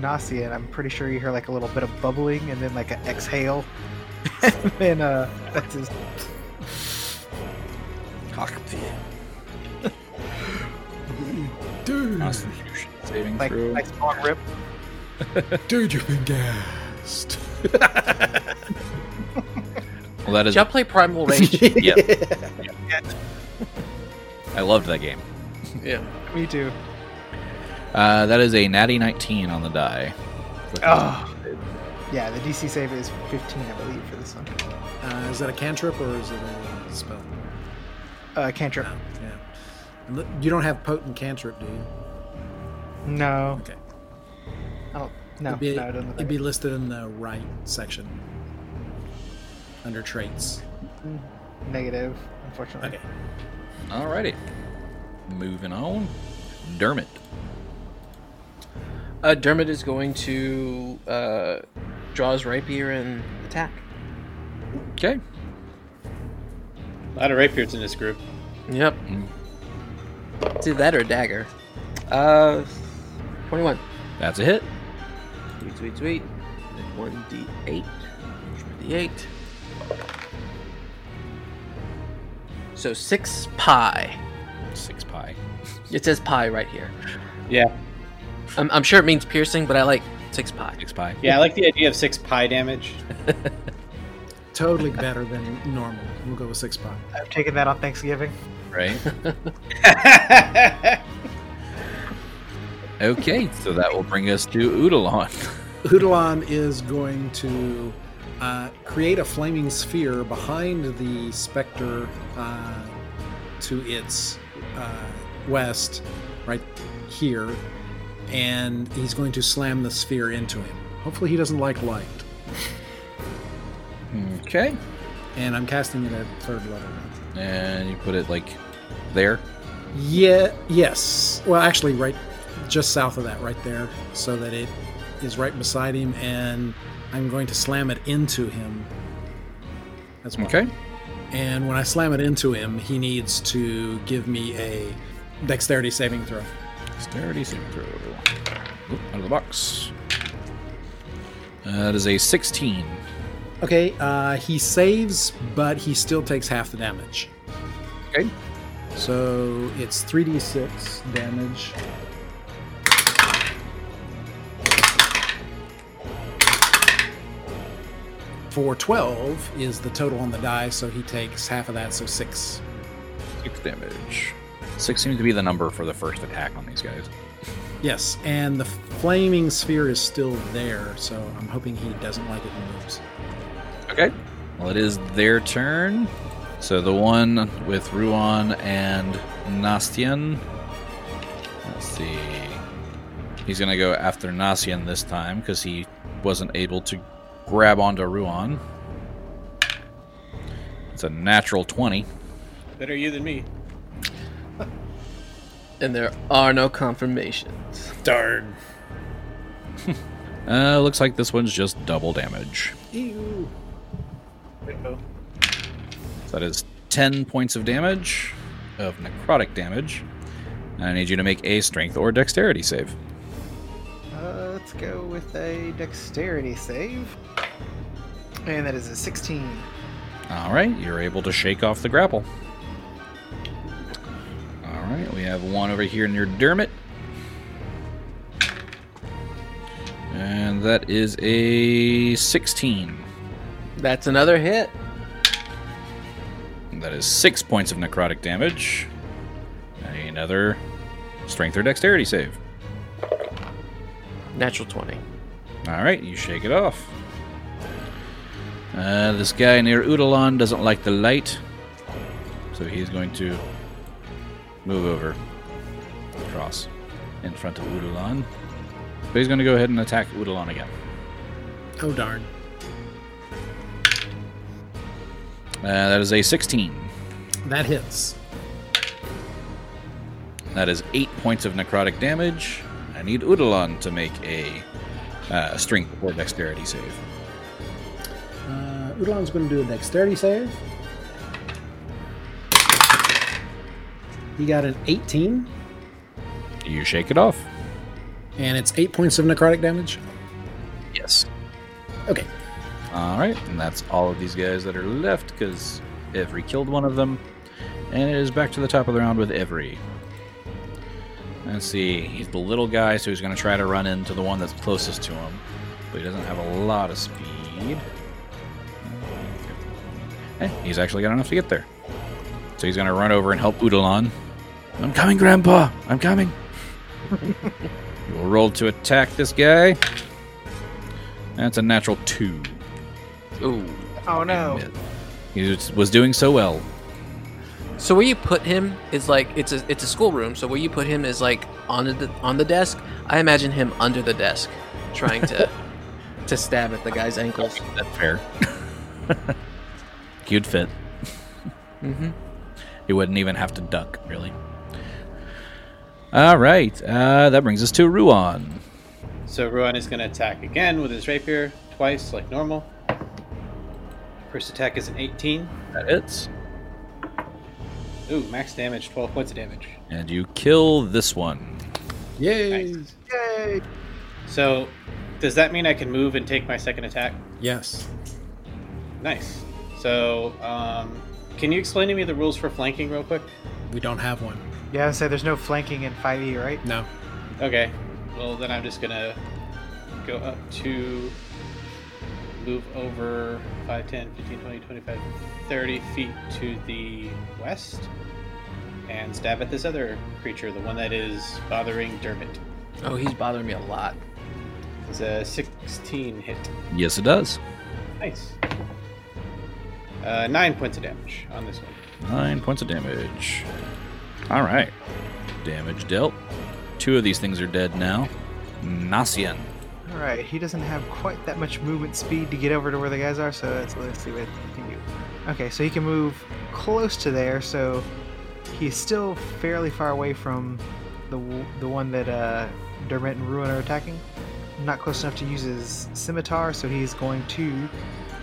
[SPEAKER 2] Nasian, I'm pretty sure you hear like a little bit of bubbling and then like an exhale. and then, uh, that's his
[SPEAKER 6] Dude,
[SPEAKER 1] Saving
[SPEAKER 2] like,
[SPEAKER 1] throw.
[SPEAKER 2] like spawn rip.
[SPEAKER 6] dude, you've been gassed.
[SPEAKER 1] Well, that is
[SPEAKER 4] Shall I play Primal Rage?
[SPEAKER 1] yeah. I loved that game.
[SPEAKER 2] Me too.
[SPEAKER 1] Uh, that is a natty 19 on the die.
[SPEAKER 2] Oh. Yeah, the DC save is 15, I believe, for this one.
[SPEAKER 6] Uh, is that a cantrip or is it a spell?
[SPEAKER 2] Uh, cantrip.
[SPEAKER 6] No. Yeah. And look, You don't have potent cantrip, do you?
[SPEAKER 2] No.
[SPEAKER 6] Okay.
[SPEAKER 2] I don't, no,
[SPEAKER 6] it'd be,
[SPEAKER 2] no, I don't
[SPEAKER 6] it'd
[SPEAKER 2] think.
[SPEAKER 6] be listed in the right section under traits.
[SPEAKER 2] negative, unfortunately.
[SPEAKER 6] Okay.
[SPEAKER 1] Alrighty. Moving on. Dermot.
[SPEAKER 4] Uh, Dermot is going to uh, draw his rapier and attack.
[SPEAKER 1] Okay.
[SPEAKER 5] A lot of rapiers in this group.
[SPEAKER 4] Yep. It's either that or a dagger. Uh, 21.
[SPEAKER 1] That's a hit.
[SPEAKER 4] Sweet, sweet, sweet. 1d8. 1d8. So 6 pi.
[SPEAKER 1] Six pi.
[SPEAKER 4] It says pi right here.
[SPEAKER 5] Yeah.
[SPEAKER 4] I'm, I'm sure it means piercing, but I like 6 pi.
[SPEAKER 1] Six pi.
[SPEAKER 5] Yeah, I like the idea of six pie damage.
[SPEAKER 6] Totally better than normal. We'll go with six pie.
[SPEAKER 2] I've taken that on Thanksgiving.
[SPEAKER 1] Right? okay, so that will bring us to Udalon.
[SPEAKER 6] Hoodalon is going to uh, create a flaming sphere behind the specter uh, to its uh, west, right here, and he's going to slam the sphere into him. Hopefully, he doesn't like light.
[SPEAKER 1] Okay.
[SPEAKER 6] And I'm casting it at third level.
[SPEAKER 1] And you put it like there.
[SPEAKER 6] Yeah, yes. Well, actually, right, just south of that, right there, so that it is right beside him, and I'm going to slam it into him. As well.
[SPEAKER 1] Okay.
[SPEAKER 6] And when I slam it into him, he needs to give me a dexterity saving throw.
[SPEAKER 1] Dexterity saving throw. Oop, out of the box. That is a 16.
[SPEAKER 6] Okay, uh, he saves, but he still takes half the damage.
[SPEAKER 1] Okay.
[SPEAKER 6] So it's 3d6 damage. For 12 is the total on the die, so he takes half of that, so 6.
[SPEAKER 1] Six damage. Six seems to be the number for the first attack on these guys.
[SPEAKER 6] Yes, and the flaming sphere is still there, so I'm hoping he doesn't like it and moves.
[SPEAKER 1] Okay. Well, it is their turn. So the one with Ruan and Nastian. Let's see. He's going to go after Nastian this time because he wasn't able to grab onto Ruan. It's a natural 20.
[SPEAKER 5] Better you than me.
[SPEAKER 4] And there are no confirmations.
[SPEAKER 6] Darn.
[SPEAKER 1] Uh, looks like this one's just double damage.
[SPEAKER 6] Ew.
[SPEAKER 1] So that is 10 points of damage, of necrotic damage. And I need you to make a strength or dexterity save.
[SPEAKER 2] Uh, let's go with a dexterity save. And that is a 16.
[SPEAKER 1] All right, you're able to shake off the grapple. All right, we have one over here near Dermot. And that is a 16.
[SPEAKER 4] That's another hit.
[SPEAKER 1] That is six points of necrotic damage. Another strength or dexterity save.
[SPEAKER 4] Natural 20.
[SPEAKER 1] All right, you shake it off. Uh, this guy near Udalon doesn't like the light, so he's going to move over, across, in front of Udalon. But he's going to go ahead and attack Udalon again.
[SPEAKER 6] Oh darn.
[SPEAKER 1] Uh, that is a 16.
[SPEAKER 6] That hits.
[SPEAKER 1] That is eight points of necrotic damage. I need Udalon to make a uh, strength or dexterity save.
[SPEAKER 6] Uh, Udalon's going to do a dexterity save. He got an 18,
[SPEAKER 1] You shake it off.
[SPEAKER 6] and it's eight points of necrotic damage.
[SPEAKER 1] Yes.
[SPEAKER 6] Okay.
[SPEAKER 1] All right, and that's all of these guys that are left because Every killed one of them, and it is back to the top of the round with Every. Let's see, he's the little guy, so he's going to try to run into the one that's closest to him, but he doesn't have a lot of speed. Eh, he's actually got enough to get there, so he's going to run over and help Udalon. I'm coming, Grandpa. I'm coming. you will roll to attack this guy. That's a natural two.
[SPEAKER 4] Ooh.
[SPEAKER 2] Oh no.
[SPEAKER 1] He was doing so well.
[SPEAKER 4] So where you put him is like it's a it's a schoolroom. So where you put him is like on the on the desk. I imagine him under the desk, trying to to stab at the guy's ankles.
[SPEAKER 1] That's fair. Cute fit.
[SPEAKER 4] Mm-hmm.
[SPEAKER 1] He wouldn't even have to duck, really. All right. Uh, that brings us to Ruan.
[SPEAKER 5] So Ruan is going to attack again with his rapier twice, like normal. First attack is an 18.
[SPEAKER 1] That hits.
[SPEAKER 5] Ooh, max damage, 12 points of damage.
[SPEAKER 1] And you kill this one.
[SPEAKER 6] Yay!
[SPEAKER 2] Yay.
[SPEAKER 5] So, does that mean I can move and take my second attack?
[SPEAKER 6] Yes.
[SPEAKER 5] Nice. So, um, can you explain to me the rules for flanking real quick?
[SPEAKER 6] We don't have one.
[SPEAKER 2] Yeah, I say there's no flanking in 5e, right?
[SPEAKER 6] No.
[SPEAKER 5] Okay. Well, then I'm just gonna go up to move over 5, 10, 15, 20, 25, 30 feet to the west and stab at this other creature, the one that is bothering Dermot.
[SPEAKER 4] Oh, he's bothering me a lot.
[SPEAKER 5] It's a 16 hit.
[SPEAKER 1] Yes, it does.
[SPEAKER 5] Nice. Uh, 9 points of damage on this one.
[SPEAKER 1] Nine points of damage. All right. Damage dealt. Two of these things are dead now. Nasian.
[SPEAKER 2] All right, he doesn't have quite that much movement speed to get over to where the guys are, so let's, let's see what he can do. Okay, so he can move close to there, so he's still fairly far away from the w- the one that uh, Dermot and Ruin are attacking. Not close enough to use his scimitar, so he's going to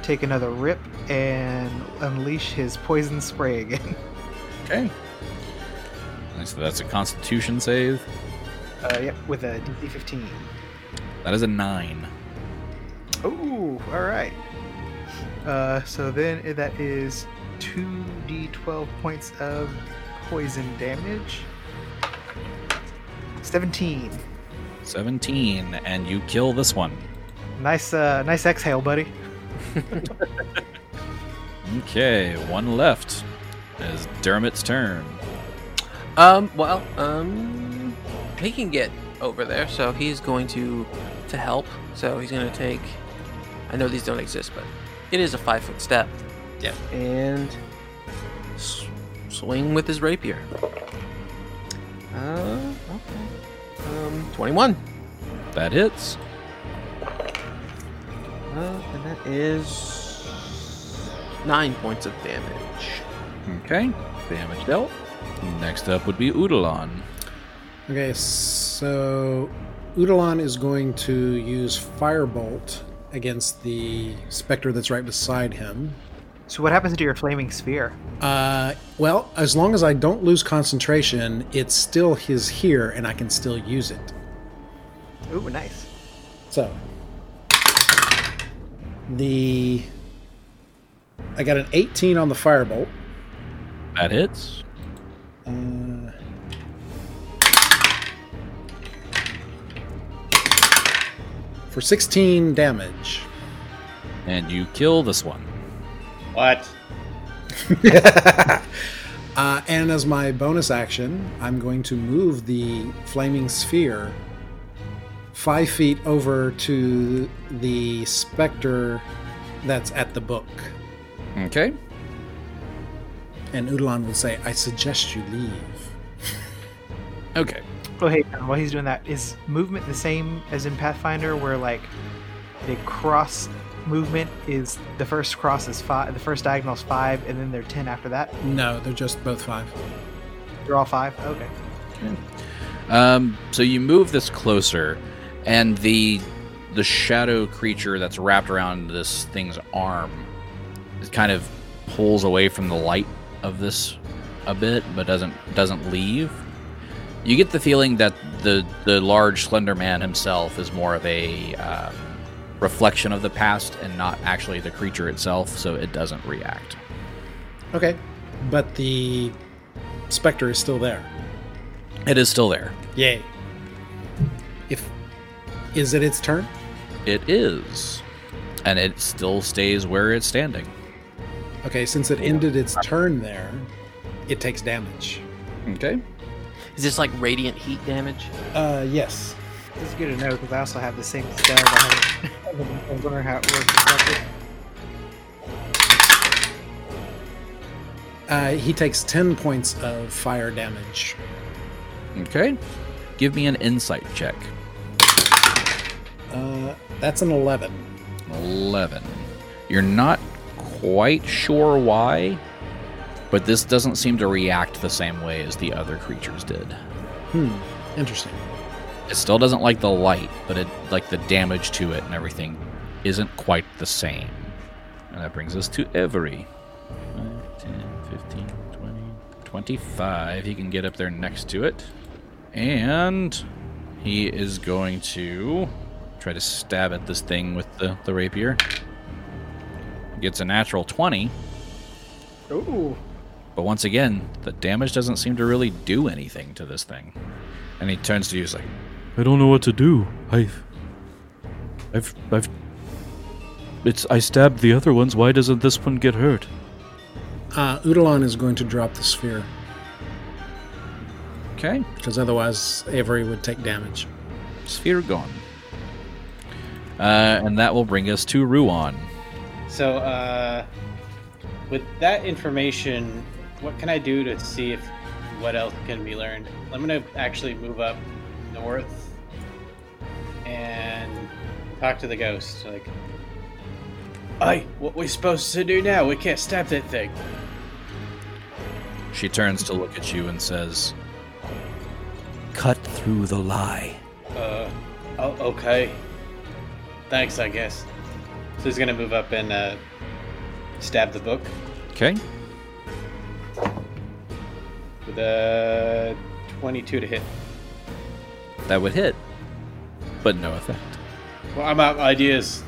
[SPEAKER 2] take another rip and unleash his poison spray again.
[SPEAKER 1] Okay. So that's a constitution save.
[SPEAKER 2] Uh, yep, with a DC 15.
[SPEAKER 1] That is a nine.
[SPEAKER 2] Ooh, all right. Uh, so then i- that is 2d12 points of poison damage. 17.
[SPEAKER 1] 17, and you kill this one.
[SPEAKER 2] Nice, uh, nice exhale, buddy.
[SPEAKER 1] Okay, one left. It is Dermot's turn.
[SPEAKER 4] Um. Well. Um. He can get over there, so he's going to to help. So he's going to take. I know these don't exist, but it is a five foot step.
[SPEAKER 6] Yeah.
[SPEAKER 4] And s- swing with his rapier. Uh. Okay. Um. Twenty one.
[SPEAKER 1] That hits.
[SPEAKER 4] Uh, and that is nine points of damage.
[SPEAKER 1] Okay, damage dealt. Next up would be Udalon.
[SPEAKER 6] Okay, so Udalon is going to use Firebolt against the specter that's right beside him.
[SPEAKER 2] So what happens to your flaming sphere?
[SPEAKER 6] Uh, well, as long as I don't lose concentration, it's still his here, and I can still use it.
[SPEAKER 2] Ooh, nice.
[SPEAKER 6] So the I got an 18 on the firebolt.
[SPEAKER 1] That hits.
[SPEAKER 6] Uh, for 16 damage.
[SPEAKER 1] And you kill this one.
[SPEAKER 5] What?
[SPEAKER 6] Uh, and as my bonus action, I'm going to move the flaming sphere five feet over to the specter that's at the book.
[SPEAKER 1] Okay.
[SPEAKER 6] And Udalan would say, I suggest you leave.
[SPEAKER 1] Okay.
[SPEAKER 2] Oh, hey, while he's doing that, is movement the same as in Pathfinder, where like the cross movement is the first cross is five, the first diagonal is five, and then they're ten after that?
[SPEAKER 6] No, they're just both five.
[SPEAKER 2] They're all five? Okay.
[SPEAKER 1] Um, so you move this closer, and the the shadow creature that's wrapped around this thing's arm it kind of pulls away from the light of this a bit, but doesn't doesn't leave. You get the feeling that the the large slender man himself is more of a um, reflection of the past and not actually the creature itself, so it doesn't react.
[SPEAKER 6] Okay. But the specter is still there.
[SPEAKER 1] It is still there.
[SPEAKER 6] Yay. If is it its turn?
[SPEAKER 1] It is, and it still stays where it's standing.
[SPEAKER 6] Okay, since it ended its turn there, it takes damage.
[SPEAKER 1] Okay.
[SPEAKER 4] Is this like radiant heat damage?
[SPEAKER 6] Uh yes.
[SPEAKER 2] This is good to know because I also have the same spell. but I haven't- I was wondering how it works. exactly.
[SPEAKER 6] Uh, he takes 10 points of fire damage.
[SPEAKER 1] Okay. Give me an insight check.
[SPEAKER 6] Uh, that's an 11.
[SPEAKER 1] 11. You're not quite sure why, but this doesn't seem to react the same way as the other creatures did.
[SPEAKER 6] Hmm. Interesting.
[SPEAKER 1] It still doesn't like the light, but it like the damage to it and everything isn't quite the same. And that brings us to every 5, 10, 15, 20, 25. He can get up there next to it. And he is going to try to stab at this thing with the, the rapier. Gets a natural 20,
[SPEAKER 2] Ooh.
[SPEAKER 1] but once again, the damage doesn't seem to really do anything to this thing. And he turns to you, he's like,
[SPEAKER 9] I don't know what to do. I've. I've. I've. It's. I stabbed the other ones. Why doesn't this one get hurt?
[SPEAKER 6] Uh, Udalon is going to drop the sphere
[SPEAKER 1] okay,
[SPEAKER 6] because otherwise Avery would take damage.
[SPEAKER 1] Sphere gone. Uh, and that will bring us to Ruan.
[SPEAKER 5] So, uh, with that information, what can I do to see if what else can be learned? I'm gonna actually move up north and talk to the ghost. Like, hey, what we supposed to do now? We can't stab that thing.
[SPEAKER 1] She turns to look at you and says, Cut through the lie.
[SPEAKER 5] Uh, oh, okay. Thanks, I guess. So he's gonna move up and uh, stab the book
[SPEAKER 1] Okay,
[SPEAKER 5] with a 22 to hit.
[SPEAKER 1] that would hit, but no effect.
[SPEAKER 5] Well, I'm out of ideas.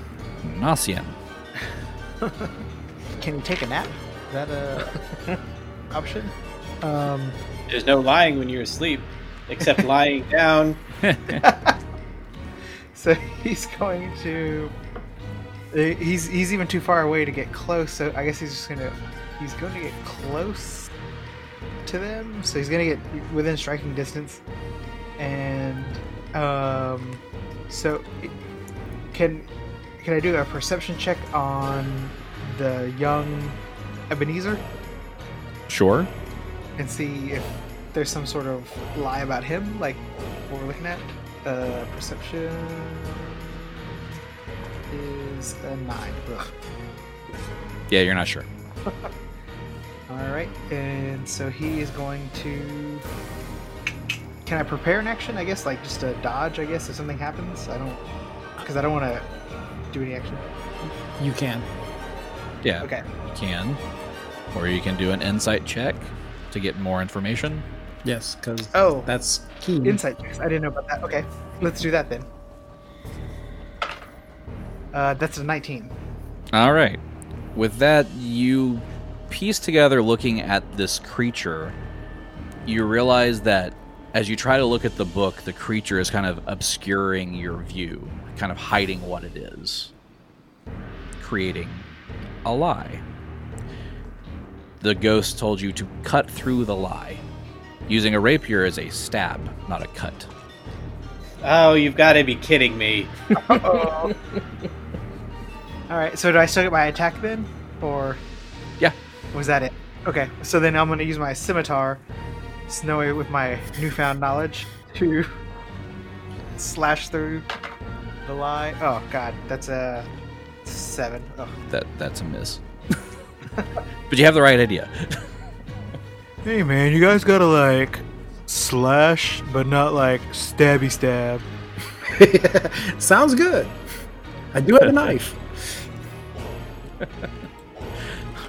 [SPEAKER 1] Nasian.
[SPEAKER 2] Can he take a nap? Is that a option? Um,
[SPEAKER 5] There's no lying when you're asleep, except lying down.
[SPEAKER 2] so he's going to. He's he's even too far away to get close. So I guess he's just gonna he's going to get close to them. So he's gonna get within striking distance, and um, so it- can can I do a perception check on the young Ebenezer?
[SPEAKER 1] Sure.
[SPEAKER 2] and see if there's some sort of lie about him, like what we're looking at. Uh, perception is a nine. Ugh.
[SPEAKER 1] Yeah, you're not sure.
[SPEAKER 2] All right, and so he is going to. Can I prepare an action? I guess, like just a dodge. I guess if something happens, I don't, because I don't want to do any action.
[SPEAKER 6] You can.
[SPEAKER 1] Yeah,
[SPEAKER 2] Okay.
[SPEAKER 1] you can. Or you can do an insight check to get more information.
[SPEAKER 6] Yes, because
[SPEAKER 2] Oh,
[SPEAKER 6] that's key.
[SPEAKER 2] Insight checks. I didn't know about that. Okay, let's do that then. Uh, that's a 19.
[SPEAKER 1] All right. With that, you piece together looking at this creature. You realize that as you try to look at the book, the creature is kind of obscuring your view, kind of hiding what it is, creating a lie. the ghost told you to cut through the lie. Using a rapier is a stab, not a cut.
[SPEAKER 5] Oh, you've got to be kidding me.
[SPEAKER 2] All right. So do I still get my attack then, or
[SPEAKER 1] Yeah.
[SPEAKER 2] was that it? Okay. So then I'm going to use my scimitar, snowy with my newfound knowledge, to slash through the lie. Oh God, that's a seven. Oh.
[SPEAKER 1] That that's a miss. but you have the right idea.
[SPEAKER 10] Hey man, you guys gotta like slash, but not like stabby stab.
[SPEAKER 6] Sounds good. I do have a knife.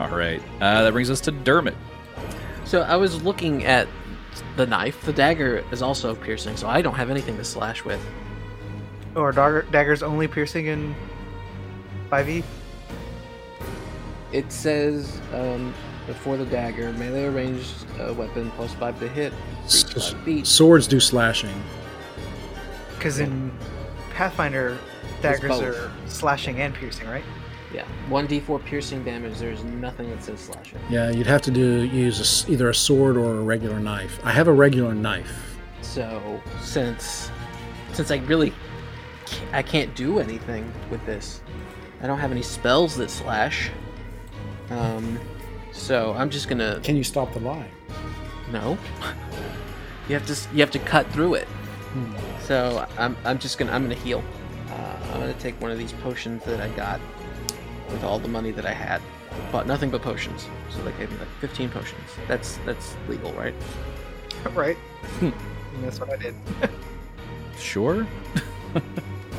[SPEAKER 1] All right. Uh, that brings us to Dermot.
[SPEAKER 4] So I was looking at the knife. The dagger is also piercing, so I don't have anything to slash with.
[SPEAKER 2] Or dagger, daggers only piercing in five E.
[SPEAKER 4] It says um, before the dagger, melee ranged uh, weapon plus five to hit,
[SPEAKER 6] S-
[SPEAKER 4] reach five feet.
[SPEAKER 6] Swords do slashing.
[SPEAKER 2] Because in Pathfinder,
[SPEAKER 4] It's
[SPEAKER 2] daggers
[SPEAKER 4] both.
[SPEAKER 2] are slashing and piercing, right?
[SPEAKER 4] Yeah, one d4 piercing damage. There's nothing that says slashing.
[SPEAKER 6] Yeah, you'd have to do use a s either a sword or a regular knife. I have a regular knife.
[SPEAKER 4] So since since I really ca- I can't do anything with this, I don't have any spells that slash. Um, so I'm just gonna
[SPEAKER 6] Can you stop the lie?
[SPEAKER 4] No. You have to s- you have to cut through it. So I'm, I'm just gonna I'm gonna heal. Uh, I'm gonna take one of these potions that I got with all the money that I had. Bought nothing but potions, so they gave me like 15 potions. That's that's legal, right?
[SPEAKER 2] right.
[SPEAKER 4] Hmm.
[SPEAKER 2] And that's what I did.
[SPEAKER 1] Sure.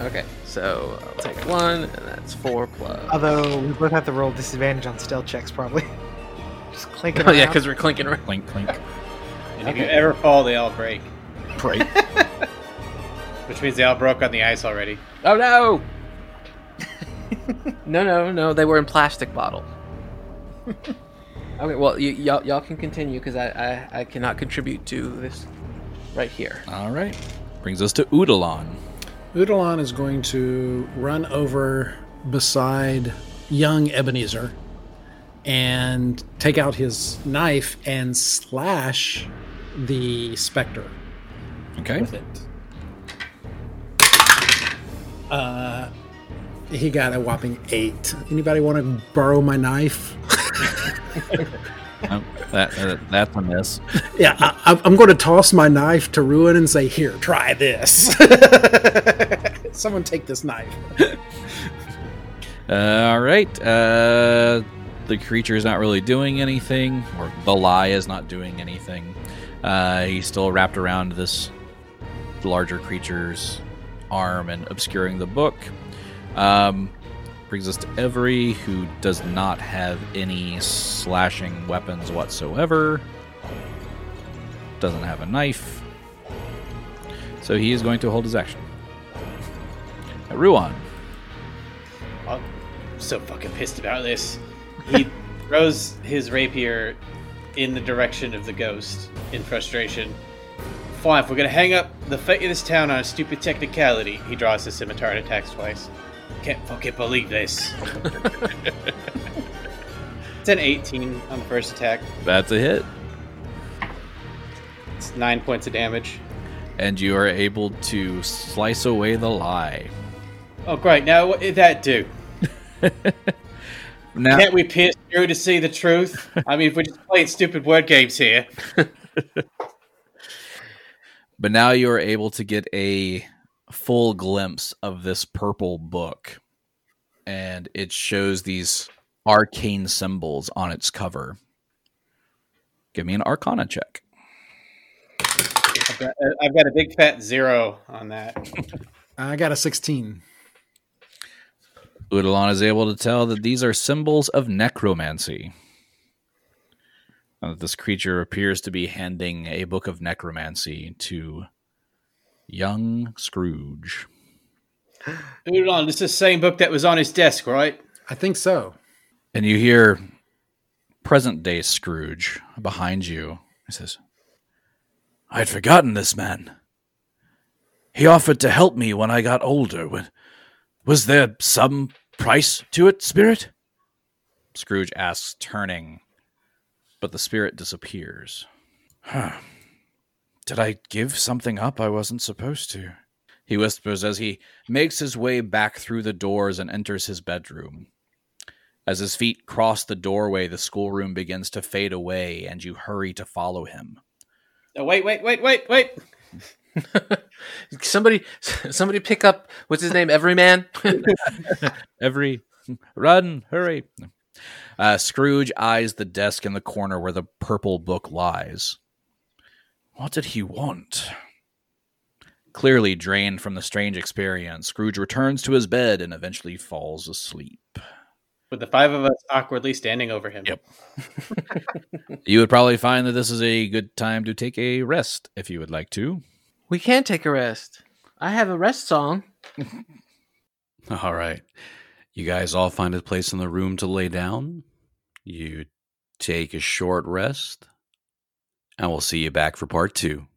[SPEAKER 4] Okay. So I'll take one, and that's four plus.
[SPEAKER 2] Although we both have to roll disadvantage on stealth checks, probably. Just clinking.
[SPEAKER 4] Oh yeah,
[SPEAKER 2] around.
[SPEAKER 4] because we're clinking around.
[SPEAKER 1] Clink clink.
[SPEAKER 5] And if you ever fall, they all break,
[SPEAKER 1] Right.
[SPEAKER 5] which means they all broke on the ice already.
[SPEAKER 4] Oh no! no, no, no. They were in plastic bottle. okay, well, y- y'all, y'all can continue because I, I, I cannot contribute to this right here.
[SPEAKER 1] All right. Brings us to Udalon.
[SPEAKER 6] Udalon is going to run over beside young Ebenezer and take out his knife and slash the specter
[SPEAKER 1] Okay.
[SPEAKER 6] with it. Uh, he got a whopping eight. Anybody want to borrow my knife?
[SPEAKER 1] Um, that, uh, that's a miss.
[SPEAKER 6] Yeah, I, I'm- I'm going to toss my knife to Ruin and say, "Here, try this." Someone take this knife.
[SPEAKER 1] All right. Uh, the creature is not really doing anything, or the lie is not doing anything. Uh, he's still wrapped around this larger creature's arm and obscuring the book. Um, brings us to Every, who does not have any slashing weapons whatsoever. Doesn't have a knife. So he is going to hold his action. Ruan.
[SPEAKER 5] I'm so fucking pissed about this. He throws his rapier in the direction of the ghost in frustration. Fine, if we're gonna hang up the fate of this town on a stupid technicality, he draws his scimitar and attacks twice. Can't fucking believe this. it's an 18 on the first attack.
[SPEAKER 1] That's a hit.
[SPEAKER 5] It's nine points of damage.
[SPEAKER 1] and you are able to slice away the lie.
[SPEAKER 5] Oh, great. Now, what did that do?
[SPEAKER 1] Now,
[SPEAKER 5] Can't we pierce through to see the truth? I mean, if we're just playing stupid word games here.
[SPEAKER 1] but now you are able to get a full glimpse of this purple book, and it shows these arcane symbols on its cover. Give me an Arcana check.
[SPEAKER 5] I've got, uh, I've got a big fat zero on that.
[SPEAKER 6] I got a 16.
[SPEAKER 1] Udalon is able to tell that these are symbols of necromancy. Uh, this creature appears to be handing a book of necromancy to young Scrooge.
[SPEAKER 5] Hold on, it's the same book that was on his desk, right?
[SPEAKER 6] I think so.
[SPEAKER 1] and you hear present day Scrooge behind you. He says, I had forgotten this man. He offered to help me when I got older. Wa- Was there some price to it, spirit? Scrooge asks, turning but the spirit disappears. Huh. Did I give something up I wasn't supposed to? He whispers as he makes his way back through the doors and enters his bedroom. As his feet cross the doorway, the schoolroom begins to fade away, and you hurry to follow him.
[SPEAKER 5] Oh, wait, wait, wait, wait, wait.
[SPEAKER 4] Somebody, somebody pick up what's his name? Everyman.
[SPEAKER 1] Every run, hurry. Uh, Scrooge eyes the desk in the corner where the purple book lies. What did he want? Clearly drained from the strange experience, Scrooge returns to his bed and eventually falls asleep.
[SPEAKER 5] With the five of us awkwardly standing over him.
[SPEAKER 1] Yep. You would probably find that this is a good time to take a rest if you would like to.
[SPEAKER 4] we can take a rest. I have a rest song.
[SPEAKER 1] All right. You guys all find a place in the room to lay down. You take a short rest, and we'll see you back for part two.